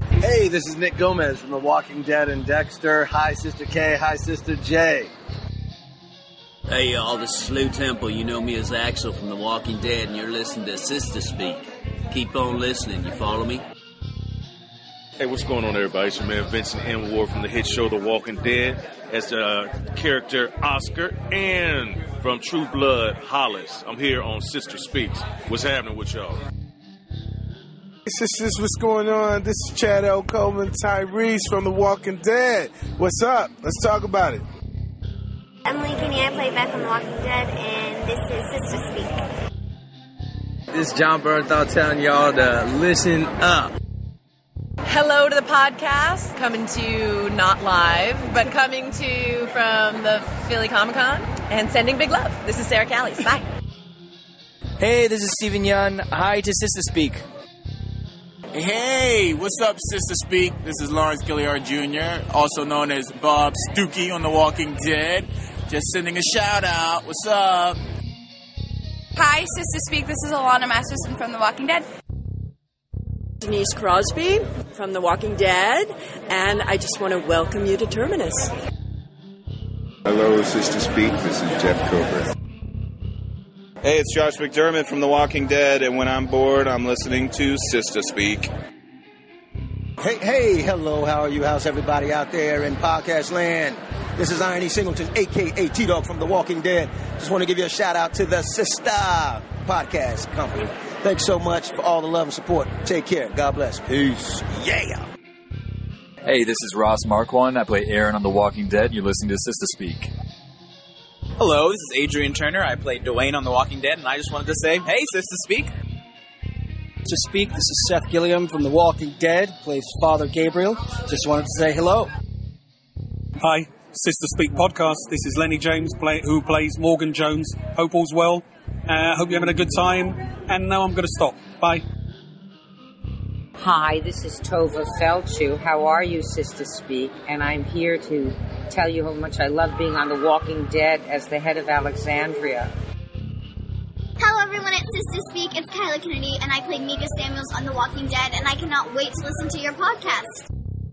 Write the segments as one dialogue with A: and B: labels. A: this is Nick Gomez from The Walking Dead and Dexter. Hi, Sister K. Hi, Sister J.
B: Hey y'all, this is Lou Temple. You know me as Axel from The Walking Dead, and you're listening to Sister Speak. Keep on listening, you follow me?
C: Hey, what's going on, everybody? It's your man Vincent N. Ward from the hit show The Walking Dead as the uh, character Oscar and from True Blood Hollis. I'm here on Sister Speaks. What's happening with y'all?
D: Hey, sisters, what's going on? This is Chad L. Coleman Tyrese from The Walking Dead. What's up? Let's talk about it.
E: Emily Cooney, I play Beth on The Walking Dead, and this is Sister Speak.
F: This is John Bernthal telling y'all to listen up.
G: Hello to the podcast, coming to you not live, but coming to you from the Philly Comic Con and sending big love. This is Sarah Callies. Bye.
H: Hey, this is Stephen Young. Hi to Sister Speak.
I: Hey, what's up, Sister Speak? This is Lawrence Gilliard Jr., also known as Bob Stookie on The Walking Dead. Just sending a shout out. What's up?
J: Hi, Sister Speak. This is Alana Masterson from The Walking Dead.
K: Denise Crosby from The Walking Dead, and I just want to welcome you to Terminus.
L: Hello, Sister Speak. This is Jeff Cobra.
M: Hey, it's Josh McDermott from The Walking Dead, and when I'm bored, I'm listening to Sister Speak.
N: Hey, hey, hello, how are you? How's everybody out there in podcast land? This is Irony Singleton, aka T Dog from The Walking Dead. Just want to give you a shout out to the Sister Podcast Company. Thanks so much for all the love and support. Take care. God bless. Peace. Yeah.
O: Hey, this is Ross Marquand. I play Aaron on The Walking Dead. You're listening to Sister Speak.
P: Hello, this is Adrian Turner. I played Dwayne on The Walking Dead, and I just wanted to say, hey, Sister Speak.
Q: Sister Speak, this is Seth Gilliam from The Walking Dead, plays Father Gabriel. Just wanted to say hello.
R: Hi, Sister Speak podcast. This is Lenny James, play, who plays Morgan Jones. Hope all's well. Uh, hope you're having a good time. And now I'm going to stop. Bye.
S: Hi, this is Tova Felchu. How are you, Sister Speak? And I'm here to tell you how much I love being on The Walking Dead as the head of Alexandria.
T: Hello, everyone. It's Sister Speak. It's Kyla Kennedy, and I play Mika Samuels on The Walking Dead, and I cannot wait to listen to your podcast.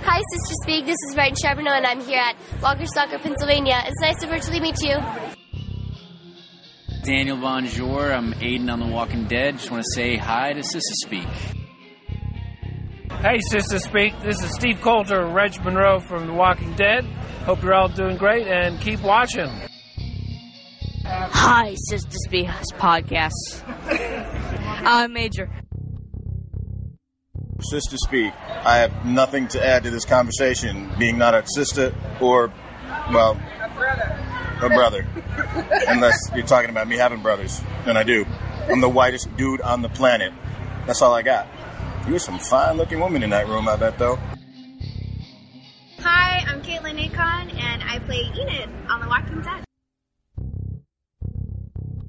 O: Hi, Sister Speak. This is Ryan Charbonneau, and I'm here at Walker Stalker, Pennsylvania. It's nice to virtually meet you.
D: Daniel Bonjour. I'm Aiden on The Walking Dead. Just want to say hi to Sister Speak.
Q: Hey, Sister Speak. This is Steve Coulter, Reg Monroe from The Walking Dead. Hope you're all doing great and keep watching.
B: Hi, Sister Speak podcast. I'm Major.
A: Sister Speak. I have nothing to add to this conversation, being not a sister or, well, a brother. A brother. Unless you're talking about me having brothers, and I do. I'm the whitest dude on the planet. That's all I got. You were some fine looking women in that room, I bet, though.
T: Hi, I'm Caitlin Akon, and I play Enid on The Walking Dead.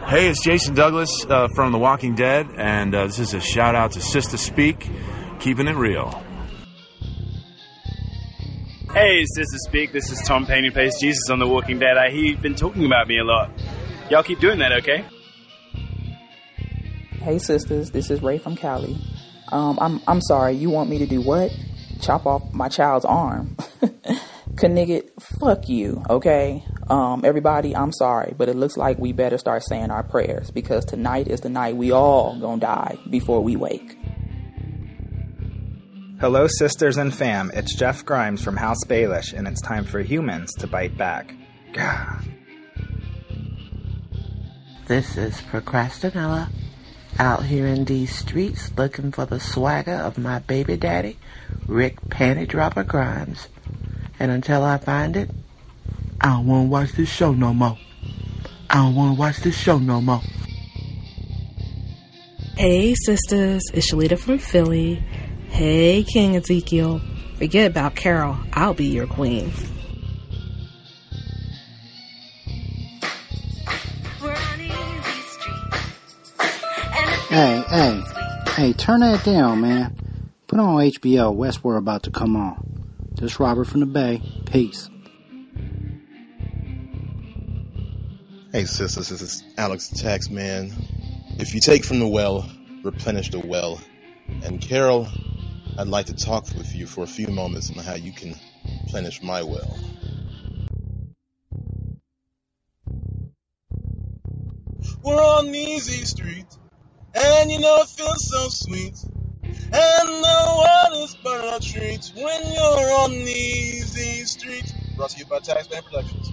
J: Hey, it's Jason Douglas uh, from The Walking Dead, and uh, this is a shout out to Sister Speak, keeping it real.
N: Hey, Sister Speak, this is Tom Payne who plays Jesus on The Walking Dead. I hear you've been talking about me a lot. Y'all keep doing that, okay?
M: Hey, sisters, this is Ray from Cali. Um, I'm, I'm sorry, you want me to do what? Chop off my child's arm. Knigget, fuck you, okay? Um, everybody, I'm sorry, but it looks like we better start saying our prayers because tonight is the night we all gonna die before we wake.
C: Hello, sisters and fam. It's Jeff Grimes from House Baelish, and it's time for humans to bite back. Gah.
U: This is Procrastinella out here in these streets looking for the swagger of my baby daddy, Rick Panty Dropper Grimes. And until I find it, I don't want to watch this show no more. I don't want to watch this show no more.
V: Hey, sisters, it's Shalita from Philly. Hey, King Ezekiel. Forget about Carol. I'll be your queen.
W: Hey, hey, hey, turn that down, man. Put on HBO. Westworld about to come on. This Robert from the Bay. Peace.
X: Hey, sisters, this is Alex Taxman. If you take from the well, replenish the well. And Carol, I'd like to talk with you for a few moments on how you can replenish my well.
E: We're on easy street, and you know it feels so sweet. And no one is but a treat when you're on easy street. Brought to you by Taxman Productions.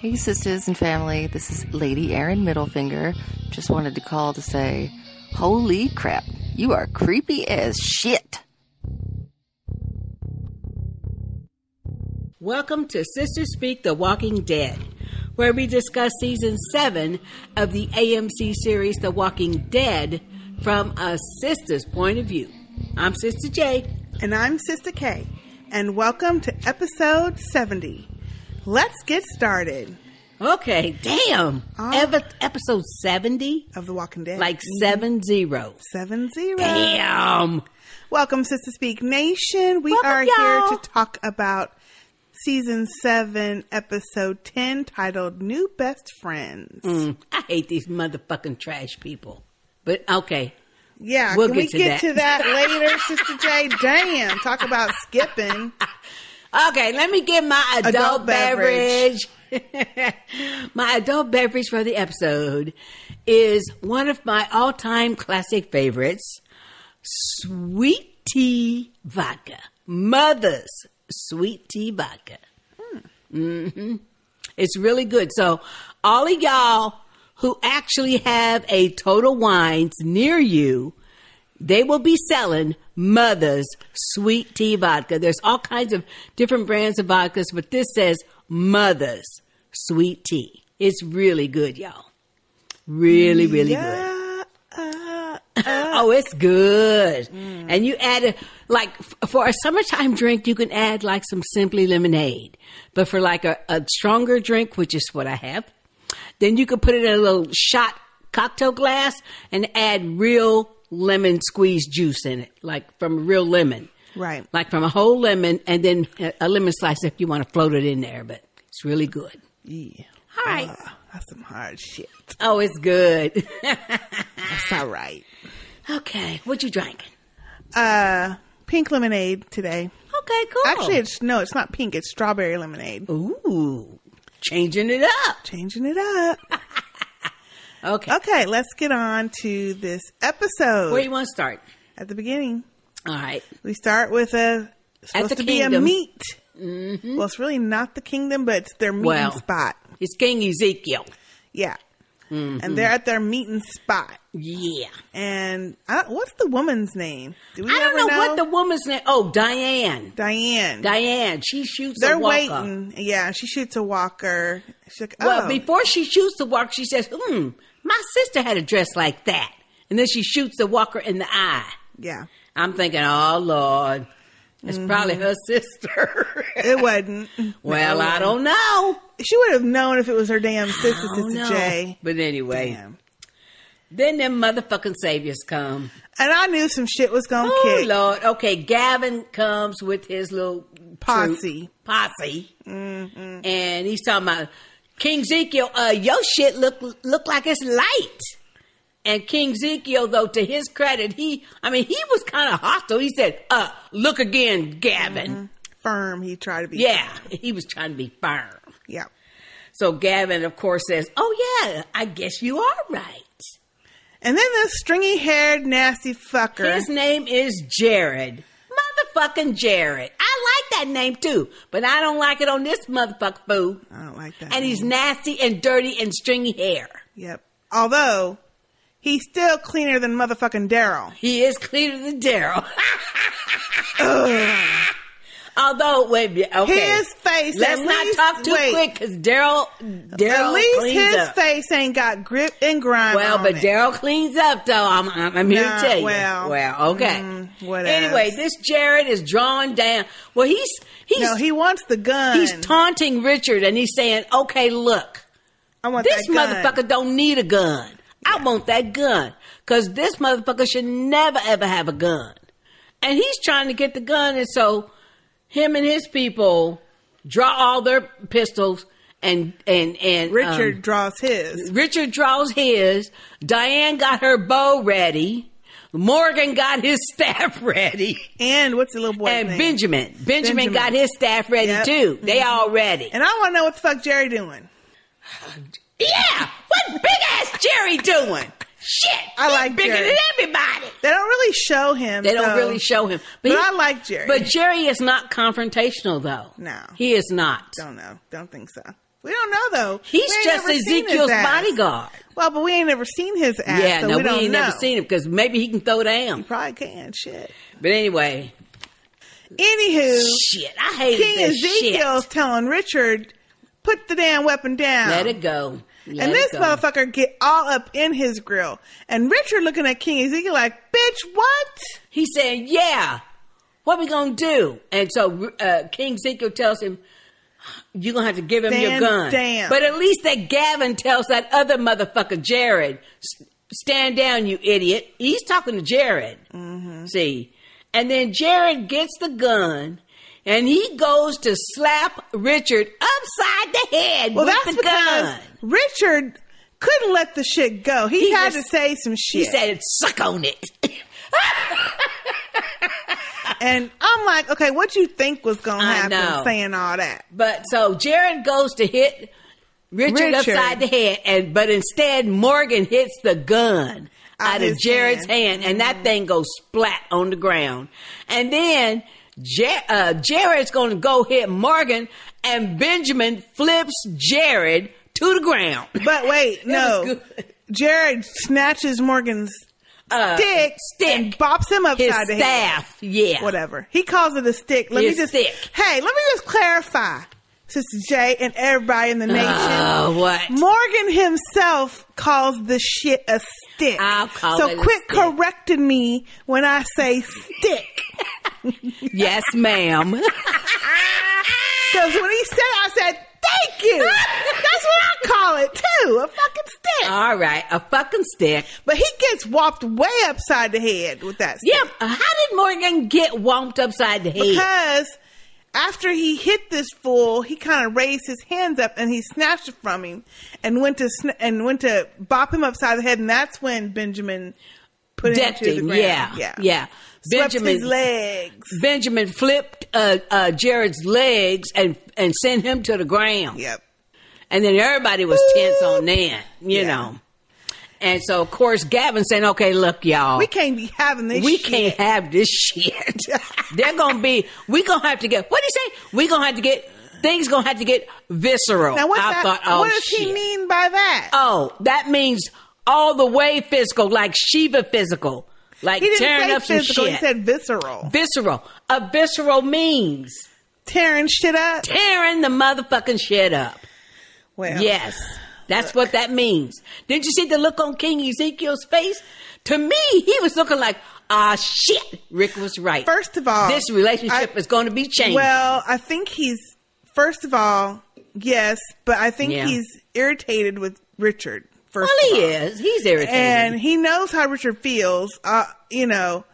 F: Hey, sisters and family, this is Lady Erin Middlefinger. Just wanted to call to say, holy crap, you are creepy as shit.
M: Welcome to Sister Speak The Walking Dead, where we discuss season 7 of the AMC series The Walking Dead from a sister's point of view. I'm Sister J.
O: And I'm Sister K. And welcome to episode 70. Let's get started.
M: Okay, damn. Ever episode 70
O: Oh. of The Walking Dead. Mm-hmm.
M: Like 7 0.
O: 7 0.
M: Damn.
O: Welcome, Sister Speak Nation. We
M: Welcome,
O: are
M: y'all.
O: here to talk about season 7, episode 10, titled New Best Friends.
M: Mm, I hate these motherfucking trash people. But okay.
O: Yeah,
M: We'll
O: can
M: get
O: we
M: to
O: get
M: that.
O: to that later, Sister J? Damn, talk about skipping.
M: Okay, let me get my adult,
O: Adult
M: beverage.
O: beverage.
M: my adult beverage for the episode is one of my all time classic favorites sweet tea vodka. Mother's sweet tea vodka. hmm It's really good. So, all of y'all who actually have a Total Wines near you, they will be selling Mother's Sweet Tea Vodka. There's all kinds of different brands of vodkas, but this says Mother's Sweet Tea. It's really good, y'all. Really, really good. oh, it's good. And you add, a, like, f- for a summertime drink, you can add, like, some simply lemonade. But for, like, a, a stronger drink, which is what I have, then you could put it in a little shot cocktail glass and add real lemon squeeze juice in it, like from a real lemon,
O: Right.
M: like from a whole lemon, and then a- a lemon slice if you want to float it in there. But it's really good.
O: Yeah. Oh,
M: All right.
O: that's some hard shit.
M: Oh, it's good.
O: That's all right.
M: Okay, what you drank?
O: Uh, pink lemonade today.
M: Okay, cool.
O: Actually, it's no, it's not pink. It's strawberry lemonade.
M: Oh. Ooh, changing it up.
O: Changing it up.
M: okay.
O: Okay, let's get on to this episode.
M: Where you want to start?
O: At the beginning.
M: All right.
O: We start with a it's
M: At
O: supposed
M: the
O: to be a
M: kingdom. Mm-hmm.
O: meat. Well, it's really not the kingdom, but it's their meeting
M: Well,
O: spot.
M: It's King Ezekiel.
O: Yeah,
M: Mm-hmm.
O: and they're at their meeting spot.
M: Yeah.
O: And I, what's the woman's name? Do we
M: I don't
O: ever
M: know,
O: know
M: what the woman's name. Oh, Diane.
O: Diane.
M: Diane. She shoots.
O: They're
M: a walker.
O: waiting. Yeah, she shoots a walker. She's like, oh,
M: Well, before she shoots the walker, she says, "Hmm, my sister had a dress like that," and then she shoots the walker in the eye.
O: yeah.
M: I'm thinking, "Oh Lord, it's probably her sister."
O: Mm-hmm. it wasn't.
M: Well, I don't know.
O: She would have known if it was her damn sister,
M: I don't
O: Sister
M: know.
O: J.
M: But anyway, then them motherfucking saviors come.
O: And I knew some shit was gonna
M: oh,
O: kick.
M: Lord. Okay, Gavin comes with his little
O: Posse.
M: troop, posse, and he's talking about King Ezekiel. Uh, your shit look look like it's light. And King Ezekiel, though, to his credit, he I mean he was kind of hostile. He said, "Uh, look again, Gavin."
O: Firm. He tried to be.
M: Yeah, he was trying to be firm.
O: Yeah.
M: So Gavin, of course, says, "Oh yeah, I guess you are right."
O: And then this stringy-haired nasty fucker.
M: His name is Jared. Motherfucking Jared. I like that name too, but I don't like it on this motherfucker fool.
O: I don't like that.
M: And he's nasty and dirty and stringy hair.
O: Yep. Although he's still cleaner than motherfucking Daryl.
M: He is cleaner than Daryl. Although, wait, a minute, okay.
O: His face.
M: Let's
O: at
M: not
O: least-
M: talk too
O: wait.
M: quick because Daryl, Daryl
O: At least
M: cleans
O: his
M: up.
O: face ain't got grip and grime.
M: Well,
O: on
M: but
O: it.
M: Daryl cleans up though. I'm, I'm, I'm here
O: Nah,
Q: Nah,
M: to tell you.
O: well, mm,
Q: well,
M: okay.
O: whatever.
M: anyway, this Jared is drawn down. Well, he's he's
O: No, he wants the gun.
M: He's taunting Richard, and he's saying, "Okay, look,
O: I want
M: this
O: that gun."
M: motherfucker don't need a gun. I want that gun because this motherfucker should never ever have a gun." And he's trying to get the gun, and so him and his people draw all their pistols and and and
O: Richard
M: draws his. Richard draws his. Diane got her bow ready. Morgan got his staff ready.
O: And what's the little boy?
M: And Benjamin. Benjamin. got his staff ready
O: Yep.
M: too. They
O: Mhm.
M: all ready.
O: And I want to know what the fuck Jerry doing.
M: Yeah, what big ass Jerry doing? Shit, I like bigger
O: Jerry.
M: than everybody.
O: They don't really show him.
M: They don't
O: so-
M: really show him.
O: But,
M: he-
O: I like Jerry.
M: But Jerry is not confrontational though.
O: no,
M: He is not.
O: don't know. Don't think so. We don't know though.
M: He's
O: We ain't
M: just
O: never seen his
M: Ezekiel's
O: ass.
M: bodyguard.
O: Well, but we ain't never seen his ass.
M: yeah,
O: so
M: no, we,
O: we, don't
M: ain't
O: know.
M: never seen him because maybe he can throw down.
O: Probably can. Shit.
M: But anyway,
O: Anywho,
M: Shit, I hated
O: King
M: this
O: Ezekiel's telling Richard, "Put the damn weapon down.
M: let it go. Let
O: and
M: it
O: this
M: go.
O: motherfucker get all up in his grill. And Richard looking at King Ezekiel like, bitch, what?
M: He said, yeah, what we gonna do? And so uh, King Ezekiel tells him, you're gonna have to give him your
O: Stand
M: gun.
O: down.
M: But at least that Gavin tells that other motherfucker, Jared, "S- stand down, you idiot. He's talking to Jared.
O: Mm-hmm.
M: See? And then Jared gets the gun. And he goes to slap Richard upside the head
O: Well,
M: with
O: that's
M: the
O: because
M: gun.
O: Richard couldn't let the shit go. He,
M: He
O: had
M: just-
O: to say some
M: She
O: shit.
M: said, "Suck on it."
O: and I'm like, okay, what you think was gonna
M: I
O: happen
M: know.
O: saying all that?
M: But so Jared goes to hit Richard,
O: Richard.
M: upside the head, and but instead Morgan hits the gun
O: Out
M: out,
O: his
M: of Jared's hand, and that thing goes splat on the ground. And then Ja- uh, Jared's going to go hit Morgan, and Benjamin flips Jared to the ground.
O: But wait, no. Jared snatches Morgan's
M: Uh,
O: stick, and bops him upside
M: His
O: the
M: staff,
O: head.
M: yeah.
O: Whatever. He calls it a stick. Let
M: His
O: me just
M: stick.
O: Hey, let me just clarify. Sister Jay and everybody in the nation.
M: Oh, what?
O: Morgan himself calls the shit a stick. I'll
M: call
O: so
M: it a
O: quit correcting me when I say stick.
M: yes, ma'am.
O: Because when he said it, I said, thank you. That's what I call it, too. A fucking stick.
M: All right, a fucking stick.
O: But he gets whopped way upside the head with that stick.
M: Yeah, uh, how did Morgan get whomped upside the head?
O: Because after he hit this fool, he kind of raised his hands up and he snatched it from him and went to sn- and went to bop him upside the head. And that's when Benjamin put
M: Decked
O: him to the
M: him,
O: ground.
M: yeah,
O: yeah.
M: yeah.
O: Swept
M: Benjamin-
O: his legs.
M: Benjamin flipped uh, uh, Jared's legs and and sent him to the ground.
O: Yep.
M: And then everybody was tense on that, you know. And so, of course, Gavin saying, "Okay, look, y'all,
O: We can't be having this.
M: we
O: shit.
M: can't have this shit. They're gonna be. We gonna have to get. What do you say? We gonna have to get. Things gonna have to get visceral.
O: Now what's
M: I
O: that?
M: thought, oh
O: what does
M: shit.
O: he mean by that?
M: Oh, that means all the way physical, like Shiva physical, like
O: he didn't
M: tearing
O: say
M: up some
O: physical.
M: shit.
O: He said visceral.
M: visceral. A visceral means
O: tearing shit up.
M: Tearing the motherfucking shit up.
O: Well,
M: Yes. That's what that means. Didn't you see the look on King Ezekiel's face? To me, he was looking like, ah, shit, Rick was right.
O: First of all,
M: this relationship
O: I-
M: is going to be changed.
O: Well, I think he's first of all, yes, but I think
M: Yeah.
O: he's irritated with Richard. First,
M: Well,
O: of
M: he
O: all.
M: is. He's irritated.
O: and he knows how Richard feels. Uh, you know,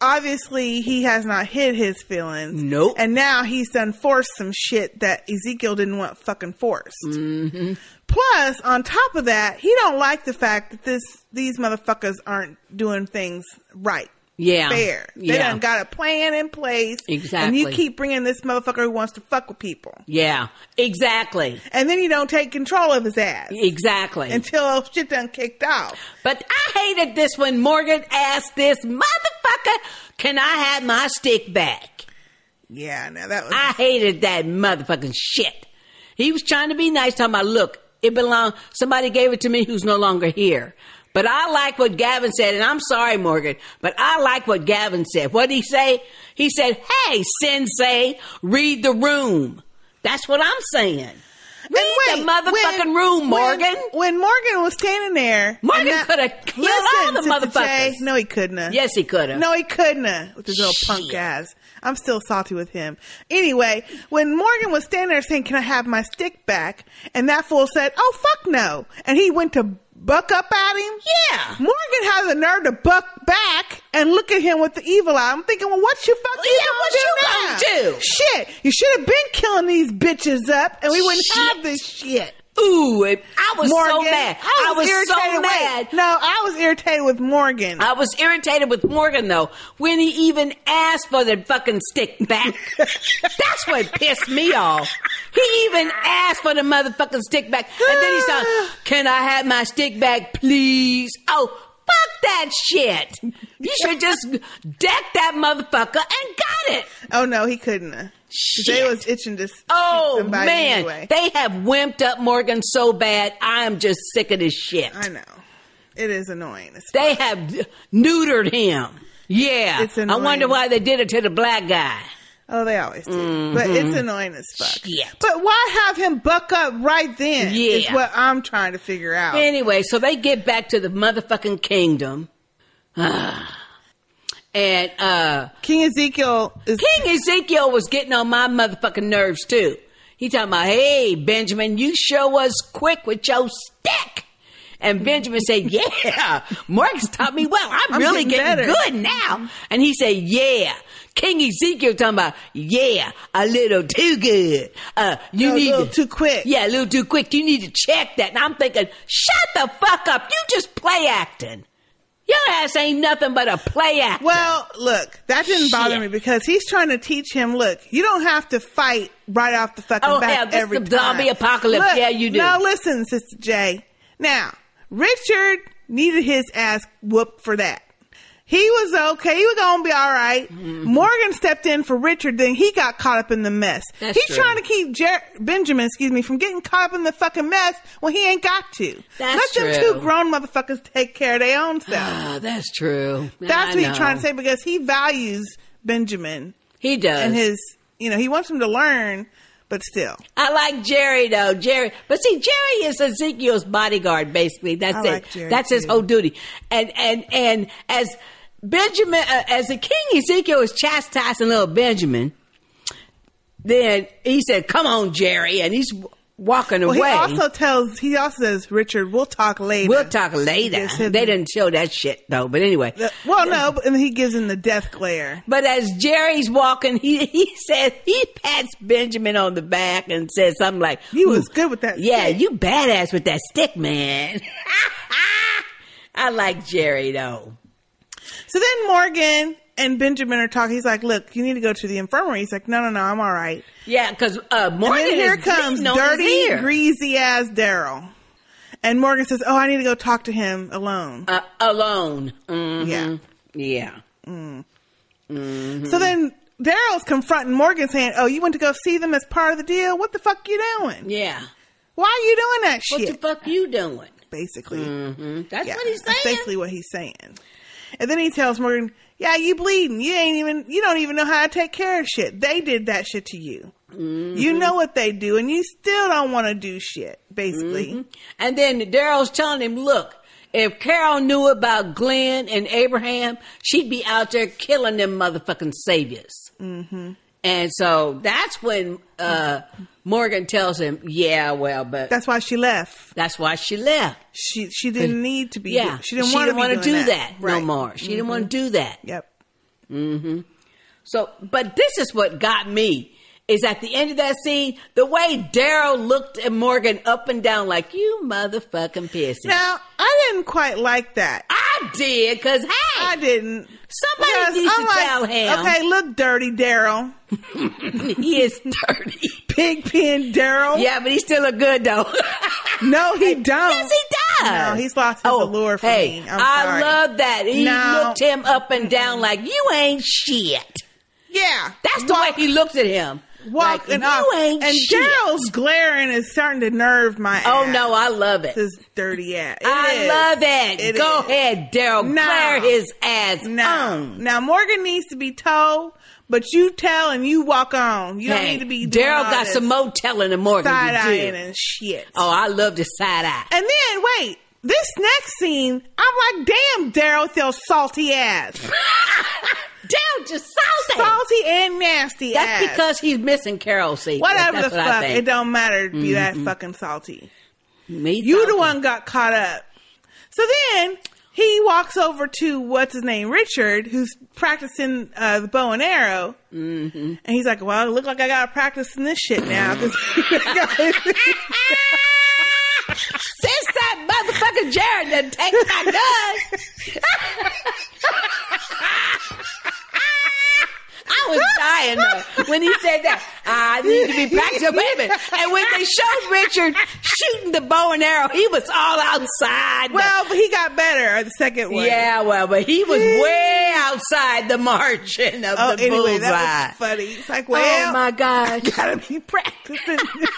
O: obviously he has not hid his feelings.
M: Nope.
O: And now he's done forced some shit that Ezekiel didn't want fucking forced. Mm-hmm. Plus, on top of that, he don't like the fact that this these motherfuckers aren't doing things right.
M: Yeah.
O: fair. They
M: Yeah.
O: done got a plan in place. And you
M: Exactly.
O: keep bringing this motherfucker who wants to fuck with people,
M: yeah, exactly.
O: and then you don't take control of his ass
M: Exactly.
O: until shit done kicked off.
M: But I hated this when Morgan asked this motherfucker, can I have my stick back?
O: Yeah, now that was.
M: I hated that motherfucking shit. He was trying to be nice, talking about, look, it belonged, somebody gave it to me who's no longer here. But I like what Gavin said, and I'm sorry, Morgan, but I like what Gavin said. What did he say? He said, hey, sensei, read the room. That's what I'm saying. Read
O: Wait,
M: the motherfucking
O: when-
M: room, Morgan.
O: When, when Morgan was standing there,
M: Morgan
O: and that-
M: coulda killed all the
O: Sister
M: motherfuckers.
O: J, no, he couldn't. have.
M: Yes, he coulda.
O: No, he couldn't. have, With his little punk ass. I'm still salty with him. Anyway, when Morgan was standing there saying, "Can I have my stick back?" and that fool said, "Oh fuck no," and he went to buck up at him? Yeah. Morgan has the nerve to buck back and look at him with the evil eye. I'm thinking, well, what you fucking yeah,
M: what you
O: do
M: gonna
O: now? Shit, you should have been killing these bitches up, and we wouldn't have this shit. Ooh, I
M: was so mad. I was so
O: irritated with-
M: mad.
O: no, I was irritated with Morgan.
M: I was irritated with Morgan though when he even asked for the fucking stick back. That's what pissed me off. He even asked for the motherfucking stick back, and then he said, "Can I have my stick back, please?" Oh, fuck that shit. You should just deck that motherfucker and got it.
O: Oh no, he couldn't. have. 'Cause They was itching to.
M: Oh
O: somebody
M: man,
O: anyway.
M: they have wimped up Morgan so bad. I am just sick of this shit.
O: I know. It is annoying.
M: They have neutered him. Yeah,
O: It's
M: I
O: annoying.
M: wonder why they did it to the black guy.
O: Oh, they always do, but
M: Mhm.
O: it's annoying as fuck. But why have him buck up right then? Is
M: Yeah.
O: what I'm trying to figure out.
M: Anyway, so they get back to the motherfucking kingdom. Ah. and uh
O: King Ezekiel is
M: King Ezekiel was getting on my motherfucking nerves too. He talking about, hey Benjamin, you show was quick with your stick. And Benjamin said, Yeah, Marcus taught me well. I'm,
N: I'm
M: really
N: getting
M: getting,
N: better."
M: good now. And he said, Yeah. King Ezekiel talking about, yeah, a little too good. Uh, you
O: A
M: need
O: little
M: to-
O: too quick.
M: Yeah, a little too quick. You need to check that. And I'm thinking, shut the fuck up. You just play acting. Your ass ain't nothing but a play actor.
O: Well, look, that didn't bother me because he's trying to teach him. Look, you don't have to fight right off the fucking
M: Oh,
O: bat
M: hell, this is
O: every
M: the
O: time.
M: zombie apocalypse.
O: Look,
M: Yeah, you do.
O: Now listen, Sister J. Now Richard needed his ass whooped for that. He was okay. He was gonna be all right.
M: Mm-hmm.
O: Morgan stepped in for Richard. Then he got caught up in the mess.
M: That's
O: he's
M: true.
O: trying to keep Jer- Benjamin, excuse me, from getting caught up in the fucking mess when he ain't got to.
M: That's
O: Let them
M: true.
O: two grown motherfuckers take care of their own self.
M: Ah, that's true.
O: That's
M: I
O: what he's
M: know.
O: trying to say because he values Benjamin.
M: He does.
O: And his, you know, he wants him to learn, but still.
M: I like Jerry though. Jerry, but see, Jerry is Ezekiel's bodyguard. Basically, that's
O: I
M: it.
O: like Jerry,
M: that's his
O: too.
M: whole duty. And and and as Benjamin, uh, as the king Ezekiel was chastising little Benjamin, then he said, "Come on, Jerry," and he's w- walking
O: Well,
M: away.
O: he also tells, he also says, Richard, we'll talk later.
M: we'll talk later.
O: Yes,
M: They didn't show that shit though. But anyway,
O: Well, no, but, and he gives him the death glare.
M: But as Jerry's walking, he he says he pats Benjamin on the back and says something like, "You was
O: good with that.
M: Yeah, you badass with that stick, man." I like Jerry though.
O: So then Morgan and Benjamin are talking. He's like, look, you need to go to the infirmary. He's like, no, no, no, I'm all right.
M: Yeah, because uh, Morgan
O: and then here
M: is
O: comes
M: beating on his
O: dirty,
M: ear.
O: greasy ass Daryl. And Morgan says, oh, I need to go talk to him alone.
M: uh, alone. Mhm.
O: Yeah.
M: yeah. Mm-hmm.
O: So then Daryl's confronting Morgan saying, Oh, you went to go see them as part of the deal? What the fuck you doing?
M: Yeah.
O: Why are you doing that
M: What
O: shit?
M: the Mm. fuck you doing? Mm-hmm.
O: Basically.
M: That's
O: Yeah,
M: what he's
O: That's
M: saying.
O: basically what he's saying. And then he tells Morgan, Yeah, you bleeding. You ain't even you don't even know how to take care of shit. They did that shit to you. You
M: Mm-hmm.
O: know what they do, and you still don't want to do shit, basically.
M: Mhm. And then Daryl's telling him, look, if Carol knew about Glenn and Abraham, she'd be out there killing them motherfucking saviors.
O: Mm-hmm.
M: And so that's when uh, Morgan tells him, "Yeah, well, but
O: That's why she left.
M: That's why she left.
O: She she didn't need to be
M: Yeah,
O: do- she didn't
M: she
O: wanna
M: didn't
O: be
M: wanna
O: doing
M: do
O: that.
M: that, no
O: Right.
M: more. She didn't want
O: Mhm.
M: to do that.
O: Yep.
M: Mm-hmm. So, but this is what got me is at the end of that scene, the way Daryl looked at Morgan up and down, like you motherfucking pissy.
O: Now, I didn't quite like that.
M: I did, cause hey,
O: I didn't.
M: Somebody
O: Because
M: needs
O: I'm
M: to
O: like,
M: tell him.
O: Okay, look, dirty Daryl.
M: he is dirty.
O: Pigpen Daryl.
M: Yeah, but he's still a good though.
O: no, he don't. Yes,
M: he
O: does. No, he's lost his allure for
M: Oh, hey,
O: me. I'm
M: I
O: sorry.
M: love that. He
O: No.
M: looked him up and down like you ain't shit.
O: Yeah,
M: that's the way he looked at him.
O: Walk
M: Like,
O: and
M: you
O: off.
M: ain't
O: and
M: shit.
O: Daryl's glaring is starting to nerve my.
M: Oh,
O: ass.
M: no, I love it.
O: This dirty ass. It
M: I
O: is.
M: love it. Go ahead, Daryl.
O: No.
M: Glare his ass.
O: No. Now Morgan needs to be told, but you tell and you walk on. You don't
M: Hey,
O: need to be. doing
M: Daryl
O: all
M: got
O: this
M: some more telling than Morgan. to
O: side eyeing
M: do.
O: and shit.
M: Oh, I love the side eye.
O: And then wait, this next scene, I'm like, damn, Daryl with your salty ass.
M: Daryl just salty,
O: salty and nasty.
M: That's
O: ass.
M: because he's missing Carol. See,
O: whatever
M: That's
O: the
M: what I
O: fuck,
M: think.
O: it don't matter. to Be that
M: Mhm.
O: fucking salty.
M: Me
O: you the one got caught up. So then he walks over to what's his name, Richard, who's practicing uh, the bow and arrow.
M: Mm-hmm.
O: And he's like, "Well, it look like I gotta practice in this shit now." 'cause-
M: Since that motherfucker Jared done take my gun, I was dying though when he said that. I need to be practicing, baby. And when they showed Richard shooting the bow and arrow, he was all outside.
O: Well, but he got better the second one.
M: Yeah, well, but he was way outside the margin of
O: oh,
M: the
O: anyway,
M: bullseye.
O: that was funny. It's like, well,
M: oh my god,
O: gotta be practicing. And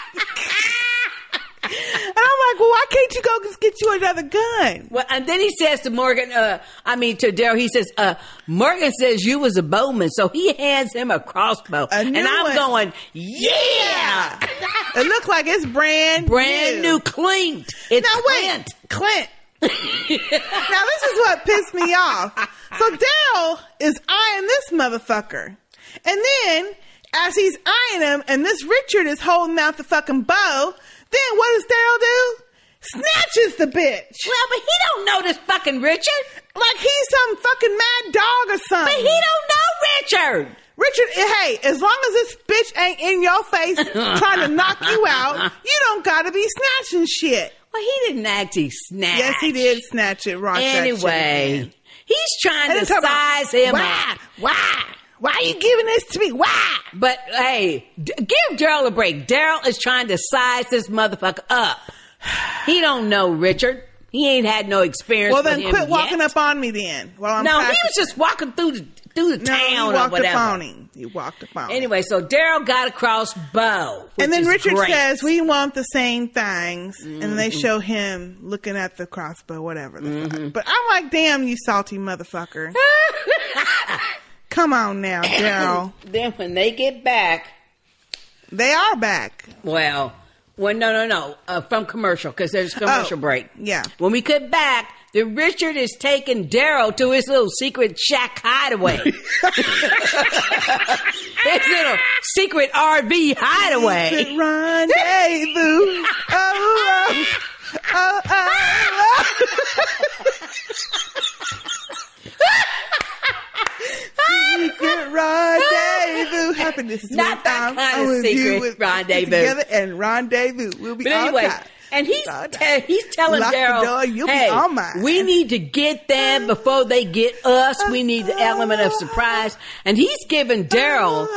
O: I'm like, well, why can't you go just get you another gun?
M: Well, and then he says to Morgan, uh, I mean to Daryl, he says, uh, Morgan says you was a bowman, so he hands him a crossbow, and I'm
O: one.
M: going, yeah.
O: It looked like it's brand
M: brand
O: new.
M: new, clean. It's
O: now wait, Clint. now this is what pissed me off. So Daryl is eyeing this motherfucker, and then as he's eyeing him, and this Richard is holding out the fucking bow. Then what does Daryl do? Snatches the bitch. Well,
M: but he don't know this fucking Richard.
O: Like he's some fucking mad dog or something. But he
M: don't know Richard.
O: Richard, hey, as long as this bitch ain't in your face trying to knock you out, you don't gotta be snatching shit.
M: Well, he didn't actually snatch.
O: Yes, he did snatch it. Rock
M: Anyway, he's trying
O: And
M: to
O: they talk about,
M: size him
O: "Why?
M: up. Why? Why
O: are you giving this to me? Why?
M: But hey, d- give Daryl a break. Daryl is trying to size this motherfucker up. He don't know Richard. He ain't had no experience.
O: Well,
M: with
O: then
M: him
O: quit
M: yet.
O: walking up on me then. While I'm
M: no, he
O: practicing.
M: was just walking through the through the
O: No, he
M: town or
O: walked
M: whatever.
O: up on him. He walked up on him.
M: Anyway, so Daryl got a crossbow, which
O: and then
M: is
O: Richard
M: great. Mm-hmm.
O: says, "We want the same things," and they
M: Mm-mm.
O: show him looking at the crossbow, whatever. the fuck.
M: Mm-hmm.
O: But I'm like, "Damn, you salty motherfucker! Come on now, Daryl.
M: then when they get back,
O: they are back.
M: Well, well, no, no, no, uh, from commercial because there's commercial
O: Oh,
M: break.
O: Yeah,
M: When we get back, then Richard is taking Daryl to his little secret shack hideaway. his little secret RV hideaway.
O: Secret rendezvous. oh, oh, oh, oh, oh. secret rendezvous. Happiness is
M: Not
O: when
M: that
O: I'm
M: kind of
O: with you,
M: secret
O: with-
M: rendezvous.
O: Together and rendezvous. We'll be
M: But
O: all
M: anyway,
O: tight.
M: and he's
O: All
M: te- he's telling
O: Lock the
M: Daryl,
O: door, you'll be
M: "Hey,
O: all mine."
M: we need to get them before they get us. We need the element of surprise." And he's giving Daryl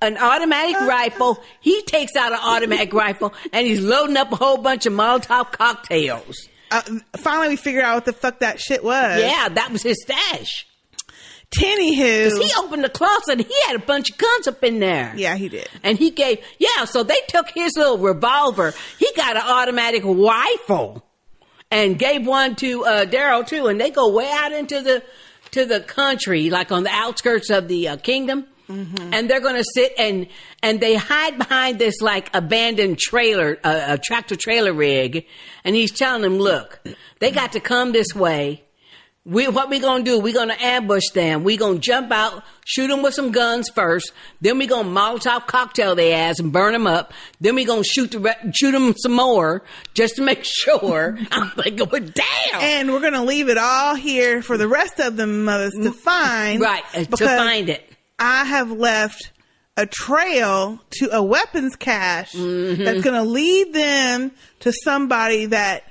M: an automatic rifle. He takes out an automatic rifle and he's loading up a whole bunch of Molotov cocktails.
O: Uh, finally, we figure out what the fuck that shit was.
M: Yeah, that was his stash.
O: Tenny who?
M: Because he opened the closet and he had a bunch of guns up in there.
O: Yeah, he did.
M: And he gave, yeah, so they took his little revolver. He got an automatic rifle and gave one to uh, Daryl too. And they go way out into the, to the country, like on the outskirts of the uh, kingdom. And they're going to sit and, and they hide behind this like abandoned trailer, uh, a tractor trailer rig. And he's telling them, look, they got to come this way. We, what we gonna do? We gonna ambush them. We gonna jump out, shoot them with some guns first. Then we gonna Molotov cocktail their ass and burn them up. Then we gonna shoot the re- shoot them some more just to make sure. I'm like, well, damn.
O: And we're gonna leave it all here for the rest of the mothers to find.
M: Mm. Right, uh, to find it.
O: I have left a trail to a weapons cache
M: Mm-hmm.
O: that's gonna lead them to somebody that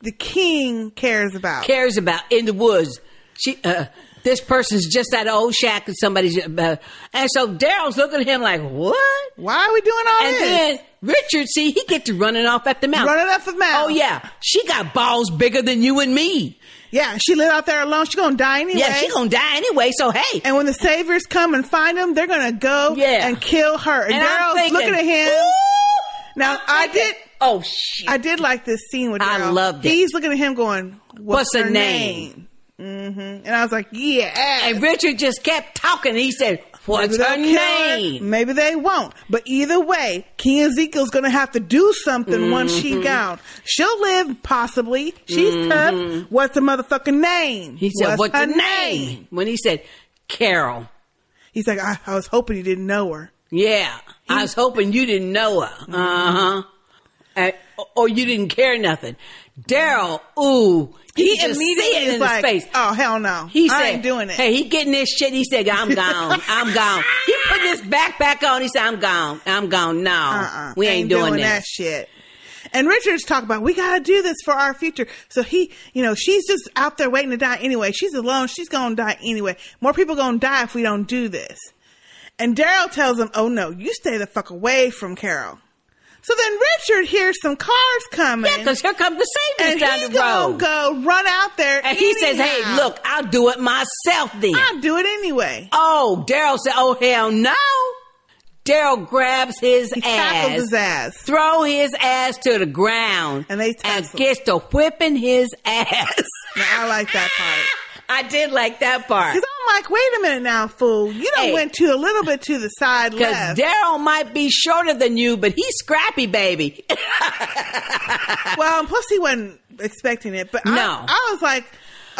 O: the king cares about.
M: cares about in the woods. She, uh, this person's just at an old shack and somebody's. Uh, and so Daryl's looking at him like, what?
O: Why are we doing all
M: and
O: this?
M: then Richard, see, he gets to running off at the mouth.
O: Running off the mouth.
M: Oh, yeah. She got balls bigger than you and me.
O: Yeah, she lived out there alone. She gonna die anyway.
M: Yeah, she gonna die anyway. So hey,
O: and when the saviors come and find them, they're gonna go and kill her. And,
M: And I'm
O: Daryl's
M: thinking,
O: looking at him. now i did.
M: Oh shit!
O: I did like this scene with.
M: I
O: Daryl.
M: loved it.
O: He's looking at him going, "What's,
M: What's her
O: her
M: name?"
O: name?" Mm-hmm. And I was like, "Yeah." ass."
M: And Richard just kept talking. He said, "What's her
O: they'll kill her,
M: name?"
O: Maybe they won't. But either way, King Ezekiel's going to have to do something once she
M: Mhm.
O: gone. She'll live, possibly. She's tough. What's the motherfucking name?
M: Mm-hmm. He said, "What's her name?" When he said Carol,
O: he's like, I, "I was hoping you didn't know her."
M: Yeah, Uh-huh.
O: Mm-hmm.
M: I was hoping you didn't know her. Uh huh. Or you didn't care nothing. Daryl, ooh, you
O: He
M: can just
O: immediately
M: see it
O: is
M: in his
O: like,
M: face.
O: Oh hell no!
M: He
O: I
M: said,
O: ain't doing it.
M: Hey, he getting this shit. He said, I'm gone. I'm gone. He put his backpack on. He said, I'm gone. I'm gone. No,
O: Uh-uh.
M: we ain't, doing,
O: that
M: this.
O: shit. And Richards talk about we gotta do this for our future. So he, you know, she's just out there waiting to die anyway. She's alone. She's gonna die anyway. More people gonna die if we don't do this. And Daryl tells him, "Oh no, you stay the fuck away from Carol." So then Richard hears some cars coming. Yeah, because
M: here comes the savings
O: and
M: down
O: he
M: the road.
O: Gonna go run out there,
M: And he says,
O: anyhow.
M: Hey, look, I'll do it myself then. I'll
O: do it anyway.
M: Oh, Daryl said, Oh, hell no. Daryl grabs his ass,
O: tackles his ass,
M: throw his ass to the ground,
O: and they
M: and gets to whipping his ass.
O: I like that part.
M: I did like that part.
O: Because I'm like, wait a minute now, fool. You don't went to a little bit to the side
M: Because
O: left.
M: Daryl might be shorter than you, but he's scrappy, baby.
O: well, and plus he wasn't expecting it, but
M: No.
O: I, I was like,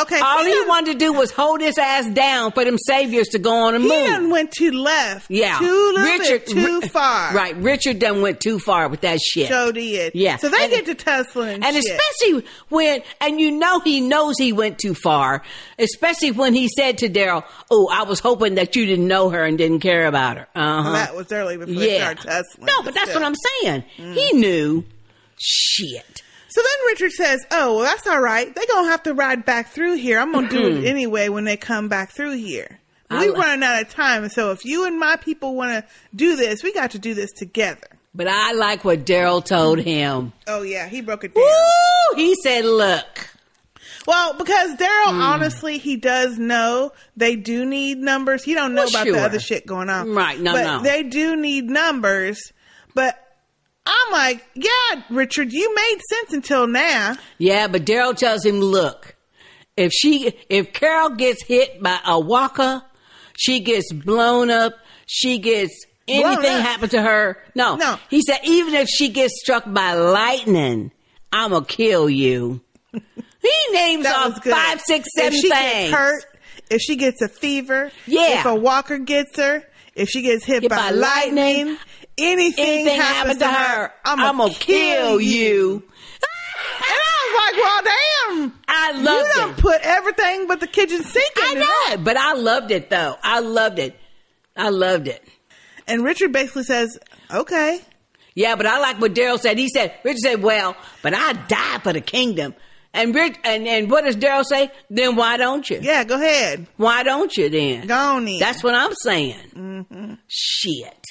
O: okay.
M: All he
O: done-
M: wanted to do was hold his ass down for them saviors to go on and
O: He
M: move.
O: done went too left.
M: Yeah.
O: Too little bit too
M: Ri-
O: far.
M: Right. Richard done went too far with that shit.
O: So did.
M: Yeah.
O: So they get to tussling,
M: and
O: shit.
M: especially when, and you know he knows he went too far, especially when he said to Daryl, "Oh, I was hoping that you didn't know her and didn't care about her." Uh
O: Well,
M: huh.
O: that was early before they
M: Yeah.
O: started tussling.
M: No, but that's
O: still.
M: what I'm saying.
O: Mm.
M: He knew. Shit.
O: So then Richard says, "Oh, well, that's all right. They're gonna have to ride back through here. I'm gonna do it anyway when they come back through here.
M: Mm-hmm. I
O: We
M: li-
O: running out of time, so if you and my people want to do this, we got to do this together."
M: But I like what Daryl told him.
O: Oh yeah, he broke it down.
M: Woo! He said, "Look."
O: Well, because Daryl,
M: Mm.
O: honestly, he does know they do need numbers. He don't know
M: Well,
O: about
M: sure.
O: the other shit going on,
M: Right, no,
O: but
M: no.
O: they do need numbers. But I'm like, yeah, Richard, you made sense until now.
M: Yeah, but Daryl tells him, "Look, if she, if Carol gets hit by a walker, she gets blown up. She gets
O: Blown
M: anything
O: up.
M: happen to her. No, no. He said even if she gets struck by lightning, I'ma kill you. He names off five, six, seven
O: if she
M: things.
O: Gets hurt, if she gets a fever,
M: Yeah.
O: if a walker gets her, if she gets hit, by,
M: by
O: lightning, anything,
M: Anything happen
O: happens
M: to her,
O: I'ma
M: I'ma kill you.
O: and I was like, well, damn,
M: I loved
O: you. Don't
M: it.
O: put everything but the kitchen sink. In
M: I know, but I loved it though. I loved it. I loved it.
O: And Richard basically says, "Okay."
M: Yeah, but I like what Daryl said. He said, Richard said, "Well, but I die for the kingdom." And Rich, and and what does Daryl say? Then why don't you?
O: Yeah, go ahead.
M: Why don't you then? Go
O: on in.
M: That's what I'm saying.
O: Mm-hmm.
M: Shit.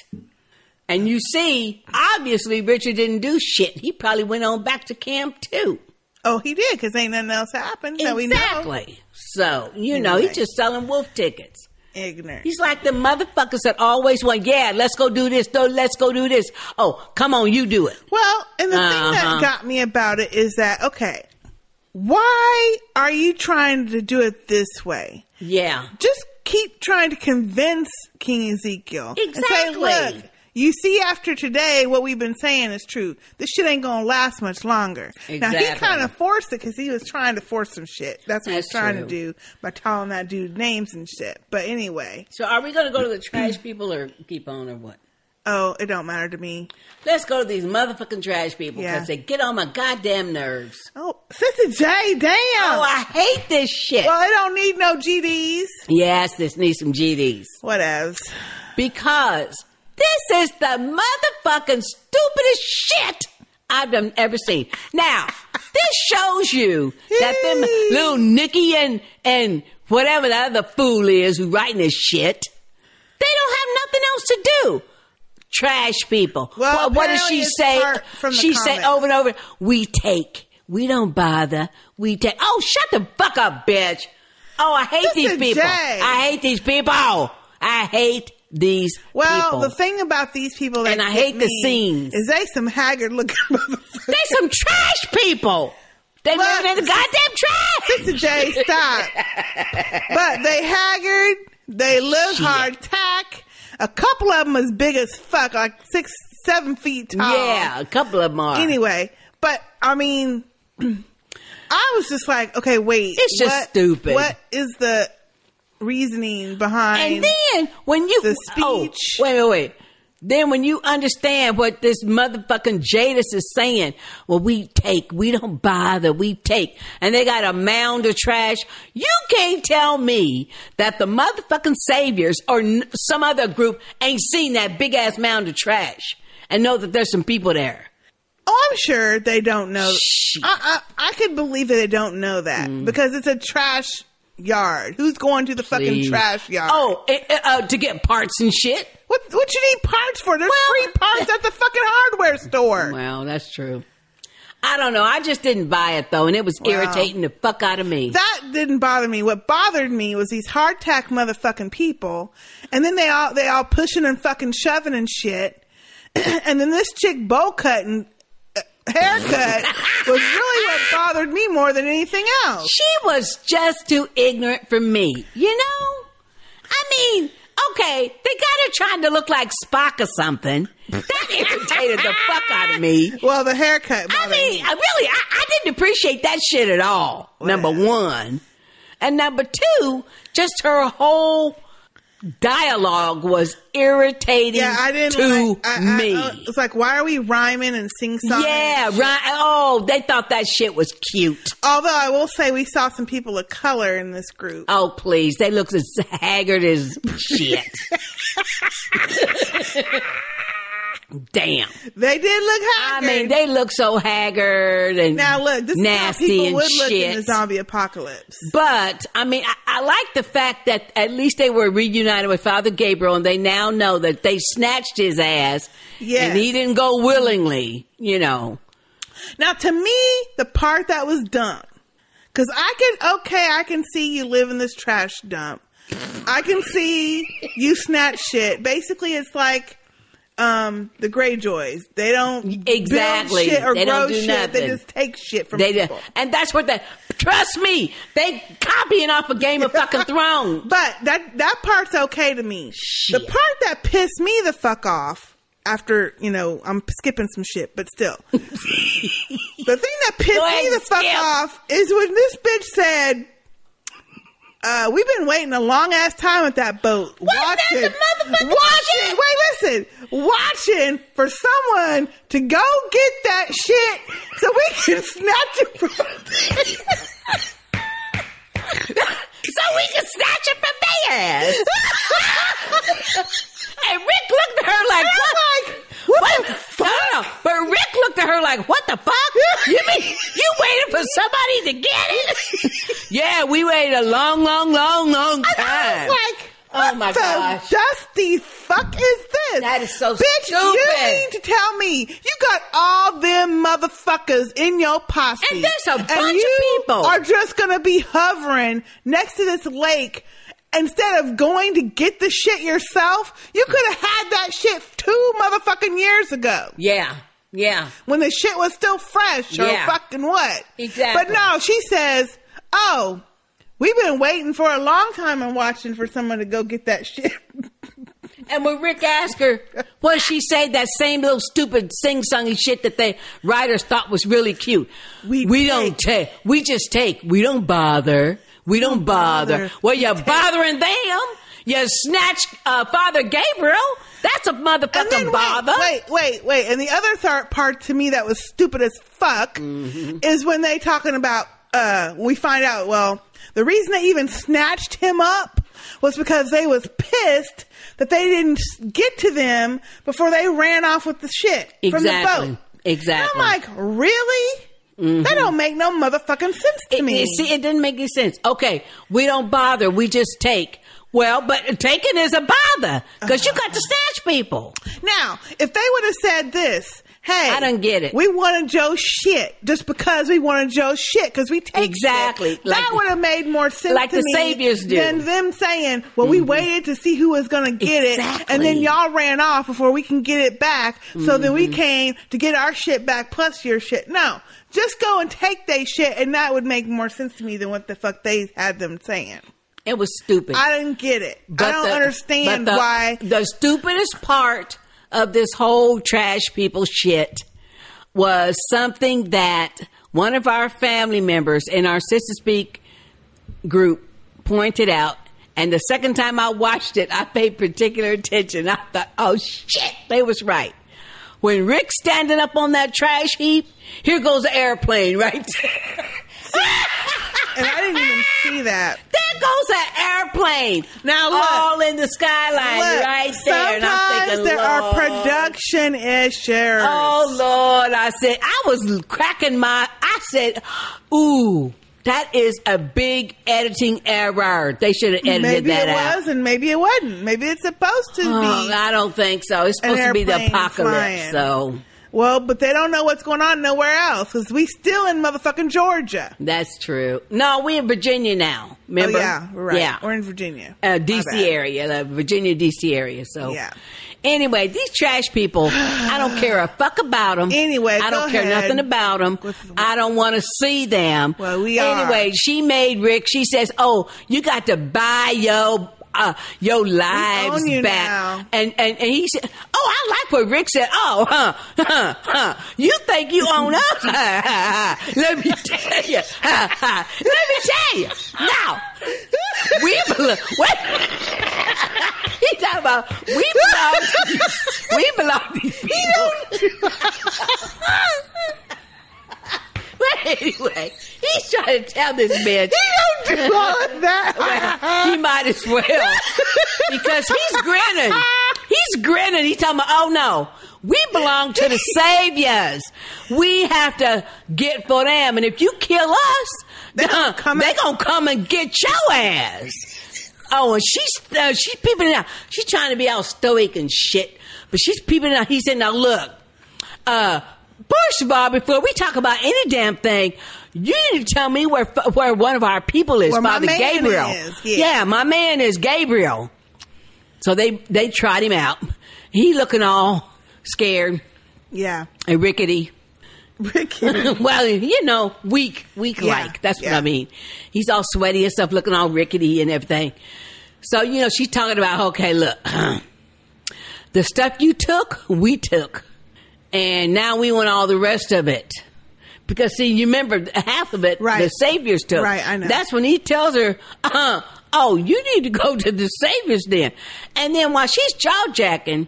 M: And you see, obviously Richard didn't do shit. He probably went on back to camp too.
O: Oh, he did because ain't nothing else happened. so we know.
M: Exactly. So you know, he's
O: Right.
M: just selling wolf tickets.
O: Ignorant.
M: He's like the motherfuckers that always want, yeah, let's go do this, no, let's go do this. Oh, come on, you do it.
O: Well, and the thing
M: Uh-huh.
O: that got me about it is that okay, why are you trying to do it this way?
M: Yeah.
O: Just keep trying to convince King Ezekiel. and say,
M: Exactly.
O: look, you see, after today, what we've been saying is true. This shit ain't gonna last much longer. Now he
M: Exactly.
O: kind of forced it because he was trying to force some shit. That's what
M: That's
O: he's trying
M: true.
O: to do by calling that dude names and shit. But anyway,
M: So are we going to go to the trash people or keep on or what?
O: oh, it don't matter to me.
M: Let's go to these motherfucking trash people because they
O: Yeah.
M: get on my goddamn nerves.
O: Oh, Sister J, damn! Oh,
M: I hate this shit.
O: Well, it don't need no GDs.
M: Yes, this needs some GDs.
O: Whatevs.
M: Because this is the motherfucking stupidest shit I've done ever seen. Now, this shows you that them little Nikki and and whatever the other fool is who writing this shit, they don't have nothing else to do. Trash people. Well, what does
O: apparently
M: she
O: it's
M: say?
O: part from the
M: She say
O: comments.
M: over and over, "We take. We don't bother. We take." Oh, shut the fuck up, bitch. Oh, I hate these
O: Listen,
M: people.
O: Jay.
M: I hate these people. I hate these
O: Well,
M: people.
O: the thing about these people that
M: And I
O: get
M: hate the
O: me
M: scenes.
O: is they some haggard looking motherfuckers.
M: They some trash people. They living in the goddamn trash.
O: Sister J, stop. but they haggard. They look hard tack. A couple of them is big as fuck, like six, seven feet tall.
M: Yeah, a couple of them are.
O: Anyway, but I mean, I was just like, okay, wait,
M: It's just
O: what-
M: stupid.
O: What is the reasoning
M: And
O: behind?
M: then when you
O: the
M: oh,
O: speech.
M: wait, wait, wait. Then when you understand what this motherfucking Jadis is saying, well, we take, we don't bother, we take, and they got a mound of trash. You can't tell me that the motherfucking saviors or n- some other group ain't seen that big ass mound of trash and know that there's some people there.
O: Oh, I'm sure they don't know. I, I, I could believe that they don't know that
M: Mm.
O: because it's a trash yard. Who's going to the fucking
M: Please.
O: trash yard?
M: Oh, eh, eh, uh, to get parts and shit.
O: What what you need parts for? There's free parts at the fucking hardware store.
M: Well, that's true. I don't know. I just didn't buy it though, and it was
O: Wow.
M: irritating the fuck out of me.
O: That didn't bother me. What bothered me was these hardtack motherfucking people, and then they all they all pushing and fucking shoving and shit, and then this chick bowl cut and uh, haircut was really what bothered me more than anything else.
M: She was just too ignorant for me. You know? I mean, okay, they got her trying to look like Spock or something. That irritated the fuck out of me.
O: Well, the haircut.
M: I mean, I really, I, I didn't appreciate that shit at all. Number one. And number two, just her whole dialogue was irritating
O: Yeah, I didn't
M: to
O: like- I- I-
M: me.
O: uh, it's like, why are we rhyming and sing songs?
M: yeah, right. Oh, they thought that shit was cute.
O: Although I will say we saw some people of color in this group.
M: Oh, please. They look as haggard as shit. Damn.
O: They did look
M: haggard. I mean, they look so haggard and
O: Now look, this
M: nasty
O: is how people
M: and
O: would look in the
M: shit.
O: zombie apocalypse.
M: But I mean, I, I like the fact that at least they were reunited with Father Gabriel, and they now know that they snatched his ass,
O: Yes.
M: and he didn't go willingly. You know,
O: Now, to me, the part that was dumb, because I can, okay, I can see you live in this trash dump. I can see you snatch shit. Basically, it's like um the Greyjoys. They don't build
M: Exactly.
O: shit or
M: They
O: grow
M: don't do
O: shit. They
M: nothing.
O: just take shit from
M: they
O: people.
M: and that's what they. Trust me, they copying off a Game of Fucking Thrones.
O: But that that part's okay to me. The part that pissed me the fuck off after you know I'm skipping some shit, but still, the thing that pissed me the fuck off is when this bitch said. Uh, we've been waiting a long ass time at that boat. watching, watching. Wait, listen, watching for someone to go get that shit so we can snatch it from.
M: so we can snatch it from their ass. and Rick looked at her like, what? what, the fuck? But Rick looked at her like, what the fuck? you mean you waited for somebody to get it? yeah, we waited a long, long, long, long time.
O: I was like,
M: oh my
O: the
M: gosh.
O: dusty fuck is this? That is so Bitch, you
M: stupid.
O: mean to tell me you got all them motherfuckers in your posse. And there's a bunch you of people. are just going to be hovering next to this lake instead of going to get the shit yourself. You could have had that shit two motherfucking years ago.
M: Yeah. Yeah.
O: When the shit was still fresh or
M: Yeah.
O: fucking what.
M: Exactly.
O: But no, she says, oh, we've been waiting for a long time and watching for someone to go get that shit.
M: And when Rick asked her, what she say that same little stupid sing songy shit that the writers thought was really cute. We, don't take. We just take. We don't bother. We don't bother.
N: bother.
M: Well, you're bothering them. You snatch uh, Father Gabriel. That's a motherfucking bother.
O: Wait, wait, wait. And the other third part to me that was stupid as fuck
M: Mm-hmm.
O: is when they talking about uh we find out well the reason they even snatched him up was because they was pissed that they didn't get to them before they ran off with the shit
M: Exactly.
O: from the boat.
M: Exactly. Mm-hmm.
O: I'm like, really? That don't make no motherfucking sense to
M: It-
O: me.
M: it- see, it didn't make any sense. Okay, we don't bother. We just take. Well, but taking is a bother because you got to snatch people.
O: Now, if they would have said this, hey, I don't
M: get it.
O: We wanted Joe's shit just because we wanted Joe's shit because we take
M: Exactly.
O: shit.
M: Like-
O: that would have made more sense
M: like
O: to
M: the
O: me
M: saviors do. Mm-hmm.
O: than them saying, "Well, we waited to see who was going to get it, and then
M: Exactly. Mm-hmm.
O: y'all ran off before we can get it back. So then we came to get our shit back plus your shit." No. Just go and take they shit, and that would make more sense to me than what the fuck they had them saying.
M: It was stupid.
O: I didn't get it. I don't
M: the-
O: understand
M: but the-
O: why
M: The stupidest part of this whole trash people shit was something that one of our family members in our Sister Speak group pointed out, And the second time I watched it, I paid particular attention. I thought, oh shit, they was right. When Rick's standing up on that trash heap, here goes the airplane right there.
O: and I didn't even see that.
M: There goes an airplane. Now
O: look.
M: all in the skyline
O: Look,
M: right there. And I'm
O: sometimes
M: thinking,
O: there are
M: Lord.
O: production issues.
M: Oh Lord, I said I was cracking my. I said, "Ooh, that is a big editing error. They should have edited
O: maybe
M: that
O: it
M: out."
O: was, and maybe it wasn't. Maybe it's supposed to
M: Oh,
O: be.
M: I don't think so. It's
O: an
M: supposed to be the
O: airplane
M: apocalypse.
O: flying.
M: So
O: Well, but they don't know what's going on nowhere else because we still in motherfucking Georgia.
M: that's true. No, we in Virginia now. Remember?
O: Oh, yeah, we're right.
M: Yeah.
O: We're in Virginia.
M: uh,
O: My
M: DC
O: bad.
M: area, the Virginia DC area. So
O: Yeah.
M: Anyway, these trash people, I don't care a fuck about them. Anyway, I don't
O: go
M: care
O: ahead.
M: nothing about them. I don't want to see them. Well,
O: we are.
M: Anyway, she made Rick. She says, "Oh, you got to buy yo." Uh, your lives
O: own you
M: back,
O: now.
M: and and and he said, "Oh, I like what Rick said. Oh, huh, huh, huh. You think you own us? Let me tell you. Let me tell you. Now, we belong. What? he talking about we belong. to these- we belong. To these people. Well, anyway, he's trying to tell this man
O: he don't do all of that.
M: he might as well because he's grinning. He's grinning. He's talking about, oh no, we belong to the saviors. We have to get for them, and if you kill us, uh-huh, they gonna come, and get your ass. Oh, and she's uh, she's peeping it out. She's trying to be all stoic and shit, but she's peeping it out. He said, "Now look, uh, first of all, before we talk about any damn thing, you need to tell me where where one of our people is,
O: Where my
M: Father
O: man
M: Gabriel.
O: is,
M: yeah. my man is Gabriel. So they they tried him out. He looking all scared
O: Yeah.
M: and rickety.
O: Rickety.
M: well, you know, weak, weak like. That's what I mean. He's all sweaty and stuff, looking all rickety and everything. So, you know, she's talking about, okay, look, the stuff you took, we took. And now we want all the rest of it. Because, see, you remember half of it the Saviors took.
O: Right, I know.
M: That's when he tells her, uh, oh, you need to go to the Saviors then. And then while she's jaw jacking,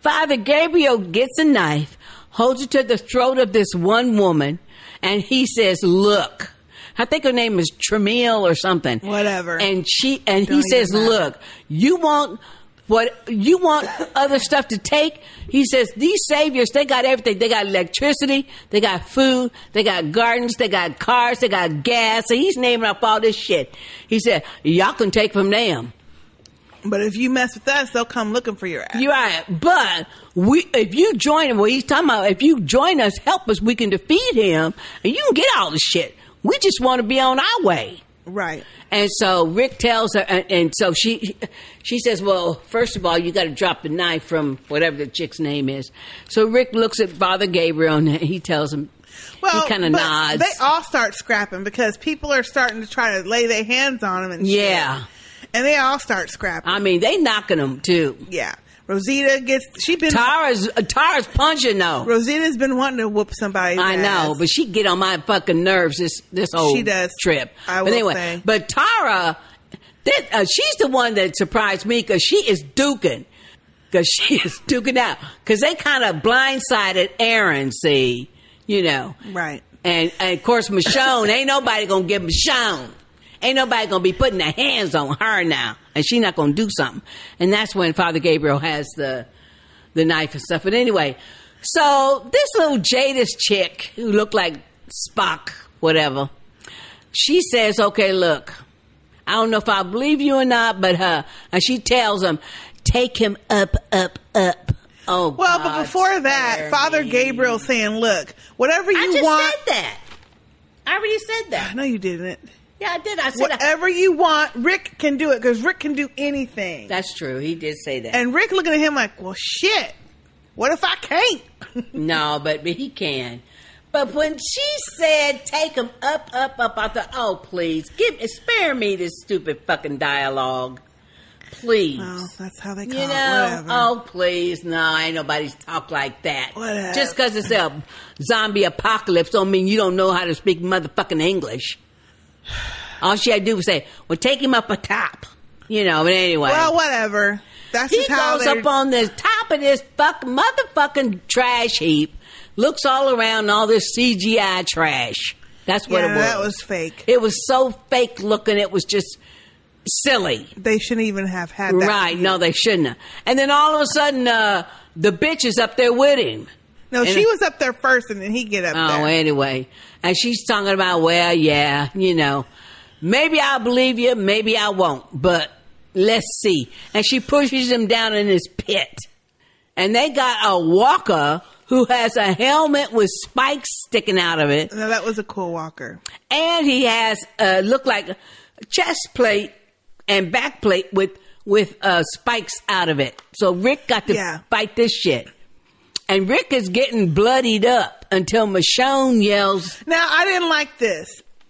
M: Father Gabriel gets a knife, holds it to the throat of this one woman, and he says, look. I think her name is Tremiel or something. Whatever. And she and
O: Don't
M: he
O: even
M: says,
O: matter.
M: look, you want what you want other stuff to take? He says, these saviors, they got everything. They got electricity, they got food, they got gardens, they got cars, they got gas. So he's naming up all this shit. He said, y'all can take from them.
O: But if you mess with us, they'll come looking for your ass.
M: You're right. But we, if you join him, well, he's talking about if you join us, help us, we can defeat him and you can get all the shit. We just want to be on our way.
O: Right.
M: And so Rick tells her, and, and so she, she says, "Well, first of all, you got to drop the knife from whatever the chick's name is." So Rick looks at Father Gabriel, and he tells him, he kind of
O: but
M: nods.
O: They all start scrapping because people are starting to try to lay their hands on them and shit.
M: Yeah.
O: And they all start scrapping.
M: I mean, they knocking them too.
O: Yeah. Rosita gets she been
M: Tara's uh, Tara's punching though.
O: Rosita's been wanting to whoop somebody.
M: I know, but she get on my fucking nerves this this whole
O: She does.
M: trip.
O: I
M: but
O: will
M: anyway,
O: say.
M: but Tara, that uh, she's the one that surprised me because she is duking. Because she is duking out. Because they kind of blindsided Aaron, see, you know.
O: Right.
M: And, and of course, Michonne, ain't nobody going to get Michonne. Ain't nobody going to be putting their hands on her now. And she not going to do something. And that's when Father Gabriel has the, the knife and stuff. But anyway, so this little Jadis chick who looked like Spock, whatever, she says, okay, look, I don't know if I believe you or not, but her, and she tells him, take him up, up, up. Oh,
O: Well, but before that, Father Gabriel saying, "Look, whatever you
M: just
O: want."
M: said that. I already said that.
O: No, you didn't.
M: Yeah, I did. I said I-
O: Whatever you want, Rick can do it because Rick can do anything.
M: That's true. He did say that.
O: And Rick looking at him like, "Well, shit. What if I can't?"
M: no, but, but he can. But when she said, "Take him up, up, up," I thought, "Oh, please, give, spare me this stupid fucking dialogue, please."
O: Well, Oh, that's how they
M: you
O: call
M: know,
O: it. Whatever.
M: oh, please, no, ain't nobody's talk like that.
O: Whatever.
M: Just because it's a zombie apocalypse don't mean you don't know how to speak motherfucking English. All she had to do was say, "Well, take him up a top." You know, but anyway.
O: Well, whatever. That's
M: he
O: just how
M: goes
O: they're-
M: up on the top of this fuck motherfucking trash heap, looks all around all this CGI trash. That's what
O: Yeah,
M: it was.
O: that was fake.
M: It was so fake looking. It was just silly.
O: They shouldn't even have had that.
M: Right? No, they shouldn't. have. And then all of a sudden, uh, the bitch is up there with him.
O: No, she was up there first, and then he get up
M: Oh,
O: there.
M: anyway. And she's talking about, well, yeah, you know, maybe I'll believe you, maybe I won't, but let's see. And she pushes him down in his pit. And they got a walker who has a helmet with spikes sticking out of it.
O: No, that was a cool walker.
M: And he has, uh, look like a chest plate and back plate with, with, uh, spikes out of it. So Rick got to fight this shit. And Rick is getting bloodied up until Michonne yells,
O: Now I didn't like this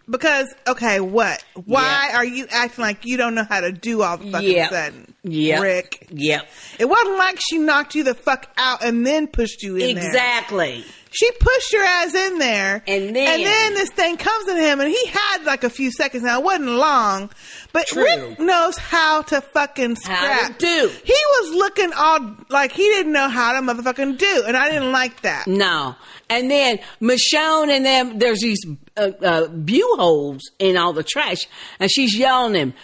O: because okay, what? Why are you acting like you don't know how to do all the fucking
M: Yeah.
O: sudden?
M: Yeah.
O: Rick.
M: Yep.
O: It wasn't like she knocked you the fuck out and then pushed you in there.
M: Exactly.
O: She pushed your ass in there,
M: and then
O: and then this thing comes at him, and he had like a few seconds. Now it wasn't long, but
M: True.
O: Rick knows how to fucking scrap.
M: How to do.
O: He was looking all like he didn't know how to motherfucking do, and I didn't like that.
M: No. And then Michonne and them, there's these uh, uh, view holes in all the trash. And she's yelling at him,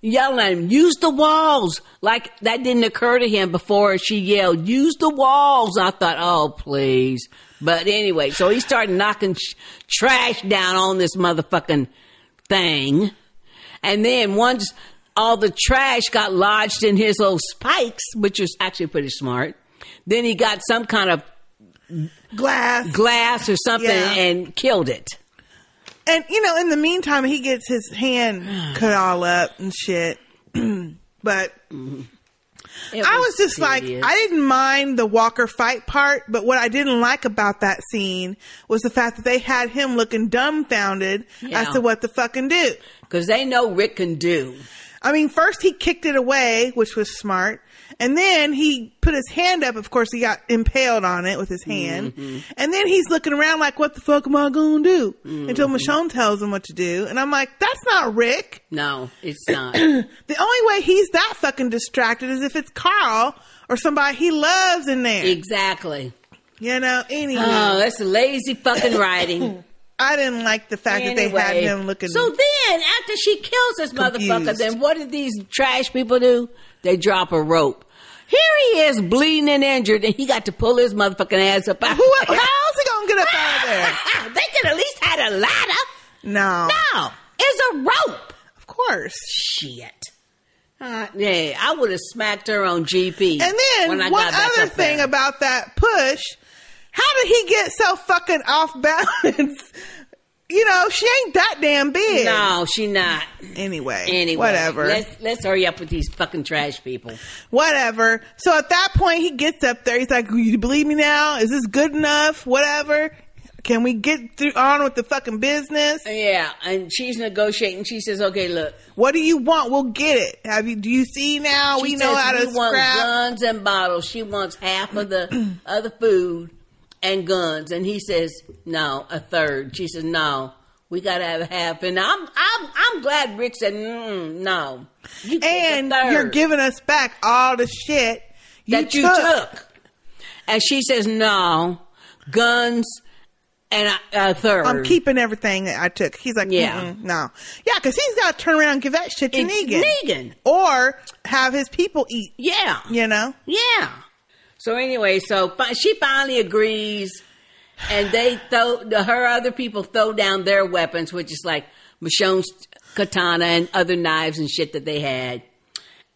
M: yelling at him, use the walls. Like that didn't occur to him before she yelled, use the walls. I thought, oh, please. But anyway, so he started knocking sh- trash down on this motherfucking thing. And then once all the trash got lodged in his little spikes, which was actually pretty smart, then he got some kind of
O: glass
M: glass or something
O: Yeah.
M: and killed it.
O: And you know, in the meantime, he gets his hand cut all up and shit. but I was, just like, I didn't mind the Walker fight part, but what I didn't like about that scene was the fact that they had him looking dumbfounded
M: Yeah.
O: as to what to fucking do.
M: Because they know Rick can do.
O: I mean, first he kicked it away, which was smart. And then he put his hand up. Of course, he got impaled on it with his hand.
M: Mm-hmm.
O: And then he's looking around like, what the fuck am I going to do?
M: Mm-hmm.
O: Until Michonne tells him what to do. And I'm like, that's not Rick.
M: No, it's not.
O: the only way he's that fucking distracted is if it's Carl or somebody he loves in there.
M: exactly.
O: You know, anyway.
M: Oh, that's lazy fucking writing.
O: I didn't like the fact that they had
M: Anyway,
O: him looking.
M: So then, after she kills this motherfucker,
O: Confused.
M: then what did these trash people do? They drop a rope. Here he is, bleeding and injured, and he got to pull his motherfucking ass up out. Who? How's
O: he gonna get up out of there?
M: they could at least had a ladder.
O: no.
M: No, it's a rope.
O: Of course.
M: Shit. Uh, yeah, I would have smacked her on GP.
O: And then
M: when I
O: one
M: got back
O: other
M: up there.
O: thing about that push, how did he get so fucking off balance? you know, she ain't that damn big.
M: No, she not.
O: Anyway,
M: Anyway,
O: whatever.
M: Let's let's hurry up with these fucking trash people.
O: Whatever. So at that point, he gets up there. He's like, "Will "You believe me now? Is this good enough? Whatever. Can we get through on with the fucking business?
M: Yeah, and she's negotiating. She says, "Okay, look,
O: What do you want? We'll get it. Have you? Do you see now?
M: She
O: Oh, we know
M: says
O: how to
M: we want
O: scrap.
M: guns and bottles. She wants half of the other food and guns, and he says no, a third. She says no, we gotta have half. And I'm I'm I'm glad Rick said mm, no. You and
O: You're giving us back all the shit you
M: that you took. And she says no, guns and a, a third.
O: I'm keeping everything that I took. He's like,
M: Yeah.
O: yeah, no, yeah, because he's got to turn around and give that shit to
M: It's
O: Negan,
M: Negan.
O: or have his people eat.
M: Yeah,
O: you know,
M: Yeah. So anyway, so fi- she finally agrees, and they throw the, her other people throw down their weapons, which is like Michonne's katana and other knives and shit that they had.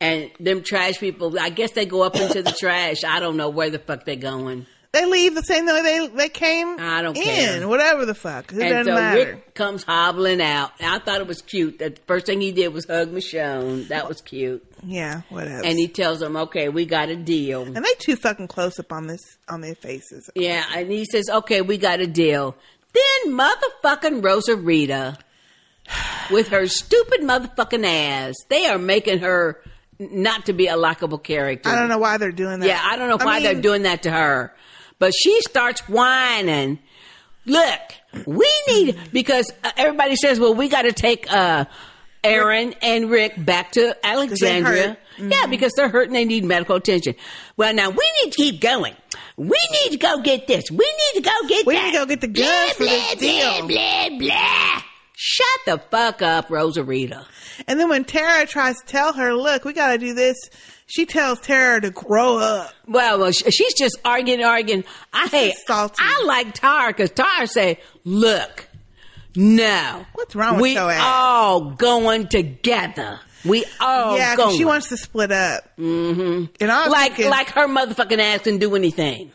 M: And them trash people, I guess they go up into the trash. I don't know where the fuck they're going.
O: they leave the same way they they came. I
M: don't
O: in,
M: care.
O: whatever the fuck.
M: and
O: It doesn't
M: so
O: matter.
M: Rick comes hobbling out. And I thought it was cute. That the first thing he did was hug Michonne. That was cute.
O: yeah, whatever.
M: And he tells them, "Okay, we got a deal."
O: and they too fucking close up on this on their faces.
M: Yeah, and he says, "Okay, we got a deal." Then motherfucking Rosarita, with her stupid motherfucking ass, they are making her n- not to be a likable character.
O: I don't know why they're doing that.
M: Yeah, I don't know
O: I
M: why they're
O: mean-
M: doing that to her, but she starts whining. Look, we need because uh, everybody says, "Well, we got to take uh, Aaron and Rick back to Alexandria. Yeah, because they're hurt and they need medical attention. Well, now we need to keep going. We need to go get this. We need to go get we that. We need to go get the
O: guns
M: blah,
O: for
M: blah,
O: this deal.
M: Blah, blah, blah. Shut the fuck up, Rosarita.
O: And then when Tara tries to tell her, look, we got to do this, she tells Tara to grow up.
M: Well, well, sh- she's just arguing, arguing. I hate. I like Tara because Tara say, "Look, no, what's
O: wrong with
M: we
O: your ass?"
M: all going together. We all
O: yeah, 'cause
M: going.
O: she wants to split up.
M: Oh, mm-hmm.
O: And I was
M: like,
O: thinking-
M: like her motherfucking ass can do anything.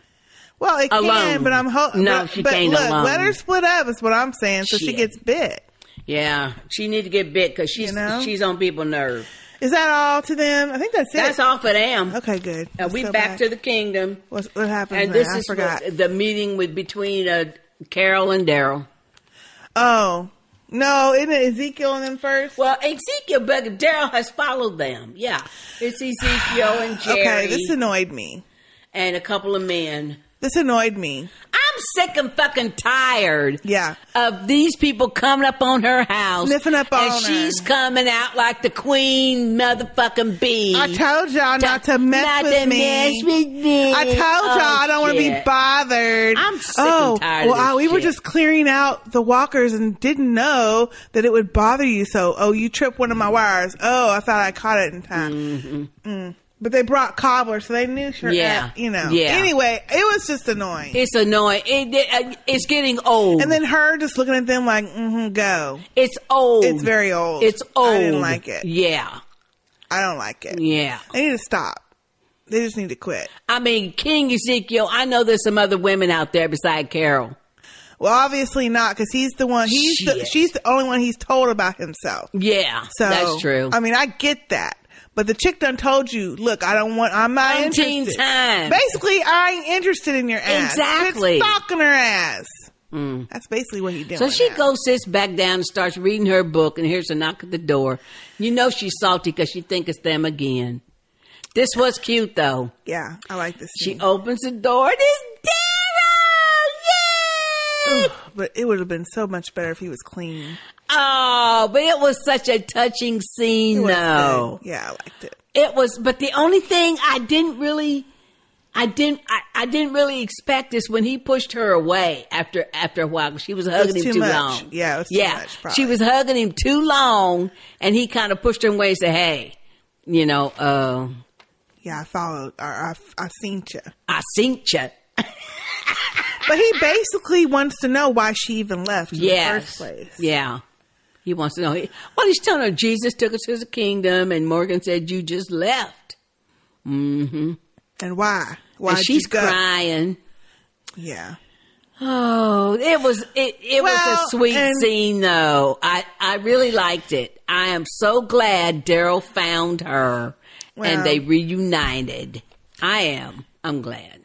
O: Well, it
M: Alone.
O: can, but I'm hoping.
M: No,
O: but,
M: she
O: but
M: can't
O: look,
M: alone.
O: let her split up is what I'm saying, so she
M: Shit.
O: gets bit.
M: Yeah, she need to get bit because she's she's on people nerve.
O: Is that all to them? I think that's it.
M: That's all for them.
O: Okay, good.
M: Uh,
O: Let's
M: we
O: go
M: back, to the kingdom.
O: What's, what happened?
M: and
O: there?
M: this
O: I
M: is
O: forgot.
M: what- the meeting with between uh, Carol and Daryl.
O: Oh no! Isn't it Ezekiel and them first?
M: Well, Ezekiel, but Daryl has followed them. Yeah, it's Ezekiel and Jerry.
O: Okay, this annoyed me.
M: and a couple of men.
O: This annoyed me.
M: I'm sick and fucking tired.
O: Yeah.
M: Of these people coming up on her house.
O: Sniffing up
M: and
O: on her.
M: she's coming out like the queen motherfucking bee.
O: I told y'all not to mess
M: not
O: with
M: to
O: me.
M: mess with me. Oh,
O: I told y'all I don't want to be
M: shit.
O: bothered. I'm
M: sick and tired of
O: Well,
M: this
O: oh, we were
M: shit.
O: just clearing out the walkers and didn't know that it would bother you. So, oh, you tripped one of my wires. Oh, I thought I caught it in time. Mm. But they brought cobbler, so they knew. Sure,
M: Mm-hmm. Yeah.
O: you know.
M: Yeah.
O: Anyway, it was just annoying.
M: It's annoying. It, it, uh, it's getting old.
O: And then her just looking at them like, mm-hmm, go.
M: It's old.
O: It's very old.
M: Oh. It's old.
O: I didn't like it.
M: Yeah.
O: I don't like it.
M: Yeah.
O: They need to stop. They just need to quit.
M: I mean, King Ezekiel, I know there's some other women out there beside Carol.
O: Well, obviously not, because he's the one. He's the,
M: Shit.
O: she's the only one he's told about himself.
M: Yeah,
O: so
M: that's true.
O: I mean, I get that, but the chick done told you, look, I don't want. I'm not
M: Umpteen
O: interested.
M: times.
O: Basically, I ain't interested in your ass.
M: Exactly. Mm.
O: Quit stalking her ass. That's basically what he doing.
M: So she goes sits back down and starts reading her book and hears a knock at the door. You know she's salty because she think it's them again. This was cute though.
O: yeah, I like this.
M: She opens the door. It is
O: Ugh, but it would have been so much better if he was clean.
M: oh, but it was such a touching
O: It
M: scene
O: was
M: though.
O: good. Yeah, I liked it.
M: It was, but the only thing I didn't really, I didn't, I, I didn't really expect is when he pushed her away after after a while. She was hugging
O: was
M: him
O: too
M: too
O: much.
M: long.
O: Yeah, it was too
M: yeah.
O: much, probably.
M: she was hugging him too long, and he kind of pushed her away and said, "Hey, you know, uh,
O: Yeah, I followed. Or I, I seen you.
M: I seen you."
O: But he basically wants to know why she even left in the first
M: Yes.
O: place.
M: Yeah. He wants to know. He, well, he's telling her Jesus took us to the kingdom, and Morgan said, "You just left." Mm-hmm.
O: And why? Why'd
M: and
O: you
M: she's
O: go?
M: crying.
O: Yeah.
M: Oh, it was it, it was
O: Well,
M: a sweet
O: and-
M: scene though. I I really liked it. I am so glad Daryl found her
O: Well-
M: and they reunited. I am. I'm glad.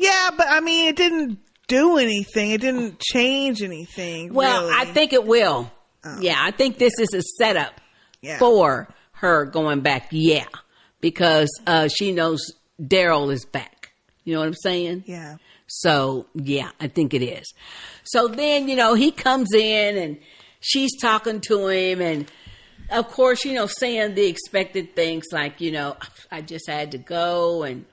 O: Yeah, but I mean, it didn't do anything. It didn't change anything.
M: Well,
O: really. Oh.
M: I think it will. Yeah, I think this is a setup for her going back. Yeah, because uh, she knows Daryl is back. You know what I'm saying?
O: Yeah.
M: So yeah, I think it is. So then you know he comes in and she's talking to him and. Of course, you know, saying the expected things like, you know, I just had to go and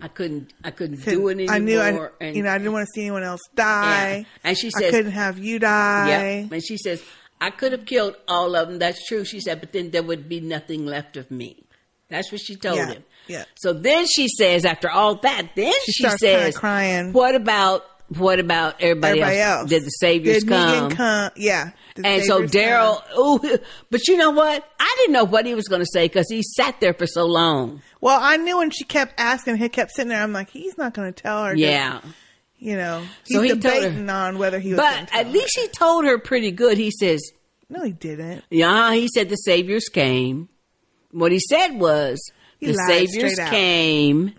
M: I couldn't, I couldn't do it anymore.
O: I knew I,
M: and,
O: you know, I didn't want to see anyone else die.
M: Yeah. And she
O: I
M: says-
O: couldn't have you die.
M: Yep. And she says, I could have killed all of them. That's true. She said, but then there would be nothing left of me. That's what she told
O: Yeah.
M: him.
O: Yeah.
M: So then she says, after all that, then
O: She
M: she,
O: starts kinda
M: says,
O: crying.
M: What about what about everybody,
O: Everybody
M: else?
O: else.
M: Did the saviors
O: Did Negan
M: come?
O: come? Yeah. Did
M: and so
O: saviors
M: Daryl, ooh, but you know what? I didn't know what he was going to say because he sat there for so long.
O: Well, I knew when she kept asking, he kept sitting there. I'm like, he's not going to tell her.
M: Yeah.
O: Just, you know, he's
M: So he told her.
O: debating on whether he was. gonna
M: But
O: tell
M: at least he told her pretty good. He says,
O: her. no, he didn't.
M: Yeah, he said the saviors came. What he said was
O: He
M: the
O: lied
M: saviors
O: straight out.
M: came.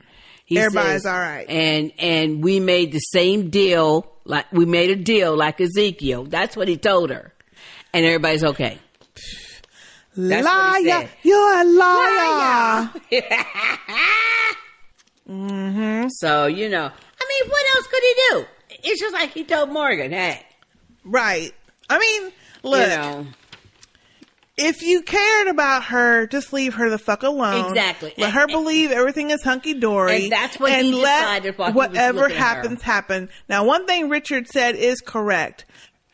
M: He
O: Everybody's
M: says,
O: all right.
M: and and we made the same deal. Like we made a deal, like Ezekiel. That's what he told her, and everybody's okay. That's
O: liar,
M: what he said.
O: you're a liar.
M: mm-hmm. So you know, I mean, what else could he do? It's just like he told Morgan, "Hey,
O: Right. I mean, look.
M: know.
O: If you cared about her, just leave her the fuck alone.
M: Exactly.
O: Let her believe everything is hunky dory.
M: And that's what he decided while he was
O: whatever
M: looking at her.
O: happens happen. Now, one thing Richard said is correct.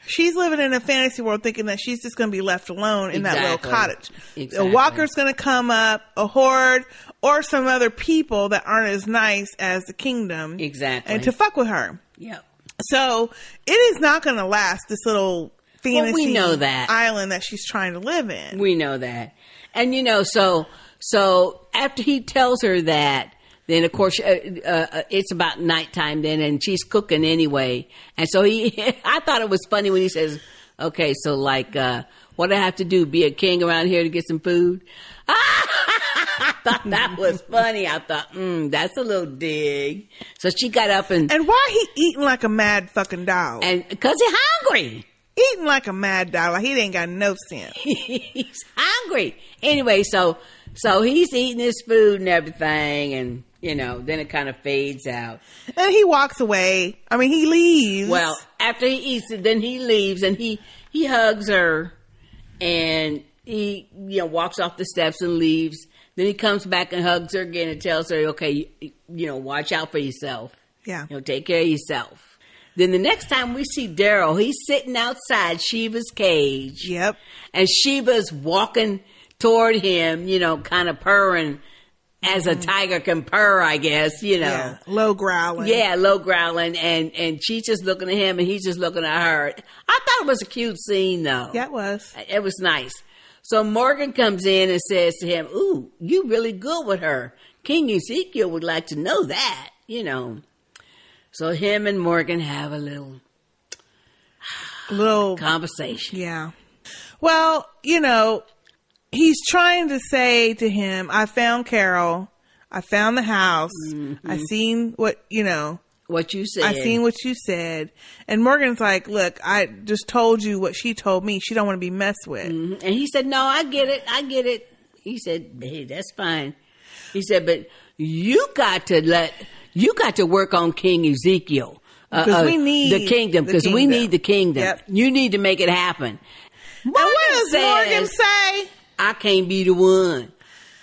O: She's living in a fantasy world thinking that she's just going to be left alone in that little
M: Exactly.
O: cottage.
M: Exactly.
O: A walker's going to come up, a horde, or some other people that aren't as nice as the kingdom.
M: Exactly.
O: And to fuck with her.
M: Yep.
O: So it is not going to last. This little
M: Well,
O: fantasy
M: we know that.
O: island that she's trying to live in.
M: We know that. And you know, so so after he tells her that, then of course uh, uh, uh, it's about nighttime then, and she's cooking anyway. And so he, I thought it was funny when he says, "Okay, so like, uh, what do I have to do? Be a king around here to get some food?" I thought that was funny. I thought, mm, that's a little dig. So she got up and
O: and why he eating like a mad fucking dog?
M: And because he hungry,
O: eating like a mad dog. Like he ain't got no sense.
M: he's hungry. Anyway, so so he's eating his food and everything, and you know, then it kind of fades out.
O: And he walks away. I mean, he leaves.
M: Well, after he eats it, then he leaves and he he hugs her, and he you know walks off the steps and leaves. Then he comes back and hugs her again and tells her, "Okay, you, you know, watch out for yourself.
O: Yeah.
M: you know, take care of yourself." Then the next time we see Daryl, he's sitting outside Shiva's cage.
O: Yep,
M: and Shiva's walking toward him, you know, kind of purring as a tiger can purr, I guess, you know.
O: Mm-hmm. Yeah, low growling.
M: Yeah, low growling, and and she's just looking at him, and he's just looking at her. I thought it was a cute scene, though.
O: Yeah, it was.
M: It was nice. So Morgan comes in and says to him, "Ooh, you really good with her. King Ezekiel would like to know that, you know." So him and Morgan have a little
O: little
M: conversation.
O: Yeah. Well, you know, he's trying to say to him, I found Carol. I found the house.
M: Mm-hmm.
O: I seen what, you know,
M: what you said.
O: I seen what you said. And Morgan's like, "Look, I just told you what she told me. She don't want to be messed with."
M: And he said, "No, I get it. I get it." He said, "Hey, that's fine." He said, "But you got to let you got to work on King Ezekiel uh,
O: 'Cause we need
M: the kingdom
O: the
M: because we
O: kingdom.
M: need the kingdom. You need to make it happen." Morgan and what
O: does Morgan say?
M: "I can't be the one."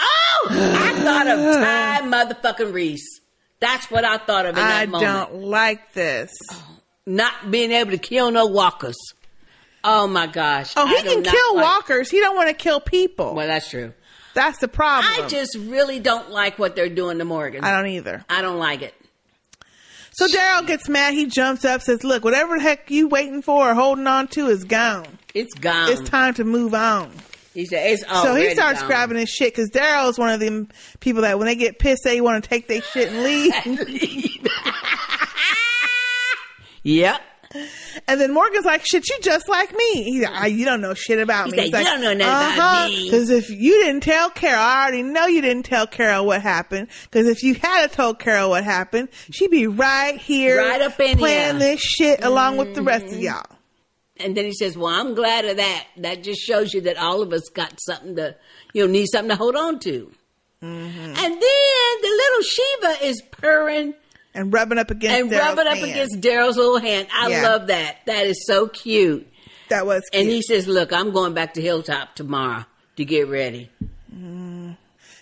M: Oh, I thought of Ty motherfucking Reese. That's what I thought of in that
O: I
M: moment. Oh,
O: don't like this.
M: Not being able to kill no walkers. Oh my gosh.
O: Oh, he
M: I do
O: can
M: not
O: kill
M: like-
O: walkers. He don't want to kill people. Well,
M: that's true.
O: That's the problem.
M: I just really don't like what they're doing to Morgan.
O: I don't either.
M: I don't like it.
O: So Daryl gets mad. He jumps up, says, "Look, whatever the heck you waiting for or holding on to is gone.
M: It's gone.
O: It's time to move on."
M: He said it's
O: so he
M: already
O: starts
M: gone.
O: grabbing his shit because Daryl is one of them people that when they get pissed, they want to take their shit and leave.
M: Yep.
O: And then Morgan's like, "Shit, you just like me. He's like, "Ah, you don't know shit about
M: He's like,
O: me."
M: Mm-hmm. "You don't know nothing about me."
O: Because if you didn't tell Carol, I already know you didn't tell Carol what happened. Because if you had have told Carol what happened, she'd be right here,
M: Right up in
O: playing
M: here. Mm-hmm.
O: this shit along with the rest of y'all.
M: And then he says, "Well, I'm glad of that. That just shows you that all of us got something to, you know, need something to hold on to."
O: Mm-hmm.
M: And then the little Sheba is purring
O: and rubbing up against
M: and
O: Daryl's
M: rubbing up
O: hand.
M: against Daryl's little hand. I
O: Yeah.
M: love that. That is so cute.
O: That was.
M: And he says, "Look, I'm going back to Hilltop tomorrow to get ready."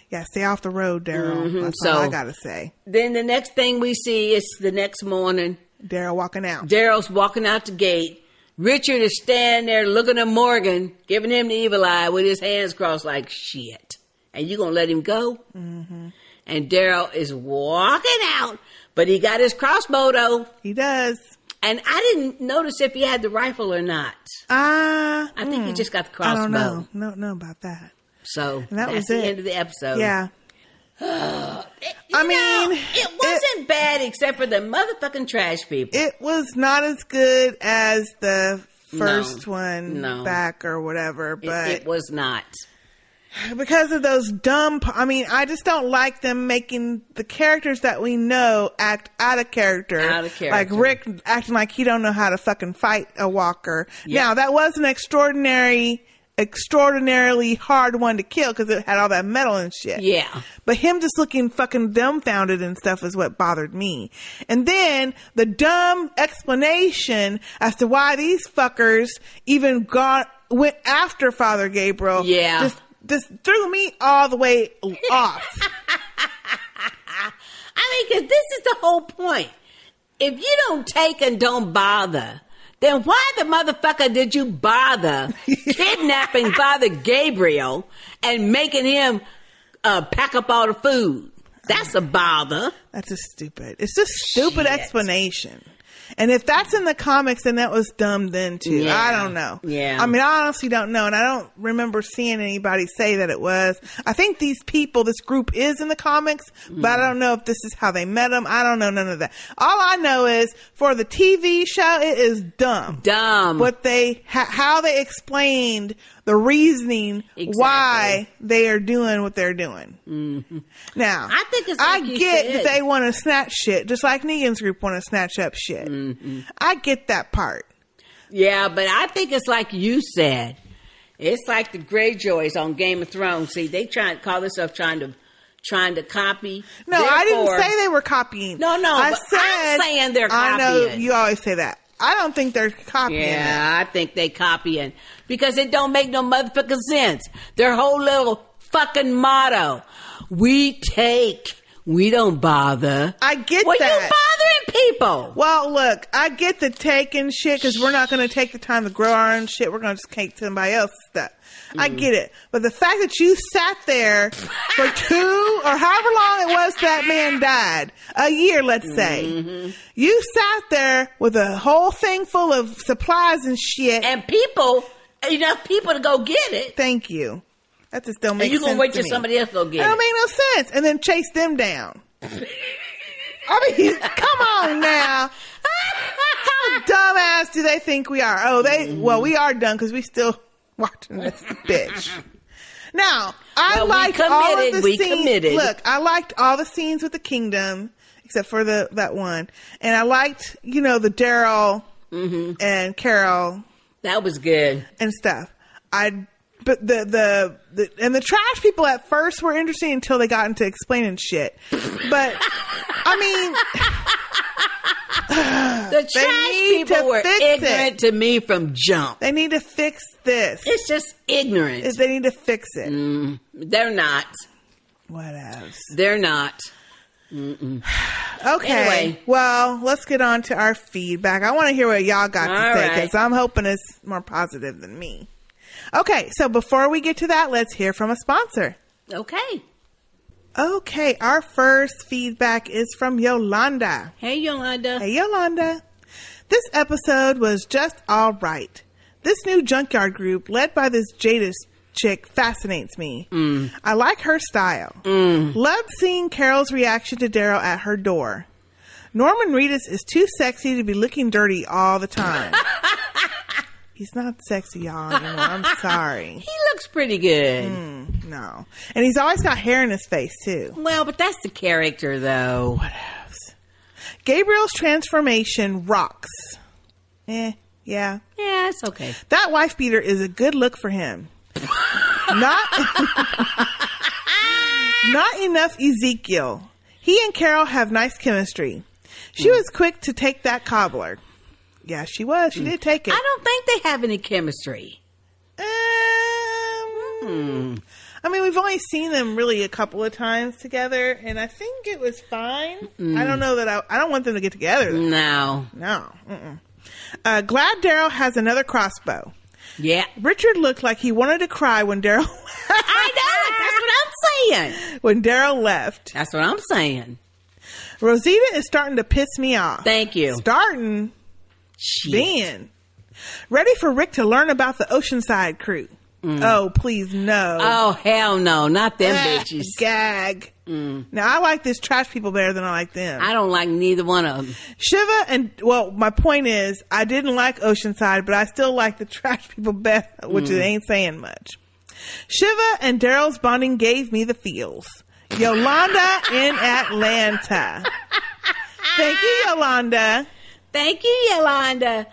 O: Yeah, stay off the road, Daryl.
M: Mhm,
O: That's all I
M: so-
O: gotta say.
M: Then the next thing we see is the next morning.
O: Daryl walking out.
M: Daryl's walking out the gate. Richard is standing there looking at Morgan, giving him the evil eye with his hands crossed like shit. And you gonna let him go?
O: Mm-hmm.
M: And Daryl is walking out, but he got his crossbow though.
O: He does.
M: And I didn't notice if he had the rifle or not.
O: Ah,
M: I think he just got the
O: I don't
M: crossbow.
O: know. No, know about that.
M: So
O: And that
M: that's
O: was
M: the
O: it.
M: end of the episode.
O: Yeah.
M: I mean, it wasn't bad except for the motherfucking trash people.
O: It was not as good as the first
M: No.
O: one
M: No.
O: back or whatever,
M: It-
O: but
M: it, was not.
O: because of those dumb, p- I mean, I just don't like them making the characters that we know act out of character.
M: Out of character.
O: Like Rick acting like he don't know how to fucking fight a walker.
M: Yeah.
O: Now that was an extraordinary, extraordinarily hard one to kill because it had all that metal and shit.
M: Yeah.
O: But him just looking fucking dumbfounded and stuff is what bothered me. And then the dumb explanation as to why these fuckers even got went after Father Gabriel.
M: Yeah.
O: Just, just threw me all the way off.
M: I mean, because this is the whole point. If you don't take and don't bother, then why the motherfucker did you bother kidnapping Father Gabriel and making him uh, pack up all the food? That's a bother.
O: That's a stupid. It's just stupid explanation. And if that's in the comics, then that was dumb then too.
M: Yeah.
O: I don't know.
M: Yeah.
O: I mean, I honestly don't know, and I don't remember seeing anybody say that it was. I think these people, this group, is in the comics, but
M: Mm.
O: I don't know if this is how they met them. I don't know none of that. All I know is for the TV show, it is dumb.
M: Dumb.
O: What they ha- how they explained the reasoning why they are doing what they're doing. Now, I
M: think it's
O: I
M: like you
O: get
M: said.
O: that they want to snatch shit, just like Negan's group want to snatch up shit.
M: Mm-hmm.
O: I get that part.
M: Yeah, but I think it's like you said. It's like the Greyjoys on Game of Thrones. See, they try and call themselves trying to trying to copy.
O: No, I
M: Therefore-
O: didn't say they were copying.
M: No, no,
O: I
M: but I'm saying they're
O: I know
M: copying.
O: you always say that. I don't think they're copying.
M: Yeah, I think they copying because it don't make no motherfucking sense. Their whole little fucking motto: "We take, we don't bother."
O: I get
M: well,
O: that.
M: you bothering people.
O: Well, look, I get the taking shit because we're not going to take the time to grow our own shit. We're going to just take somebody else's stuff. I
M: Mhm.
O: get it. But the fact that you sat there for two or however long it was that man died, a year, let's say,
M: Mm-hmm.
O: you sat there with a whole thing full of supplies and shit.
M: And people, enough people to go get it.
O: Thank you. That just don't
M: And
O: make
M: you
O: sense.
M: gonna wait
O: to
M: till
O: me. Oh,
M: somebody else go get
O: It
M: it.
O: don't make no sense. And then chase them down. I mean, come on now. How dumbass do they think we are? Oh, they well, we are done because we still watching this bitch. Now, I
M: Well, we
O: liked all of
M: committed,
O: the
M: we
O: scenes.
M: committed.
O: Look, I liked all the scenes with the kingdom except for the that one, and I liked you know the Daryl
M: Mm-hmm.
O: and Carol.
M: That was good
O: and stuff. I but the, the the and the trash people at first were interesting until they got into explaining shit. But I mean, Uh,
M: the trash people were ignorant to me from jump.
O: They need to fix this.
M: It's just ignorant.
O: They need to fix it.
M: They're not.
O: What else?
M: They're not. Mm-mm.
O: Okay.
M: Anyway.
O: Well, let's get on to our feedback. I want to hear what y'all got
M: All
O: to say
M: right.
O: because I'm hoping it's more positive than me. Okay, so before we get to that, let's hear from a sponsor.
M: Okay.
O: Okay, our first feedback is from Yolanda.
M: Hey, Yolanda.
O: Hey, Yolanda. This episode was just all right. This new junkyard group, led by this Jadis chick, fascinates me.
N: Mm.
O: I like her style. Loved seeing Carol's reaction to Daryl at her door. Norman Reedus is too sexy to be looking dirty all the time. He's not sexy, y'all, anymore. I'm sorry.
M: He looks pretty good.
O: Hmm. no. And he's always got hair in his face, too.
M: Well, but that's the character, though. What
O: else? Gabriel's transformation rocks. Eh, yeah.
M: Yeah, it's okay.
O: That wife beater is a good look for him. not, not enough Ezekiel. He and Carol have nice chemistry. She was quick to take that cobbler. Yeah, she was. She did take it. I
M: don't think they have any chemistry.
O: Um, I mean, we've only seen them really a couple of times together, and I think it was fine.
M: Mm.
O: I don't know that I, I don't want them to get together. though.
M: No.
O: No. Mm-mm. Uh, glad Daryl has another crossbow.
M: Yeah.
O: Richard looked like he wanted to cry when Daryl.
M: I know. That's what I'm saying.
O: When Daryl left.
M: That's what I'm saying.
O: Rosita is starting to piss me off.
M: Thank you.
O: Starting. Then. Ready for Rick to learn about the Oceanside crew. Oh, please, no.
M: Mm. Oh, hell no. Not them
O: Ah,
M: bitches. Mm.
O: Gag. Now, I like this trash people better than I like them.
M: I don't like neither one of them.
O: Shiva and well, my point is, I didn't like Oceanside, but I still like the trash people better, which
M: Mm.
O: ain't saying much. Shiva and Daryl's bonding gave me the feels. Yolanda in Atlanta. Thank you, Yolanda.
M: Thank you, Yolanda.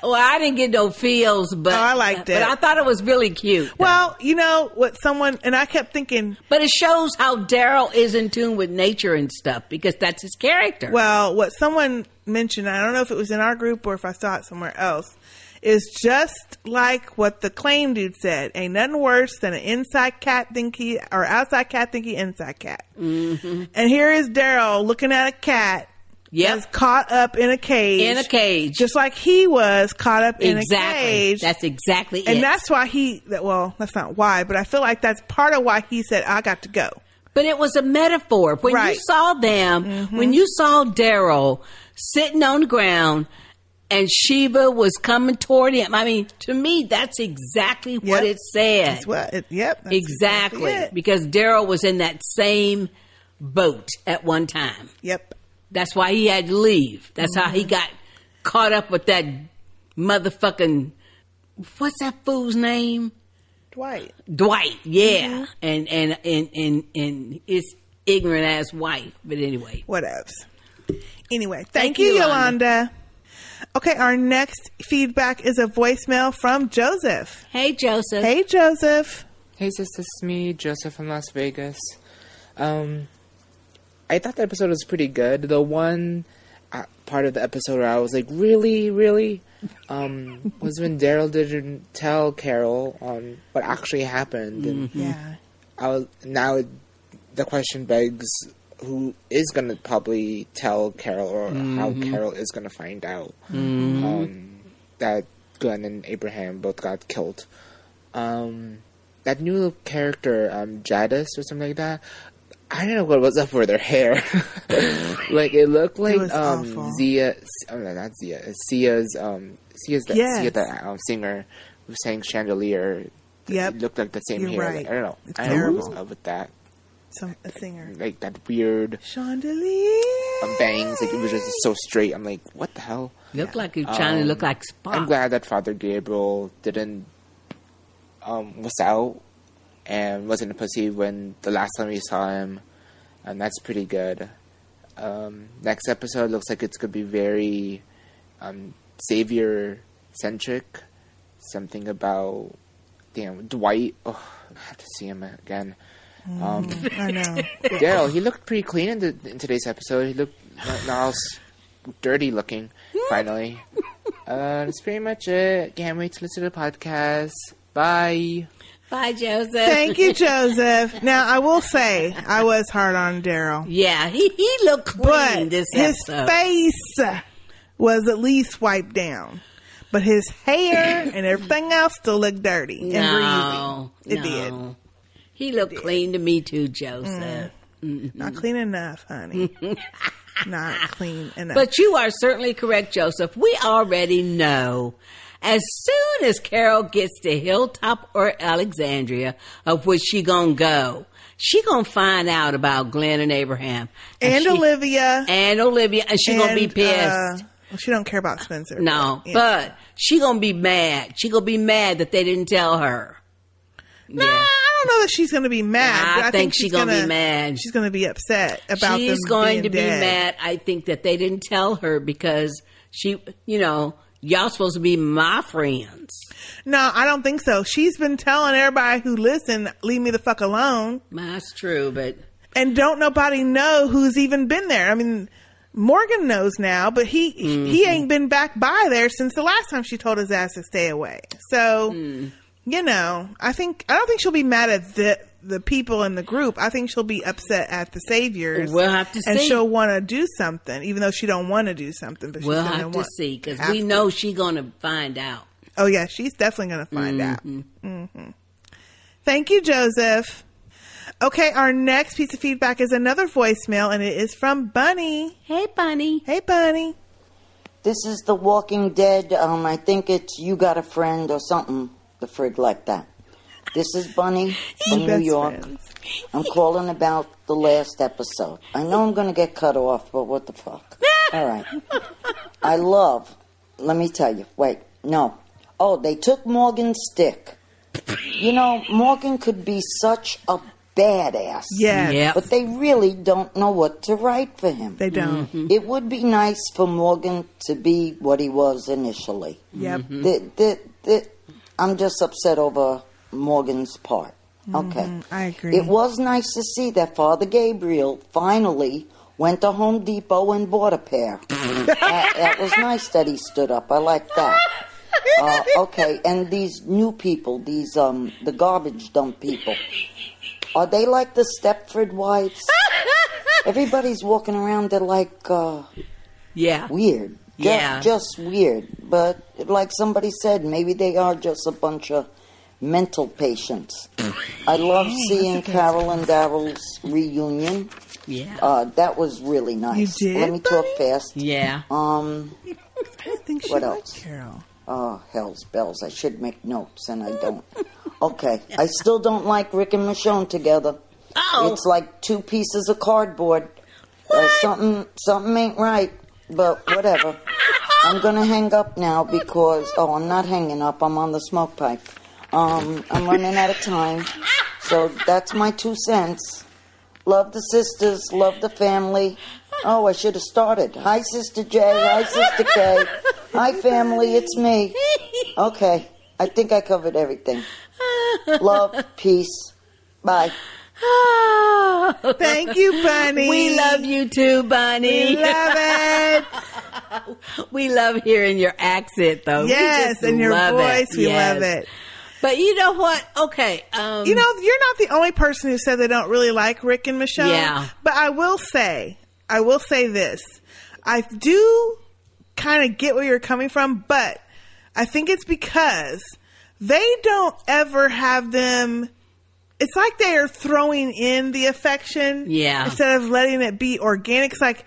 M: Well, I didn't get no feels, but
O: Oh, I liked it.
M: But I thought it was really cute.
O: Well, you know what? Someone and I kept thinking,
M: but it shows how Daryl is in tune with nature and stuff because that's his character.
O: Well, what someone mentioned, I don't know if it was in our group or if I saw it somewhere else, is just like what the claim dude said. Ain't nothing worse than an inside cat thinky or outside cat thinky inside cat.
M: Mm-hmm.
O: And here is Daryl looking at a cat. Yes, caught up in a cage.
M: In a cage,
O: just like he was caught up in
M: Exactly.
O: a cage.
M: That's exactly it.
O: and that's why he. that- Well, that's not why, but I feel like that's part of why he said, "I got to go."
M: But it was a metaphor. When
O: Right.
M: you saw them, when you saw Daryl sitting on the ground and Sheba was coming toward him, I mean, to me, that's exactly what it said. That's
O: what it, yep.
M: exactly.
O: it.
M: Because Daryl was in that same boat at one time.
O: Yep.
M: That's why he had to leave. That's how he
O: Mhm.
M: got caught up with that motherfucking, what's that fool's name?
O: Dwight.
M: Dwight, yeah, and, and and and and his ignorant ass wife. But anyway,
O: whatevs. Anyway, thank,
M: Thank
O: you,
M: you,
O: Yolanda.
M: Yolanda.
O: Okay, our next feedback is a voicemail from Joseph.
M: Hey, Joseph.
O: Hey, Joseph.
N: Hey, sis, this is me, Joseph from Las Vegas. Um, I thought the episode was pretty good. The one uh, part of the episode where I was like, really, really, um, was when Daryl didn't tell Carol on what actually happened. And
O: Yeah.
N: Mm-hmm. I was, now it, the question begs who is going to probably tell Carol or how
O: Mm-hmm.
A: Mhm.
N: Carol is going to find out
A: Mhm.
N: um, that Glenn and Abraham both got killed. Um, that new character, um, Jadis or something like that, I don't know what was up with her hair. like it looked like
O: was
N: um,
O: awful.
N: Zia. Oh no, not Zia. It's Sia's. Um, Sia's the
O: Yes.
N: Sia the um, singer who sang Chandelier.
O: Yep.
N: It looked like the same
O: You're
N: hair.
O: right.
N: Like, I don't know.
O: It's
N: I don't know what was
O: terrible.
N: up with that.
O: Some a singer.
N: Like that weird
O: Chandelier.
N: um, bangs. Like it was just so straight. I'm like, what the hell?
M: Looked like he was trying to look like Spock.
N: Um, I'm glad that Father Gabriel didn't um, was out and wasn't a pussy when the last time we saw him, and that's pretty good. Um, next episode looks like it's gonna be very um, savior centric. Something about damn Dwight. Oh, I have to see him again. Um,
O: Mm, I know.
N: Daryl, he looked pretty clean in, the, in today's episode. He looked not, not all s- dirty looking, finally. Uh, that's pretty much it. Can't wait to listen to the podcast. Bye.
M: Bye, Joseph.
O: Thank you, Joseph. Now, I will say, I was hard on Daryl.
M: Yeah, he, he looked clean
O: But
M: this
O: his
M: episode.
O: face was at least wiped down. But his hair and everything else still looked dirty and
M: no,
O: greasy. It did. Mm.
M: no. He looked clean to me too, Joseph.
O: Not clean enough, honey. Not clean enough.
M: But you are certainly correct, Joseph. We already know. As soon as Carol gets to Hilltop or Alexandria, of which she gonna go, she gonna find out about Glenn and Abraham
O: and,
M: she-
O: Olivia
M: and Olivia, and she gonna be
O: and,
M: pissed.
O: uh, well, she don't care about Spencer.
M: no,
O: yeah.
M: but she gonna be mad. She gonna be mad that they didn't tell her.
O: no, I don't know that she's gonna be mad.
M: Nah,
O: but
M: I
O: I
M: think she
O: she's
M: gonna be
O: mad. She's gonna be upset about.
M: she's
O: them
M: going
O: being
M: to be
O: dead.
M: mad. I think that they didn't tell her because she, you know, y'all supposed to be my friends.
O: No, I don't think so. She's been telling everybody who listen, leave me the fuck alone.
M: That's true, but
O: and don't nobody know who's even been there. I mean, Morgan knows now, but he he
M: Mm-hmm.
O: ain't been back by there since the last time she told his ass to stay away. So,
M: Mm.
O: you know, I think I don't think she'll be mad at the the people in the group. I think she'll be upset at the saviors.
M: We'll have to
O: and
M: see.
O: she'll want to do something, even though she don't want to do something. But
M: we'll
O: she's gonna
M: have to
O: want,
M: see because
O: have
M: we
O: to.
M: know she gonna find out.
O: Oh yeah, she's definitely gonna find out. hmm Thank you, Joseph. Okay, our next piece of feedback is another voicemail, and it is from Bunny.
M: Hey, Bunny.
O: Hey, Bunny.
L: This is The Walking Dead. Um, I think it's You Got a Friend or something, the frig like that. This is Bunny from New
P: Best
L: York. I'm calling about the last episode. I know I'm going to get cut off, but what the fuck? All right. I love, let me tell you, wait, no. Oh, they took Morgan's stick. You know, Morgan could be such a badass.
O: Yes. Yep.
L: But they really don't know what to write for him. They
O: don't.
L: Mm-hmm. It would be nice for Morgan to be what he was initially. Mm-hmm.
O: Yep. Mhm.
L: The- the- the- I'm just upset over Morgan's part. Okay.
O: Mhm, I agree.
L: It was nice to see that Father Gabriel finally went to Home Depot and bought a pair. that, that was nice that he stood up. I like that. Uh, okay, and these new people, these um, the garbage dump people, are they like the Stepford wives? Everybody's walking around. They're like, uh,
M: yeah,
L: weird. Ju-
M: Yeah.
L: just weird. But like somebody said, maybe they are just a bunch of mental patients. I love
O: Oh,
L: seeing
O: that's a good
L: Carol and Daryl's reunion.
M: Yeah.
L: Uh, that was really nice.
O: You did,
L: Let me talk fast.
M: Yeah.
L: Um.
O: I think she
L: What
O: liked
L: else?
O: Carol.
L: Oh, hell's bells. I should make notes, and I don't. Okay. I still don't like Rick and Michonne together. Oh. It's like two pieces of cardboard. Uh, something, something ain't right, but whatever. I'm going to hang up now because, oh, I'm not hanging up. I'm on the smoke pipe. Um, I'm running out of time. So that's my two cents. Love the sisters. Love the family. Oh, I should have started. Hi, Sister J. Hi, Sister K. Hi, family. It's me. Okay. I think I covered everything. Love, peace. Bye.
O: Thank you, Bunny.
M: We love you too, Bunny.
O: We love it.
M: we love hearing your accent, though. We
O: Yes,
M: just
O: and your
M: love it.
O: voice, we
M: Yes.
O: love it.
M: But you know what? Okay, um,
O: you know, you're not the only person who said they don't really like Rick and Michelle.
M: Yeah.
O: But I will say, I will say this. I do kind of get where you're coming from, but I think it's because they don't ever have them. It's like they are throwing in the affection.
M: Yeah.
O: Instead of letting it be organic. It's like,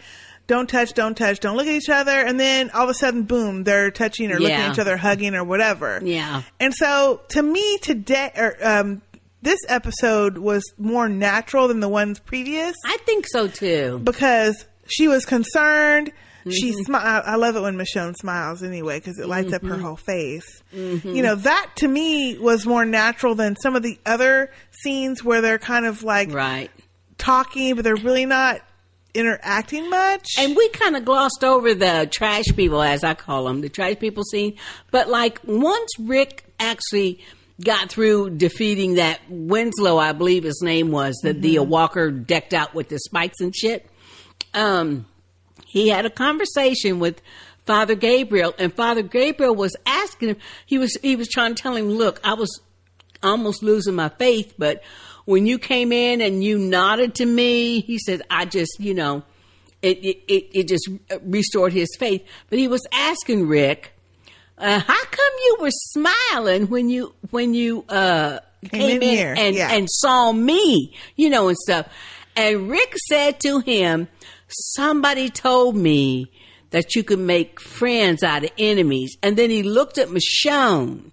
O: don't touch, don't touch, don't look at each other. And then all of a sudden, boom, they're touching or looking
M: Yeah.
O: at each other, hugging or whatever.
M: Yeah.
O: And so to me today or um this episode was more natural than the ones previous.
M: I think so too.
O: Because she was concerned. She
M: Mhm.
O: smiled. I love it when Michonne smiles anyway because it lights up her
M: Mhm.
O: whole face.
M: Mhm.
O: You know, that to me was more natural than some of the other scenes where they're kind of like
M: right.
O: talking, but they're really not interacting much.
M: And we kind of glossed over the trash people, as I call them, the trash people scene. But like once Rick actually got through defeating that Winslow, I believe his name was, the, the
A: Mhm.
M: walker decked out with the spikes and shit. Um, he had a conversation with Father Gabriel, and Father Gabriel was asking him. He was he was trying to tell him, "Look, I was almost losing my faith, but when you came in and you nodded to me, he said, I just, you know, it it, it, it just restored his faith. But he was asking Rick, uh, how come you were smiling when you when you uh, came,
O: in
M: in,
O: here,
M: and
O: yeah.
M: and saw me, you know, and stuff? And Rick said to him, "Somebody told me that you could make friends out of enemies." And then he looked at Michonne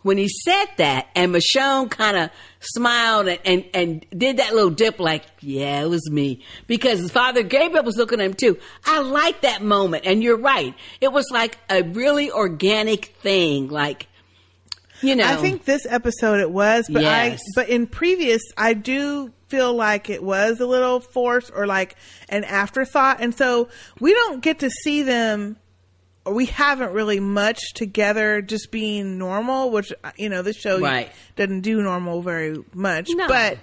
M: when he said that, and Michonne kind of smiled and, and, and did that little dip, like, yeah, it was me. Because Father Gabriel was looking at him too. I like that moment, and you're right. It was like a really organic thing. Like, you know.
O: I think this episode it was, but I
M: Yes.
O: but in previous I do feel like it was a little forced or like an afterthought. And so we don't get to see them or we haven't really much together just being normal, which you know, this show
M: Right.
O: doesn't do normal very much.
M: No.
O: But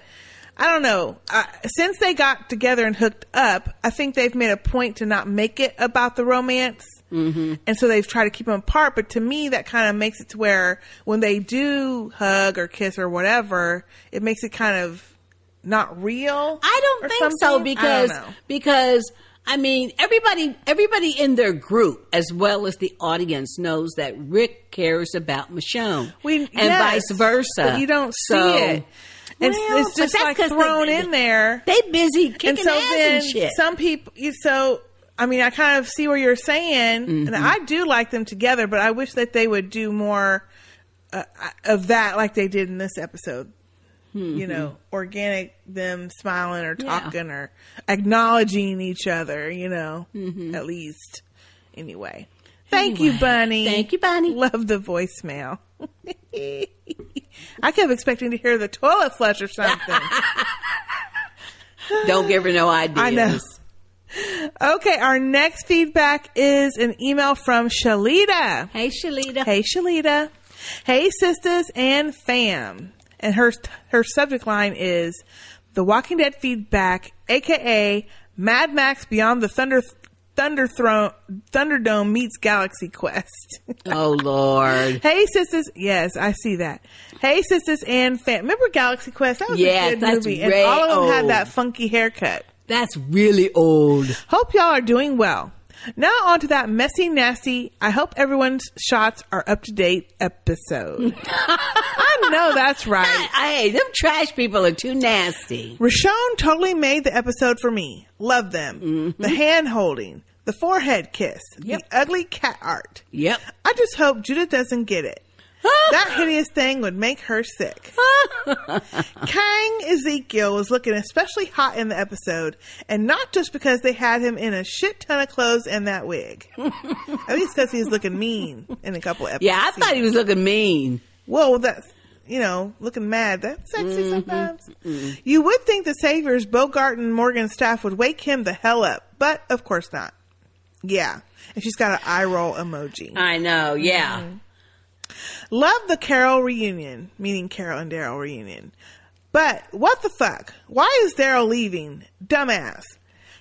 O: I don't know. Uh, since they got together and hooked up, I think they've made a point to not make it about the romance.
M: Mhm.
O: And so they've tried to keep them apart. But to me, that kind of makes it to where when they do hug or kiss or whatever, it makes it kind of not real.
M: I don't think so because because I mean everybody everybody in their group as well as the audience knows that Rick cares about Michonne and vice versa.
O: But you don't see
M: So-
O: it. It's,
M: Well,
O: it's
M: but
O: just
M: that's
O: like
M: 'cause they-
O: thrown in there.
M: They busy kicking ass and shit.
O: Some people, you- so I mean, I kind of see what you're saying, and
M: Mhm.
O: I do like them together, but I wish that they would do more uh, of that, like they did in this episode. You
M: Mhm.
O: know, organic them smiling or talking or acknowledging each other. You know, at least anyway. Thank you,
M: Mm-hmm. Anyway.
O: Bunny.
M: Thank you, Bunny.
O: Love the voicemail. I kept expecting to hear the toilet flush or something.
M: Don't give her no ideas.
O: I know. Okay, our next feedback is an email from Shalita.
M: Hey, Shalita.
O: Hey, Shalita. Hey, sisters and fam. And her her subject line is "The Walking Dead feedback," aka Mad Max Beyond the Thunder Thunder Throne Thunderdome meets Galaxy Quest.
M: Oh Lord.
O: Hey sisters, yes, I see that. Hey sisters and fam, remember Galaxy Quest? That was
M: Yes,
O: a good
M: that's Oh.
O: movie,
M: way
O: and all of them
M: old.
O: had that funky haircut.
M: That's really old.
O: Hope y'all are doing well. Now on to that messy, nasty. I hope everyone's shots are up to date episode. I know that's right.
M: Hey, them trash people are too nasty.
O: Rashawn totally made the episode for me. Love them. The hand holding, the forehead kiss, the ugly cat art.
M: Yep.
O: I just hope Judith doesn't get it. that hideous thing would make her sick. Kang Ezekiel was looking especially hot in the episode, and not just because they had him in a shit ton of clothes and that wig. At least because he was looking mean in a couple of episodes.
M: Yeah, I thought he was looking mean.
O: Well, that's, you know, looking mad. That's sexy
M: Mm-hmm.
O: sometimes. You would think the Saviors, Bogart and Morgan staff would wake him the hell up, but of course not. Yeah. And she's got an eye roll emoji.
M: I know, yeah.
O: Mm-hmm. Love the Carol reunion, meaning Carol and Daryl reunion. But what the fuck? Why is Daryl leaving? Dumbass.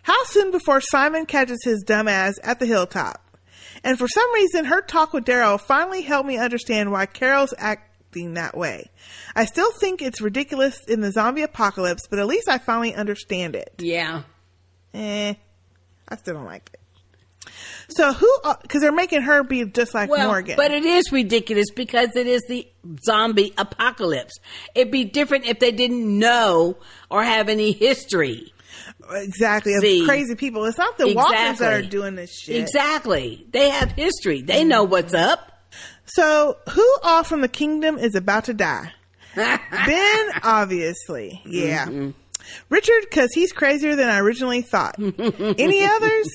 O: How soon before Simon catches his dumbass at the hilltop? And for some reason, her talk with Daryl finally helped me understand why Carol's acting that way. I still think it's ridiculous in the zombie apocalypse, but at least I finally understand it.
M: Yeah.
O: Eh. I still don't like it. So who? Because they're making her be just like
M: Well,
O: Morgan.
M: but it is ridiculous because it is the zombie apocalypse. It'd be different if they didn't know or have any history.
O: Exactly. of
M: See?
O: crazy people. It's not the walkers that are
M: Exactly.
O: doing this shit. Mm-hmm.
M: Exactly. They have history. They know what's up.
O: So, who all from the kingdom is about to die? ben, obviously. Yeah.
M: Mm-hmm.
O: Richard, because he's crazier than I originally thought. any others?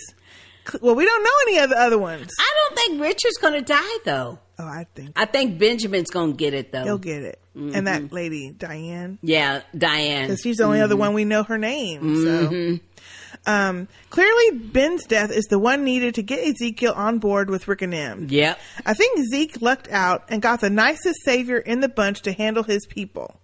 O: Cl- Well, we don't know any of the other ones.
M: I don't think Richard's going to die though.
O: Oh, I think
M: I think Benjamin's going to get it though.
O: he'll get it. And that lady, Diane.
M: Yeah, Diane.
O: Because she's the only other
M: Mhm.
O: one we know her name.
M: Mhm.
O: So. Um, clearly, Ben's death is the one needed to get Ezekiel on board with Rick and M.
M: Yep.
O: I think Zeke lucked out and got the nicest savior in the bunch to handle his people.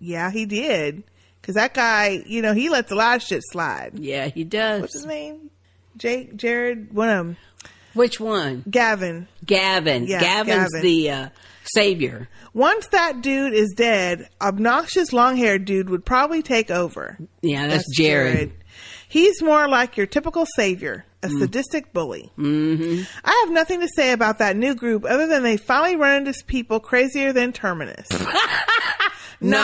O: Yeah, he did. Because that guy, you know, he lets a lot of shit slide.
M: Yeah, he does.
O: What's his name? Jake, Jared, one of them.
M: Which one?
O: Gavin.
M: Gavin.
O: Yeah,
M: Gavin's
O: Gavin.
M: the uh, savior.
O: Once that dude is dead, obnoxious long haired dude would probably take over.
M: Yeah, that's, Jared.
O: He's more like your typical savior, a
M: Mm.
O: sadistic bully.
M: Mm-hmm.
O: I have nothing to say about that new group other than they finally run into people crazier than Terminus. no,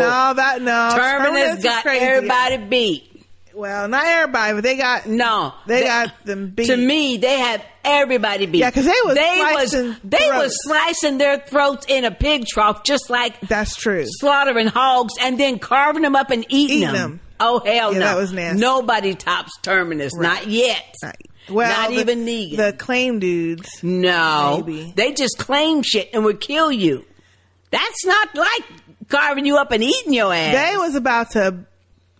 O: no, that no.
M: Terminus
O: Oh, is
M: got
O: crazy.
M: everybody beat.
O: Well, not everybody, but they got
M: no.
O: They, got them beat.
M: To me, they had everybody beat.
O: Yeah, 'cause they was
M: they
O: slicing
M: was they was
O: throats.
M: slicing their throats in a pig trough, just like
O: that's true.
M: Slaughtering hogs and then carving them up and eating,
O: Eating
M: them.
O: 'em.
M: Oh hell
O: Yeah,
M: no!
O: that was nasty.
M: Nobody tops Terminus,
O: Right.
M: not yet.
O: Well,
M: not
O: the-
M: even Negan.
O: The claim dudes.
M: No,
O: Maybe.
M: they just claim shit and would kill you. That's not like carving you up and eating your ass.
O: They was about to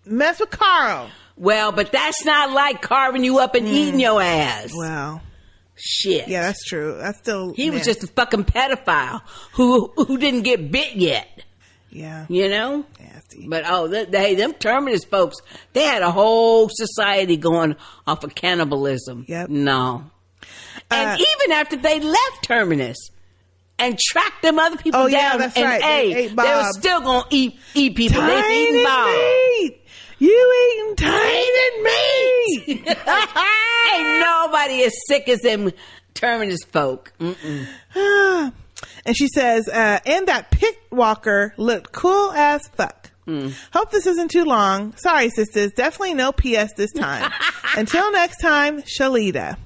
O: mess with Carl.
M: well, but that's not like carving you up and eating your ass.
O: Wow.
M: Shit.
O: Hmm. Yeah, that's true. That's still
M: He was
O: nasty.
M: just a fucking pedophile who who didn't get bit yet.
O: Yeah.
M: You know? But oh, th hey, them terminus folks, they had a whole society going off of cannibalism. Yep. No.
O: Uh,
M: And even after they left terminus and tracked them other people
O: Oh,
M: down
O: yeah, that's
M: and
O: right. They
M: ate,
O: ate
M: they were
O: Bob.
M: still going to eat eat people. they
O: Tiny
M: eating Bob.
O: meat. You eating tiny meat.
M: Ain't nobody as sick as them terminus folk. Mm-mm.
O: and she says, uh, and that pit walker looked cool as fuck.
M: Hmm.
O: Hope this isn't too long. Sorry, sisters. Definitely no PS this time. Until next time, Shalita.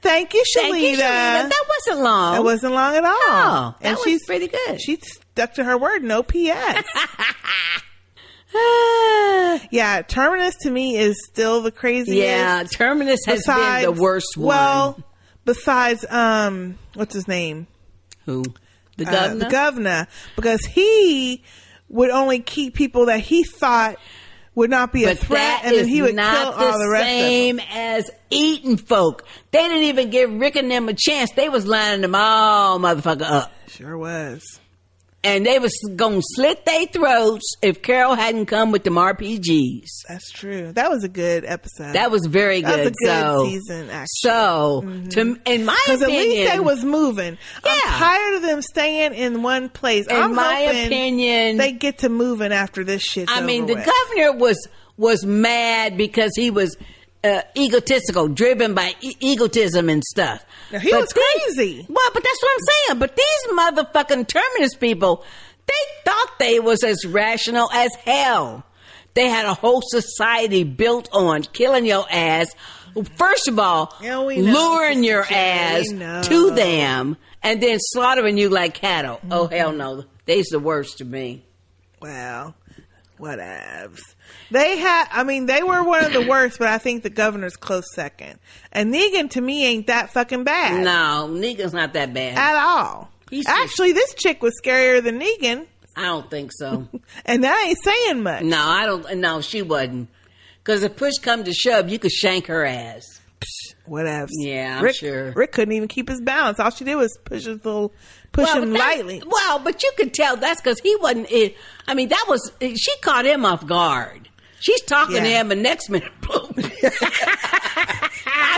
O: Thank you, Shalita.
M: Thank you, Shalita. That wasn't long.
O: It wasn't long at all.
M: No, Oh. that was
O: pretty good. She stuck to her word. No PS. yeah, Terminus to me is still the craziest.
M: Yeah, Terminus has been the worst one.
O: Well, besides um, what's his name?
M: Who? The
O: Uh,
M: governor?
O: the governor, because he would only keep people that he thought would not be a
M: But
O: threat,
M: that
O: and then
M: is
O: he would kill
M: not
O: all
M: the
O: the rest
M: same
O: of them.
M: as eating folk. They didn't even give Rick and them a chance. They was lining them all motherfucker up.
O: Sure was.
M: And they was gonna slit their throats if Carol hadn't come with them RPGs.
O: That's true. That was a good episode.
M: That was very
O: That was
M: good.
O: a good
M: so,
O: season, actually.
M: So,
O: Mm-hmm.
M: to in my
O: Because at
M: opinion,
O: least they was moving. I'm tired of them staying in one place.
M: In
O: I'm
M: my
O: hoping
M: opinion-
O: they get to moving after this shit.
M: I mean,
O: over
M: the
O: with.
M: governor was was mad because he was uh, egotistical, driven by e- egotism and stuff.
O: he was
M: crazy. well, but that's what I'm saying. But these motherfucking terminus people, they thought they was as rational as hell. They had a whole society built on killing your ass. First of all,
O: we know,
M: luring your
O: J,
M: ass
O: we know.
M: to them and then slaughtering you like cattle. Oh hell no, they's the worst to me.
O: Well, whatevs. They had, I mean, they were one of the worst, but I think the governor's close second. And Negan to me ain't that fucking bad.
M: No, Negan's not that bad
O: At all. Actually, this chick was scarier than Negan,
M: I don't think so.
O: and that ain't saying much.
M: No, I don't. No, she wasn't. Because if push come to shove, you could shank her ass.
O: Whatevs.
M: Yeah, I'm
O: Rick,
M: sure.
O: Rick couldn't even keep his balance. All she did was push his little, push
M: Well,
O: him
M: but that-
O: lightly.
M: Well, but you could tell that's because he wasn't. It, I mean, that was she caught him off guard. She's talking to
O: Yeah.
M: him, and next minute, boom. I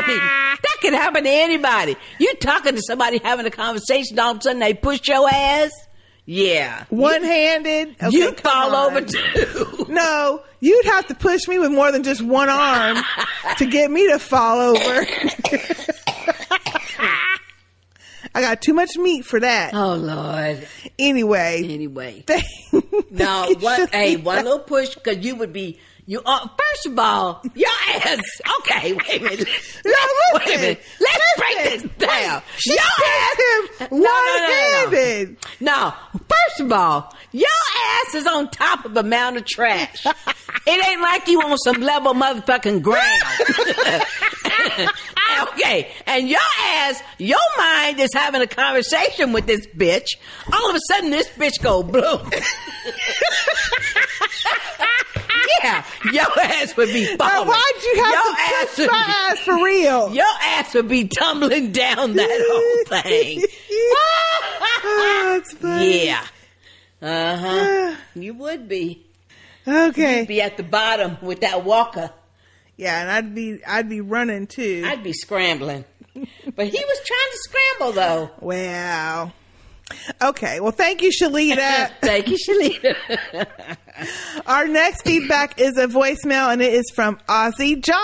M: mean, that could happen to anybody. You talking to somebody, having a conversation, all of a sudden they push your ass. Yeah,
O: One handed.
M: you fall over
O: too. No, you'd have to push me with more than just one arm to get me to fall over. I got too much meat for that.
M: Oh Lord.
O: Anyway.
M: Anyway. No, one, hey, one little push because you would be you. Uh, first of all, your ass. Okay, wait a minute. Let's- wait a minute. Let's break this down. your ass. Him
O: one-handed.
M: No, no, no, no. no, first of all, your ass is on top of a mound of trash. it ain't like you on some level motherfucking ground. okay, and your ass, your mind is having a conversation with this bitch. All of a sudden, this bitch go blue. yeah, your ass would be falling.
O: Uh, why'd you have
M: your
O: to push
M: would
O: my ass for real?
M: Your ass would be tumbling down that whole thing.
O: Oh,
M: Yeah. Uh huh. you would be.
O: Okay.
M: You'd be at the bottom with that walker.
O: Yeah, and I'd be I'd be running too.
M: I'd be scrambling. But he was trying to scramble though.
O: Wow. Okay. Well, thank you, Shalita.
M: thank you, Shalita.
O: Our next feedback is a voicemail, and it is from Ozzy John.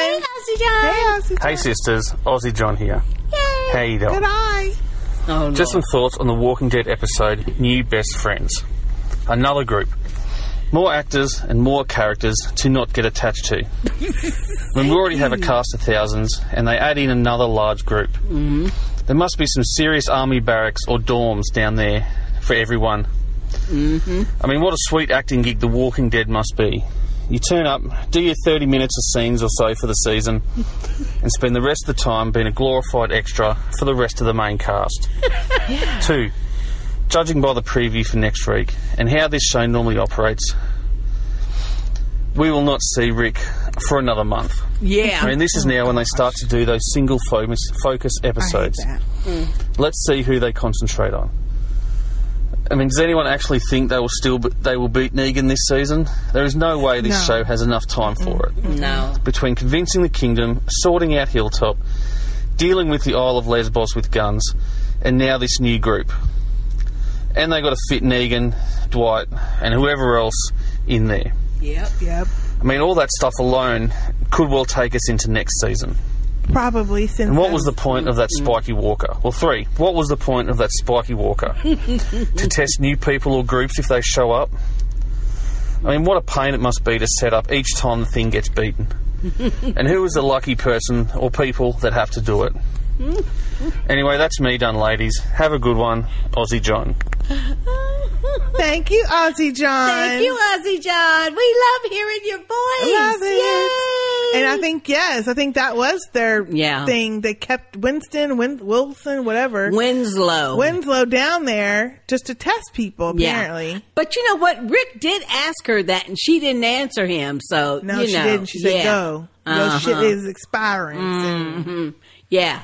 O: Hey,
M: Ozzy John.
O: Hey, Ozzy.
A: Hey sisters, Aussie John here. How you doing?
O: Good eye.
A: Just some thoughts on the Walking Dead episode New Best Friends. Another group. More actors and more characters to not get attached to. when we already have a cast of thousands and they add in another large group.
P: Mhm.
A: There must be some serious army barracks or dorms down there for everyone.
P: Mm-hmm.
A: I mean, what a sweet acting gig The Walking Dead must be. You turn up, do your 30 minutes of scenes or so for the season, and spend the rest of the time being a glorified extra for the rest of the main cast. Two, judging by the preview for next week and how this show normally operates, we will not see Rick for another month.
M: Yeah.
A: I mean, this is now when they start to do those single focus, focus episodes. Let's see who they concentrate on. I mean, does anyone actually think they will still be, they will beat Negan this season? There is no way this
M: No.
A: show has enough time for it.
M: No.
A: Between convincing the kingdom, sorting out Hilltop, dealing with the Isle of Lesbos with guns, and now this new group. And they got to fit Negan, Dwight, and whoever else in there.
O: Yep. Yep.
A: I mean, all that stuff alone could well take us into next season.
O: Probably since.
A: And what was the point of that spiky walker? Well, three. What was the point of that spiky walker? to test new people or groups if they show up? I mean, what a pain it must be to set up each time the thing gets beaten. And who is the lucky person or people that have to do it? Anyway, that's me done, ladies. Have a good one, Aussie John.
O: Thank you, Ozzy John.
M: Thank you, Ozzy John. We love hearing your voice.
O: Love it.
M: Yay.
O: And I think yes, I think that was their
M: Yeah.
O: thing. They kept Winston, Win- Wilson, whatever
M: Winslow.
O: Winslow down there just to test people.
M: Um, Yeah.
O: Apparently,
M: But you know what? Rick did ask her that, and she didn't answer him. So
O: no,
M: you
O: she
M: know,
O: didn't. She said,
M: yeah.
O: "Go,
M: Uh-huh.
O: your shit is expiring." soon."
M: Mhm. Yeah.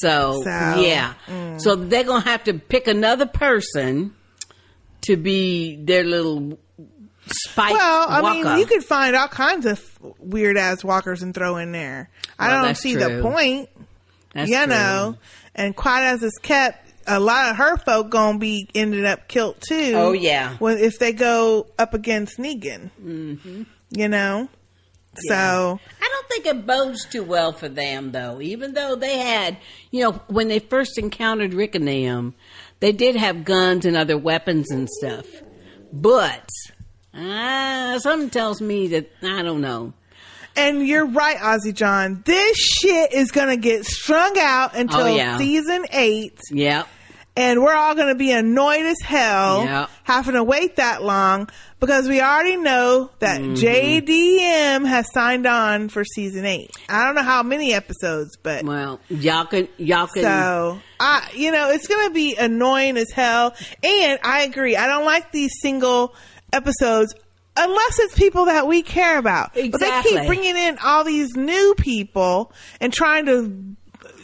M: So,
O: So,
M: yeah.
O: mm.
M: So they're gonna have to pick another person to be their little spike.
O: Well, I mean,
M: walker.
O: you could find all kinds of weird ass walkers and throw in there. I
M: Well,
O: don't
M: that's
O: see
M: true.
O: the point.
M: That's
O: you
M: true.
O: know, and quiet as it's kept, a lot of her folk gonna be ended up killed too.
M: Oh, yeah.
O: when, if they go up against Negan,
M: Mhm.
O: you know. So
M: I don't think it bodes too well for them, though. Even though they had, you know, when they first encountered Rick and them, they did have guns and other weapons and stuff. But ah, something tells me that I don't know.
O: And you're right, Ozzy John. This shit is gonna get strung out until
M: Oh, yeah.
O: season eight.
M: Yeah.
O: And we're all gonna be annoyed as hell
M: Yeah.
O: having to wait that long because we already know that
M: Mhm.
O: JDM has signed on for season eight. I don't know how many episodes, but
M: Well, y'all can y'all can.
O: so I, you know, it's gonna be annoying as hell. And I agree. I don't like these single episodes unless it's people that we care about. But they
M: Exactly.
O: keep bringing in all these new people and trying to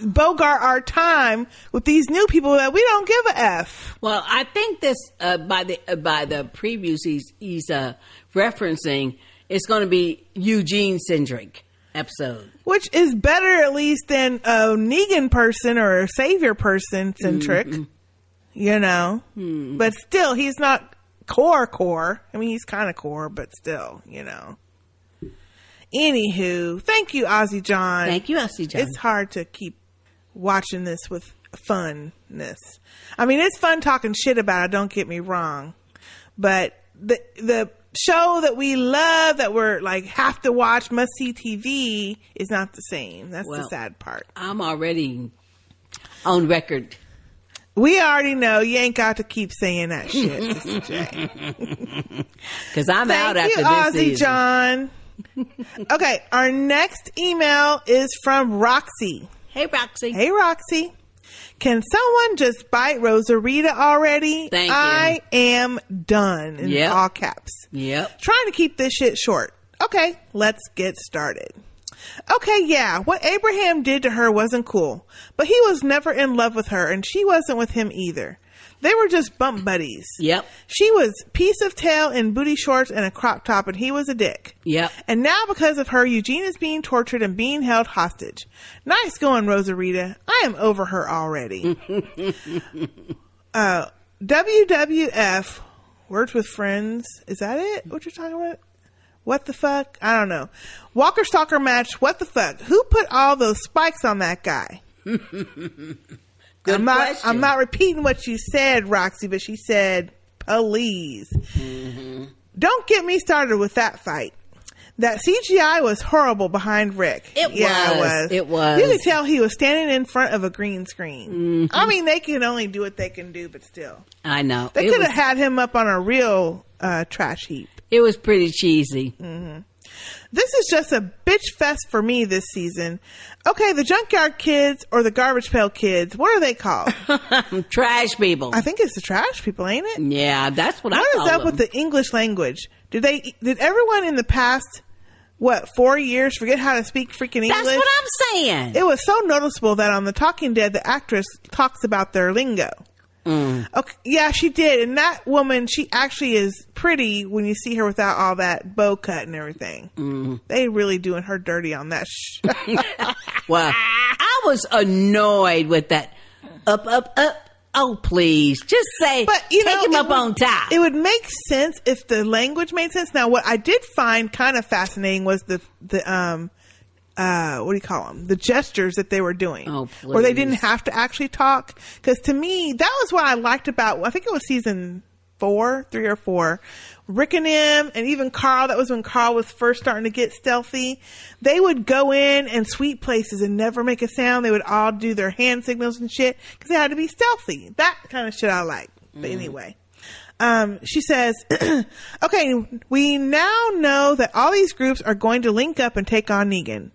O: bogart our time with these new people that we don't give a f.
M: Well, I think this uh, by the uh, by the previews he's he's uh, referencing it's going to be Eugene Cindric episode.
O: Which is better, at least, than a Negan person or a savior person centric,
M: Mhm.
O: you know.
M: Hmm.
O: But still, he's not core core. I mean, he's kind of core, but still, you know. Anywho, thank you, Ozzy John.
M: Thank you, Ozzy John.
O: It's hard to keep watching this with funness. I mean, it's fun talking shit about it. Don't get me wrong, but the the show that we love that we're like have to watch, must see TV is not the same. That's the
M: Well,
O: sad part.
M: I'm already on record.
O: We already know you ain't got to keep saying that shit. Sister J.
M: Because I'm out
O: Thank
M: after
O: you,
M: this season.
O: Ozzy John. okay, our next email is from Roxy.
M: Hey, Roxy.
O: Hey, Roxy. Can someone just bite Rosarita already?
M: Thank you.
O: I am done in
M: Yep.
O: all caps.
M: Yep.
O: Trying to keep this shit short. Okay, let's get started. Okay, yeah, what Abraham did to her wasn't cool, but he was never in love with her and she wasn't with him either. They were just bump buddies.
M: Yep.
O: She was piece of tail in booty shorts and a crop top and he was a dick.
M: Yep.
O: And now because of her, Eugene is being tortured and being held hostage. Nice going, Rosarita. I am over her already. uh, WWF, Words with Friends. Is that it? What you're talking about? What the fuck? I don't know. Walker Stalker match. What the fuck? Who put all those spikes on that guy? I'm not. I'm not repeating what you said, Roxy, but she said, "Please, don't get me started with that fight." That CGI was horrible behind Rick.
M: It was. It was. Mm-hmm.
O: You could tell he was standing in front of a green screen. I mean, they can only do what they can do, but still,
M: I know.
O: they
M: It
O: could have
M: was-
O: had him up on a real uh, trash heap.
M: It was pretty cheesy.
O: hmm This is just a bitch fest for me this season. Okay, the junkyard kids or the garbage pail kids, what are they called?
M: trash people.
O: I think it's the trash people, ain't it?
M: Yeah, that's what, I
O: What
M: call
O: is up
M: them.
O: with the English language? Did they did everyone in the past what, four years forget how to speak freaking English?
M: That's what I'm saying.
O: It was so noticeable that on The Talking Dead the actress talks about their lingo. Okay, yeah, she did. And that woman, she actually is pretty when you see her without all that bow cut and everything.
M: Mm.
O: They really doing her dirty on that. Sh-
M: Well, I was annoyed with that. Up, up, up. Oh, please, just say. But you take him up on top.
O: it would make sense if the language made sense. Now, what I did find kind of fascinating was the the um uh what do you call them the gestures that they were doing, oh, where they didn't have to actually talk. Because to me, that was what I liked about. I think it was season four, three or four. Rick and him, and even Carl. That was when Carl was first starting to get stealthy. They would go in and sweep places and never make a sound. They would all do their hand signals and shit because they had to be stealthy. That kind of shit I like. But
M: Mm.
O: anyway. Um, she says, okay, we now know that all these groups are going to link up and take on Negan.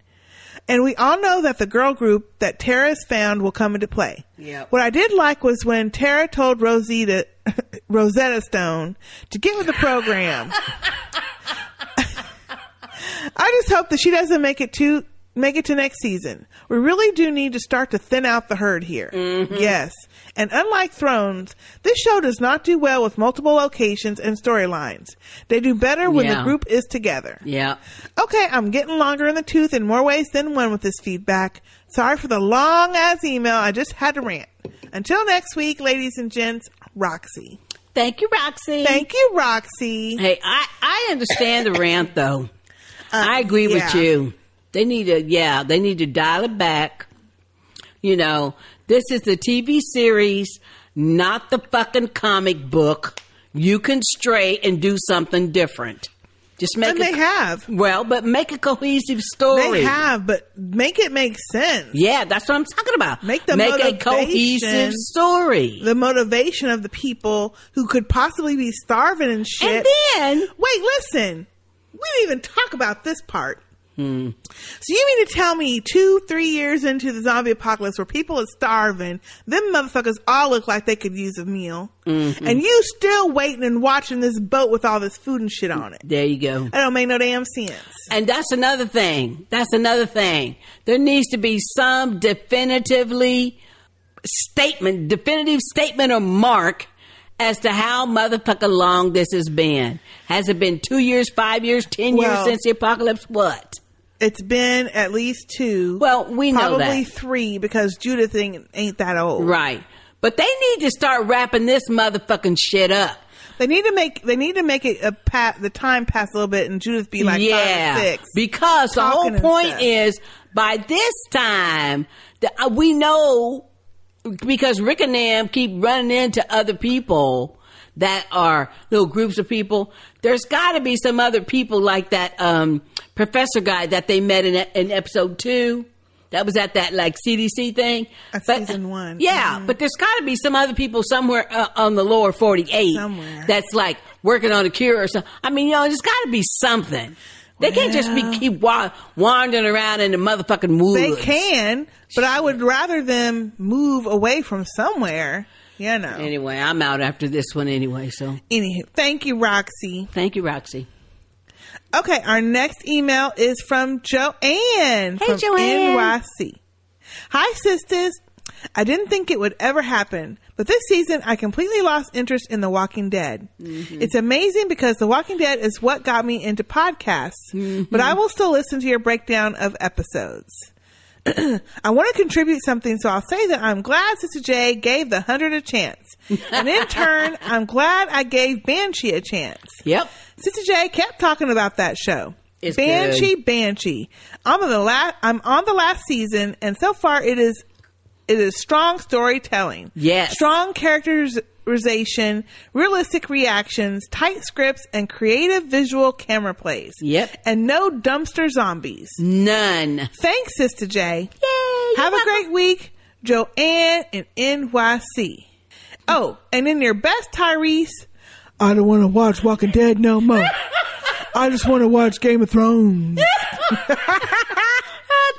O: And we all know that the girl group that Tara has found will come into play.
M: Yep.
O: What I did like was when Tara told Rosita, Rosetta Stone to get with the program. I just hope that she doesn't make it to make it to next season. We really do need to start to thin out the herd here.
M: Mm-hmm.
O: Yes. And unlike Thrones, this show does not do well with multiple locations and storylines. They do better when
M: Yeah.
O: the group is together.
M: Yeah.
O: Okay, I'm getting longer in the tooth in more ways than one with this feedback. Sorry for the long ass email. I just had to rant. Until next week, ladies and gents, Roxy.
M: Thank you, Roxy.
O: Thank you, Roxy.
M: Hey, I, I understand the rant though. I agree with
O: yeah.
M: you. They need to, yeah, they need to dial it back. You know, this is the TV series, not the fucking comic book. You can stray and do something different. Just make
O: And
M: a-
O: they have.
M: Well, but make a cohesive story.
O: They have, but make it make sense.
M: Yeah, that's what I'm talking about.
O: Make the
M: Make a
O: motivation,
M: cohesive story.
O: The motivation of the people who could possibly be starving and shit.
M: And then
O: wait, listen. We didn't even talk about this part.
G: Hmm.
O: So you mean to tell me two, three years into the zombie apocalypse where people are starving, them motherfuckers all look like they could use a meal.
M: Mm-hmm.
O: And you still waiting and watching this boat with all this food and shit on it.
M: There you go.
O: That don't make no damn sense.
M: And that's another thing. That's another thing. There needs to be some definitively statement, definitive statement or mark as to how motherfucker long this has been. Has it been two years, five years, ten years
O: Well-
M: since the apocalypse? What?
O: It's been at least two.
M: Well, we know
O: probably
M: that.
O: three because Judith ain't, ain't that old.
M: Right. But they need to start wrapping this motherfucking shit up.
O: They need to make they need to make it a pa- the time pass a little bit and Judith be like
M: yeah,
O: five or six.
M: Because the
O: Talking
M: whole
O: and
M: point
O: stuff.
M: is by this time that uh, we know because Rick and Nam keep running into other people that are little groups of people. There's got to be some other people like that um, professor guy that they met in, e, in episode two. That was at that like CDC thing. but, season one. Yeah,
O: Mm-hmm.
M: but there's got to be some other people somewhere uh, on the lower 48 somewhere. that's like working on a cure or something. I mean, you know, there's got to be something. They can't just be keep wa- wandering around in the motherfucking woods.
O: They can, but I would rather them move away from somewhere. You know.
M: Anyway, I'm out after this one anyway, so.
O: Anywho, thank you, Roxy.
M: Thank you, Roxy.
O: Okay, our next email is from Joanne
M: Hey,
O: from
M: Joanne.
O: NYC. Hi, sisters. I didn't think it would ever happen, but this season I completely lost interest in The Walking Dead.
M: Mm-hmm.
O: It's amazing because The Walking Dead is what got me into podcasts, but
M: Mm-hmm.
O: I will still listen to your breakdown of episodes. I want to contribute something, so I'll say that I'm glad Sister J gave the hundred a chance, and in turn, I'm glad I gave Banshee a chance.
M: Yep,
O: Sister J kept talking about that show.
M: It's
O: Banshee,
M: good.
O: Banshee. I'm on the last. I'm on the last season, and so far it is it is strong storytelling.
M: Yes.
O: Strong characterization, realistic reactions, tight scripts, and creative visual camera plays.
M: Yep.
O: And no dumpster zombies.
M: None.
O: Thanks, Sister J. Yay. Have a great week, Joanne and NYC. Oh, and in your best Tyrese, I don't want to watch Walking Dead no more. I just want to watch Game of Thrones.
M: Oh,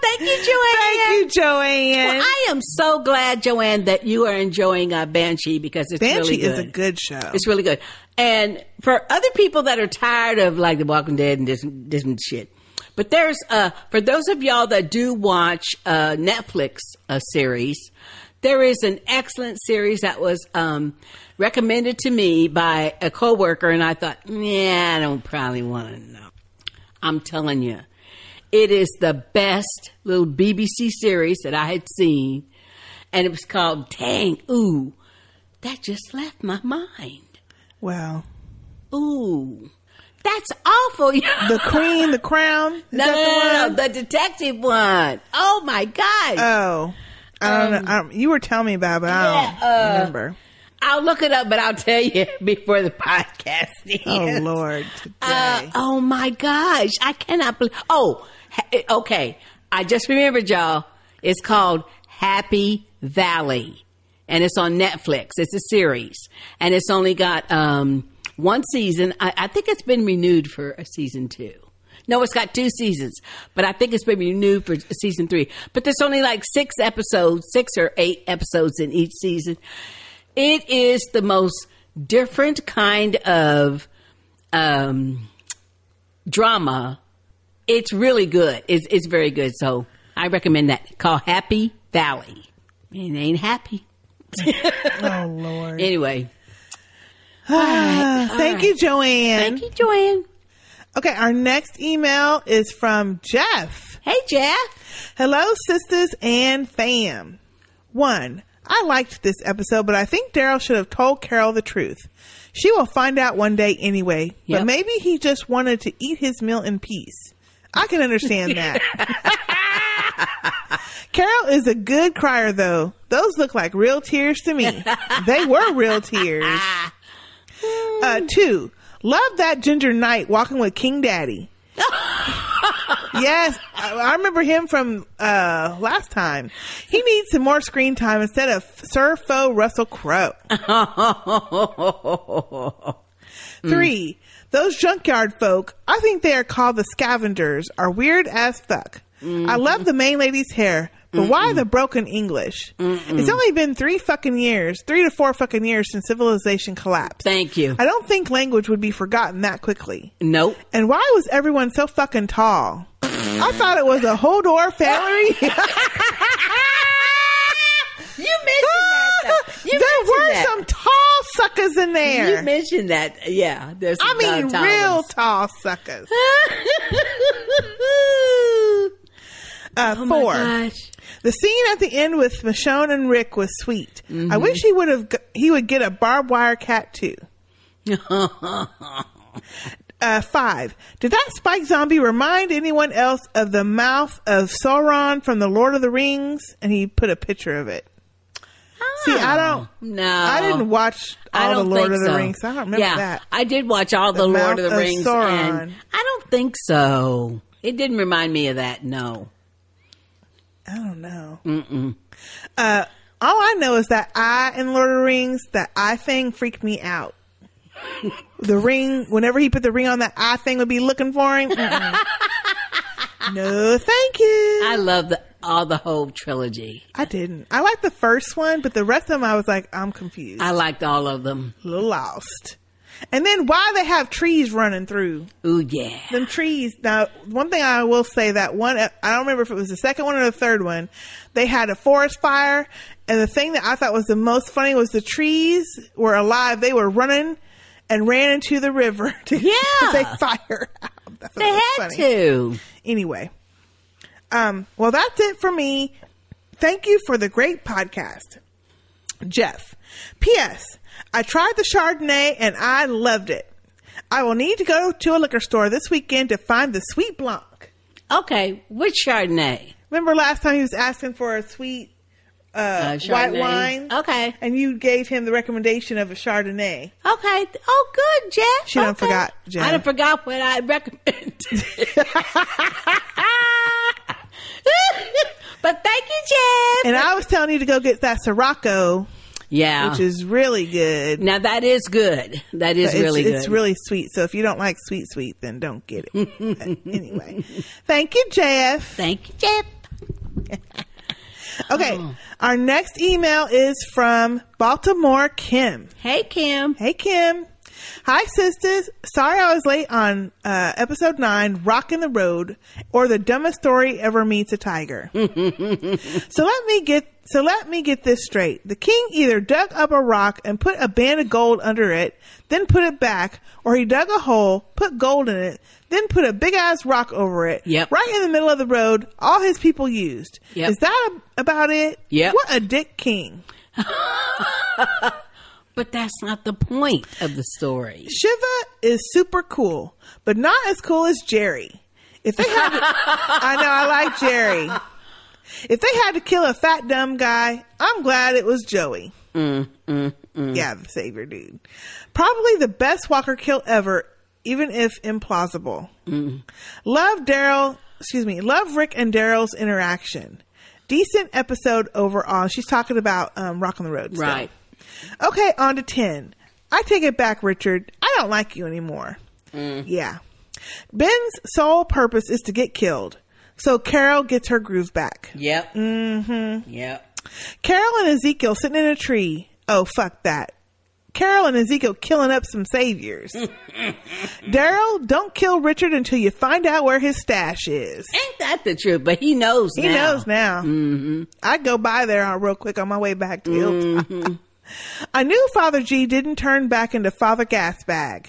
M: Thank you, Joanne.
O: Thank you, Joanne.
M: Well, I am so glad, Joanne, that you are enjoying uh, Banshee because it's really
O: Banshee
M: good.
O: is a good show.
M: It's really good. And for other people that are tired of like The Walking Dead and this, this and shit, but there's uh for those of y'all that do watch uh Netflix uh, series, there is an excellent series that was um recommended to me by a coworker, and I thought, yeah, I don't probably want to know. I'm telling you, it is the best little BBC series that I had seen, and it was called Dang Ooh. That just left my mind.
O: Wow.
M: Ooh. That's awful. the
O: Queen, the Crown. Is
M: no,
O: that the
M: no, no,
O: one?
M: no, the detective one. Oh my god.
O: Oh, I don't know. I don't, you were telling me about, it, but I don't
M: Um, Yeah, uh,
O: remember.
M: I'll look it up, but I'll tell you before the podcast.
O: Oh
M: ends.
O: Lord,
M: Uh, oh my gosh, I cannot believe. Oh, ha- okay. I just remembered, y'all. It's called Happy Valley, and it's on Netflix. It's a series, and it's only got um, one season. I, I think it's been renewed for a season two. No, it's got two seasons, but I think it's been renewed for season three. But there's only like six episodes, six or eight episodes in each season. It is the most different kind of um, drama. It's really good. It's, it's very good. So I recommend that. Call Happy Valley. It ain't happy.
O: oh Lord.
M: Anyway.
O: Ah,
M: All right.
O: Thank you, Joanne.
M: Thank you, Joanne.
O: Okay, our next email is from Jeff.
M: Hey, Jeff.
O: Hello, sisters and fam. One, I liked this episode, but I think Daryl should have told Carol the truth. She will find out one day anyway,
M: Yep.
O: but maybe he just wanted to eat his meal in peace. I can understand that. Carol is a good crier, though. Those look like real tears to me. they were real tears. Uh, two, love that Ginger Knight walking with King Daddy. yes, I, I remember him from uh, last time. He needs some more screen time instead of Sir Foe Russell Crowe. Three, those junkyard folk, I think they are called the scavengers, are weird as fuck. I love the main lady's hair, but why the broken English? It's only been three fucking years, three to four fucking years since civilization collapsed.
M: Thank you.
O: I don't think language would be forgotten that quickly.
M: Nope.
O: And why was everyone so fucking tall? I thought it was a whole door family.
M: You mentioned that. Though. You
O: there
M: mentioned
O: were
M: that.
O: some tall suckers in there.
M: You mentioned that. Yeah. There's
O: I
M: some
O: mean,
M: tall
O: real
M: towers.
O: tall suckers. Uh, four.
M: Oh my gosh.
O: The scene at the end with Michonne and Rick was sweet. I
M: Mm-hmm.
O: wish he would have. g- He would get a barbed wire cat too. Uh, five. Did that spike zombie remind anyone else of the mouth of Sauron from the Lord of the Rings? And he put a picture of it. See, I don't.
M: Oh, No.
O: I didn't watch all
M: I don't
O: the Lord
M: think
O: of the
M: so.
O: Rings. I don't remember
M: yeah,
O: that.
M: I did watch all the,
O: The
M: Lord of
O: Mouth
M: the
O: of
M: Rings,
O: Sauron.
M: and I don't think so. It didn't remind me of that. No.
O: I don't know.
M: Mm-mm.
O: Uh, all I know is that I in Lord of the Rings, that eye thing freaked me out. the ring, whenever he put the ring on, that eye thing would be looking for him. Mm-mm. no, thank you.
M: I love the all the whole trilogy.
O: I didn't. I liked the first one, but the rest of them, I was like, I'm confused,
M: I liked all of them.
O: a little lost. And then why they have trees running through?
M: Ooh, yeah.
O: Them trees. Now, one thing I will say that one, I don't remember if it was the second one or the third one, they had a forest fire. And the thing that I thought was the most funny was the trees were alive. They were running and ran into the river to yeah. they fire out. That's
M: They had to.
O: Anyway. Um, well, that's it for me. Thank you for the great podcast. Jeff. P.S. I tried the Chardonnay and I loved it. I will need to go to a liquor store this weekend to find the Sweet Blanc.
M: Okay, which Chardonnay?
O: Remember last time he was asking for a sweet uh, white
M: Chardonnay.
O: wine? Okay. And you gave him the recommendation of a Chardonnay.
M: Okay. Oh, good, Jeff.
O: She done
M: okay.
O: forgot, Jen.
M: I done forgot what I recommended. but thank you, Jeff.
O: And I was telling you to go get that Sirocco.
M: Yeah.
O: Which is really good.
M: Ah. Now that is good. That is
O: But it's-
M: really
O: It's
M: good.
O: really sweet. So if you don't like sweet, sweet, then don't get it. But anyway, thank you, Jeff.
M: Thank you, Jeff.
O: okay, our next email is from Baltimore Kim.
M: Hey, Kim.
O: Hey, Kim. Hi, sisters. Sorry I was late on uh, episode nine, Rockin' the Road, or the dumbest story ever meets a tiger. so let me get so let me get this straight. The king either dug up a rock and put a band of gold under it, then put it back, or he dug a hole, put gold in it, then put a big ass rock over it.
M: Yep.
O: Right in the middle of the road, all his people used.
M: Yep.
O: Is that a- about it?
M: Yep.
O: What a dick king.
M: But that's not the point of the story.
O: Shiva is super cool, but not as cool as Jerry. If they had, to, I know I like Jerry. If they had to kill a fat dumb guy, I'm glad it was Joey.
M: Mm, mm, mm.
O: Yeah, the savior dude. Probably the best Walker kill ever, even if implausible.
M: Mm.
O: Love Daryl. Excuse me. Love Rick and Daryl's interaction. Decent episode overall. She's talking about um, Rock on the Road. still.
M: Right.
O: Okay, on to 10. I take it back, Richard. I don't like you anymore.
M: Mm.
O: Yeah. Ben's sole purpose is to get killed. So Carol gets her groove back.
M: Yep.
O: Mm-hmm.
M: Yep.
O: Carol and Ezekiel sitting in a tree. Oh, fuck that. Carol and Ezekiel killing up some saviors. Daryl, don't kill Richard until you find out where his stash is.
M: Ain't that the truth? But he knows
O: He
M: now.
O: knows now. Mm-hmm. I go by there on real quick on my way back to Hilltop.
M: Mm-hmm.
O: I knew Father G didn't turn back into Father Gasbag.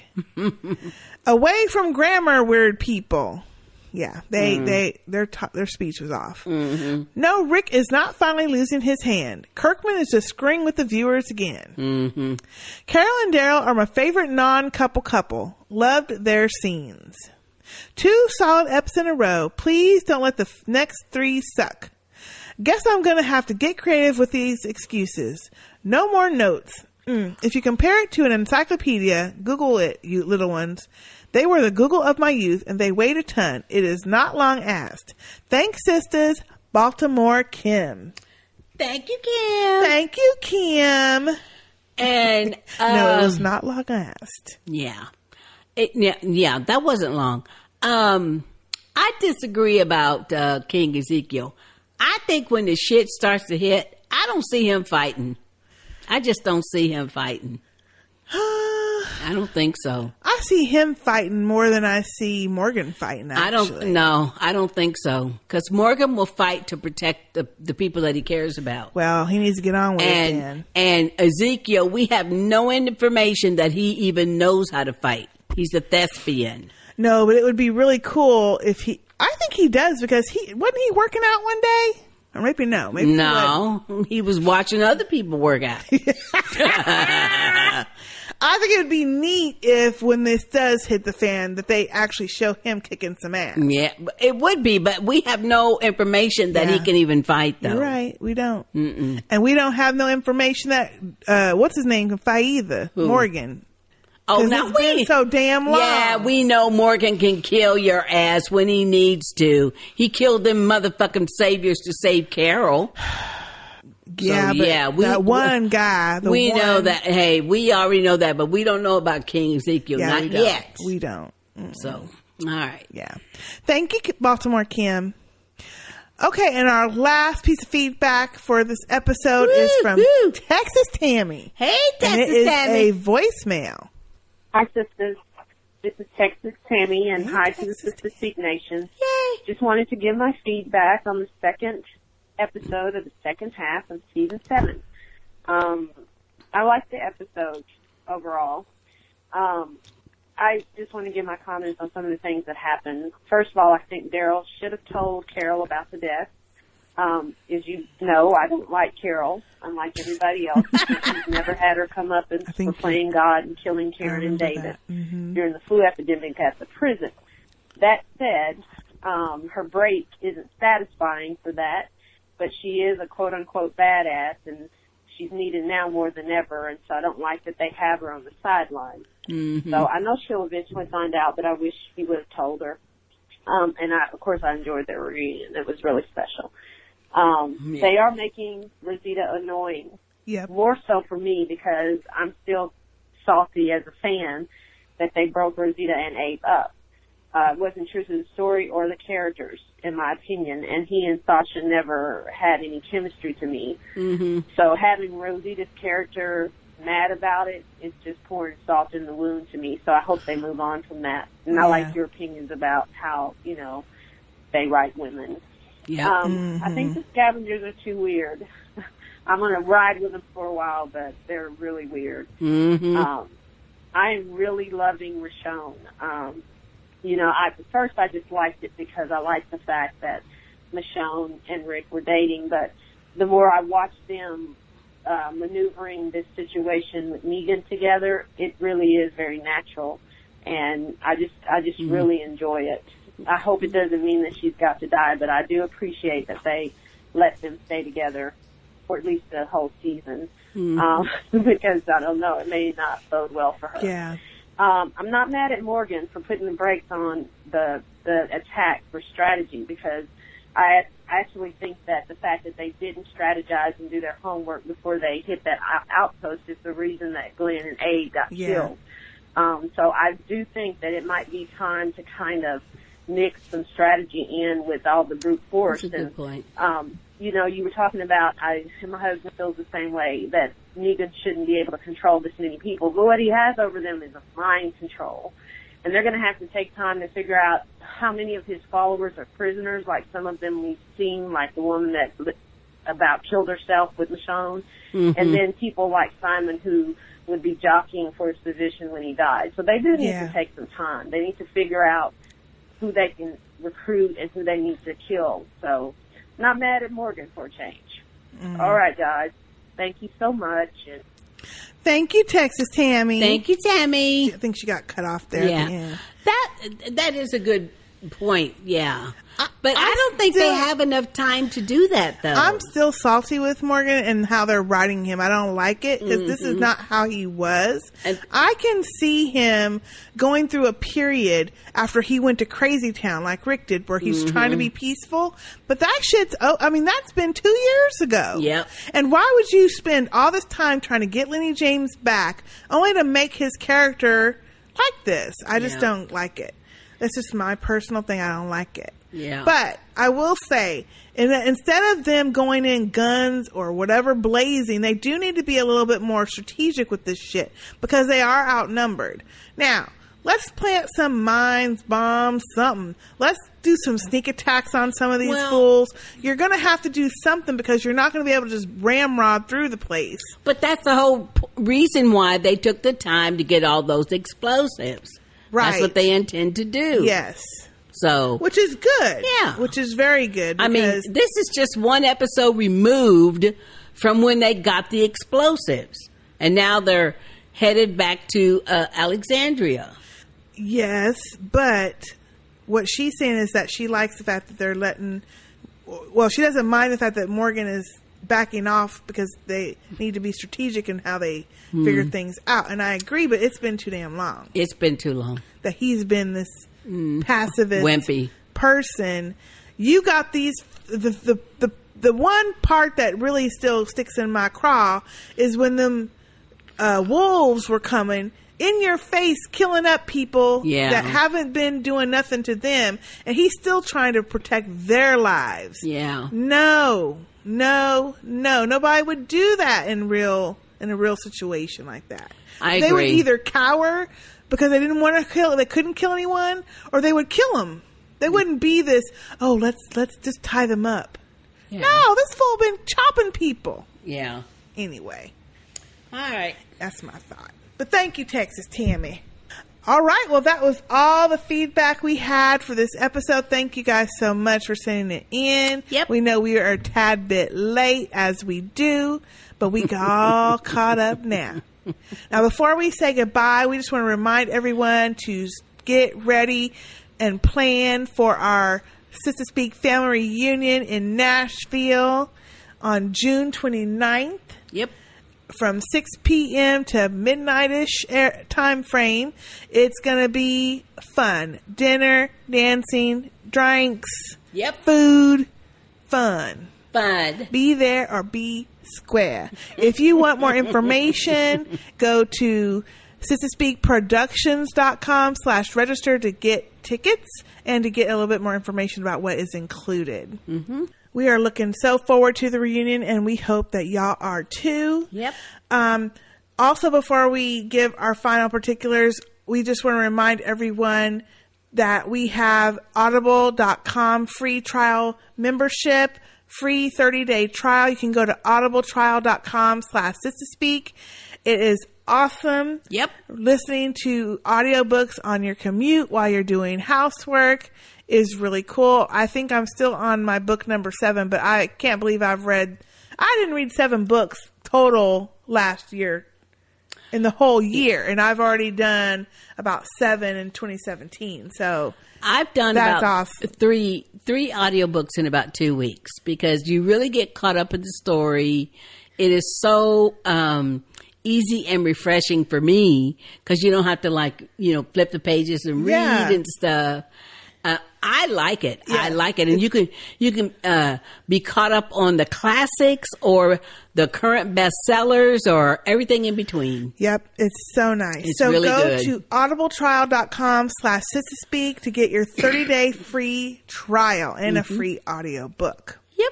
O: Away from grammar, weird people. Yeah, they
M: Mm. Mm-hmm.
O: they their t- their speech was off. No, Rick is not finally losing his hand. Kirkman is just screwing with the viewers again.
M: Mm-hmm.
O: Carol and Daryl are my favorite non-couple couple. Loved their scenes. Two solid eps in a row. Please don't let the f- next three suck. Guess I'm going to have to get creative with these excuses. No more notes. Mm. If you compare it to an encyclopedia, Google it, you little ones. They were the Google of my youth and they weighed a ton. It is not long asked. Thanks, sisters. Baltimore Kim.
M: Thank you, Kim.
O: Thank you, Kim.
M: And
O: no, it was
M: um,
O: not long asked.
M: Yeah. It, yeah, yeah, that wasn't long. Um, I disagree about uh, King Ezekiel. I think when the shit starts to hit, I don't see him fighting. I just don't see him fighting. I don't think so.
O: I see him fighting more than I see Morgan fighting. Actually.
M: I don't. No, I don't think so. Because Morgan will fight to protect the the people that he cares about.
O: Well, he needs to get on with it. Then.
M: and and Ezekiel, we have no information that he even knows how to fight. He's a thespian.
O: No, but it would be really cool if he. I think he does because he wasn't he working out one day, or maybe no, maybe he
M: no, he was watching other people work out.
O: I think it would be neat if when this does hit the fan that they actually show him kicking some ass.
M: yeah, but it would be, but we have no information that he
O: Yeah.
M: can even fight though.
O: You're right, we don't,
M: Mm-mm.
O: and we don't have no information that uh, what's his name can fight either.
M: Who?
O: Morgan.
M: Oh,
O: 'Cause
M: now
O: it's been
M: we-
O: so damn long.
M: Yeah, we know Morgan can kill your ass when he needs to. He killed them motherfucking saviors to save Carol.
O: yeah,
M: So,
O: but
M: oh, yeah, we-
O: that one guy. The
M: we know
O: one-
M: that. Hey, we already know that, but we don't know about King Ezekiel.
O: Yeah,
M: Not
O: we don't.
M: yet.
O: We don't. Mm.
M: So, all right.
O: Yeah. Thank you, Baltimore Kim. Okay, and our last piece of feedback for this episode is from Texas Tammy.
M: Hey,
O: and it
G: Texas
O: is
G: Tammy.
O: a voicemail.
G: Hi, sisters. This is Texas Tammy, and hi to the Sister Speak Nation. Yay! Just wanted to give my feedback on the second episode of the second half of season seven. Um, I liked the episode overall. Um, I just want to give my comments on some of the things that happened. First of all, I think Daryl should have told Carol about the death. Um, as you know, I don't like Carol, unlike everybody else. She's never had her come up and for playing God and killing Karen and David
O: Mm-hmm.
G: during the flu epidemic at the prison. That said, um, her break isn't satisfying for that, but she is a quote unquote badass and she's needed now more than ever, and so I don't like that they have her on the sidelines. So I know she'll eventually find out, but I wish he would have told her. Um, and I, of course, I enjoyed their reunion. It was really special. Um,
P: Yeah.
G: They are making Rosita annoying.
O: Yep.
G: More so for me because I'm still salty as a fan that they broke Rosita and Abe up. Uh, it wasn't true to the story or the characters, in my opinion. And he and Sasha never had any chemistry to me.
P: Mm-hmm.
G: So having Rosita's character mad about it is just pouring salt in the wound to me. So I hope they move on from that. And I
P: Yeah.
G: like your opinions about how, you know, they write women.
P: Yeah.
G: Um, I think the scavengers are too weird. I'm going to ride with them for a while, but they're really weird.
P: Mhm.
M: Mm-hmm.
G: Um, I am really loving Rashon. Um, you know, I at first I just liked it because I liked the fact that Michonne and Rick were dating, but the more I watched them uh, maneuvering this situation with Negan together, it really is very natural, and I just I just
O: Mm-hmm.
P: Mhm.
G: really enjoy it. I hope it doesn't mean that she's got to die, but I do appreciate that they let them stay together for at least the whole season,
P: Mhm.
G: um, because I don't know, it may not bode well for her.
O: Yeah.
G: Um, I'm not mad at Morgan for putting the brakes on the the attack for strategy because I actually think that the fact that they didn't strategize and do their homework before they hit that out- outpost is the reason that Glenn and Abe got
D: Yeah.
G: killed. Um, so I do think that it might be time to kind of mix some strategy in with all the brute force.
M: That's a
G: and,
M: good point.
G: Um, you know, you were talking about, I, and my husband feels the same way, that Negan shouldn't be able to control this many people. But what he has over them is a mind control. And they're going to have to take time to figure out how many of his followers are prisoners, like some of them we've seen, like the woman that li- about killed herself with Michonne, and then people like Simon who would be jockeying for his position when he died. So they do need
D: Yeah.
G: to take some time. They need to figure out who they can recruit and who they need to kill. So, not mad at Morgan for a change.
O: Mm-hmm.
G: All right, guys. Thank you so much. And
O: Thank you, Texas Tammy.
M: Thank you, Tammy.
O: I think she got cut off there at the end.
M: That that is a good point. Yeah, but I, don't think they have enough time to do that though.
O: I'm still salty with Morgan and how they're writing him. I don't like it because this is
M: Mhm.
O: not how he was. I can see him going through a period after he went to Crazy Town, like Rick did, where he's trying to
M: Mhm.
O: be peaceful. But that shit's oh, I mean, that's been two years ago.
M: Yep.
O: And why would you spend all this time trying to get Lenny James back, only to make his character like this? I just
M: Yeah.
O: don't like it. That's just my personal thing. I don't like it.
M: Yeah.
O: But I will say, in- instead of them going in guns or whatever blazing, they do need to be a little bit more strategic with this shit because they are outnumbered. Now, let's plant some mines, bombs, something. Let's do some sneak attacks on some of these
M: Well-
O: fools. You're going to have to do something because you're not going to be able to just ramrod through the place.
M: But that's the whole p- reason why they took the time to get all those explosives.
O: Right.
M: That's what they intend to do.
O: Yes.
M: So,
O: Which is good.
M: Yeah.
O: Which is very good.
M: I mean,
O: because-
M: this is just one episode removed from when they got the explosives. And now they're headed back to uh, Alexandria.
O: Yes, but what she's saying is that she likes the fact that they're letting. Well, she doesn't mind the fact that Morgan is backing off because they need to be strategic in how they
M: Hmm.
O: figure things out. And I agree, but it's been too damn long
M: It's been too long.
O: that he's been this passivist
M: Hmm. Wimpy.
O: person. You got these the the the the one part that really still sticks in my craw is when them uh, wolves were coming in your face, killing up people
M: Yeah.
O: that haven't been doing nothing to them, and he's still trying to protect their lives.
M: Yeah.
O: No, no, no. Nobody would do that in real in a real situation like that.
M: I
O: They would
M: agree.
O: either cower because they didn't want to kill, they couldn't kill anyone, or they would kill them. They
M: Mm.
O: wouldn't be this. Oh, let's let's just tie them up. No, this fool been chopping people
M: Yeah.
O: anyway.
M: All right,
O: that's my thought. But thank you, Texas Tammy. All right, well, that was all the feedback we had for this episode. Thank you guys so much for sending it in. Yep. We know we are a tad bit late, as we do, but we got all caught up now. Now, before we say goodbye, we just want to remind everyone to s- get ready and plan for our Sister Speak family reunion in Nashville on June 29th.
M: Yep.
O: From 6 p.m. to midnight-ish air- time frame. It's going to be fun. Dinner, dancing, drinks,
M: yep.
O: food, fun.
M: Fun.
O: Be there or be square. If you want more information, go to sisterspeakproductions.com slash register to get tickets and to get a little bit more information about what is included. Mm-hmm. We are looking so forward to the reunion and we hope that y'all are too.
M: Yep.
O: Um, also, before we give our final particulars, we just want to remind everyone that we have audible.com free trial membership, free 30 day trial. You can go to audibletrial.com slash sister speak. It is awesome.
M: Yep.
O: Listening to audiobooks on your commute while you're doing housework is really cool. I think I'm still on my book number seven, but I can't believe I've read, I didn't read seven books total last year in the whole year. And I've already done about seven in 2017. So
M: I've done
O: That's
M: about three three audiobooks in about two weeks because you really get caught up in the story. It is so um, easy and refreshing for me because you don't have to like you know flip the pages and read
O: Yeah.
M: and stuff. Uh, I like it. I like it, and you can you can uh, be caught up on the classics or the current bestsellers or everything in between.
O: Yep, it's so nice.
M: It's
O: so
M: really
O: go
M: good.
O: to audibletrial.com slash sisterspeak to get your 30-day free trial and
M: Mhm.
O: a free audiobook. Yep.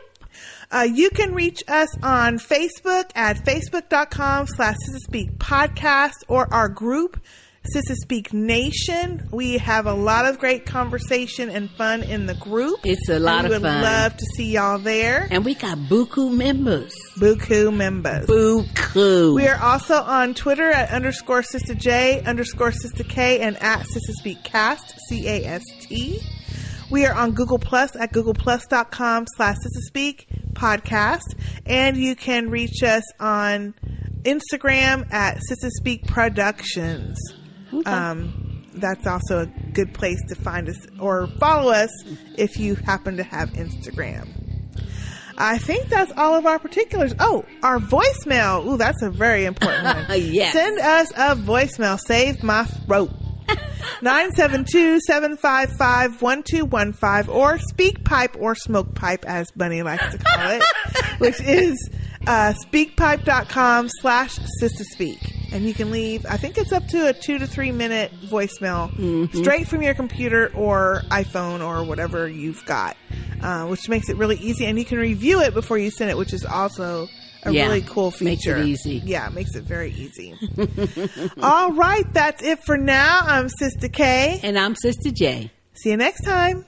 O: Uh, you can reach us on Facebook at facebook.com slash sisterspeak podcast or our group, Sister Speak Nation. We have a lot of great conversation and fun in the group.
M: It's a lot
O: we
M: of
O: would
M: fun.
O: love to see y'all there.
M: And we got Buku members.
O: Buku members.
M: Buku.
O: We are also on Twitter at underscore Sister J, underscore Sister K, and at Sister Speak Cast, C A S T. We are on Google Plus at googleplus.com slash Sister Speak podcast. And you can reach us on Instagram at Sister Speak Productions. Um, that's also a good place to find us or follow us if you happen to have Instagram. I think that's all of our particulars. Oh, our voicemail. Ooh, that's a very important one.
M: Yes.
O: Send us a voicemail. Save my throat. 972-755-1215 or speak pipe or smoke pipe as Bunny likes to call it, which is uh, speakpipe.com slash sister speak. And you can leave, I think it's up to a two to three minute voicemail
M: Mm-hmm.
O: straight from your computer or iPhone or whatever you've got, uh, which makes it really easy. And you can review it before you send it, which is also a
M: Yeah.
O: really cool
M: Makes it
O: feature.
M: easy.
O: Yeah, it makes it very easy. All right, that's it for now. I'm Sister K.
M: And I'm Sister J.
O: See you next time.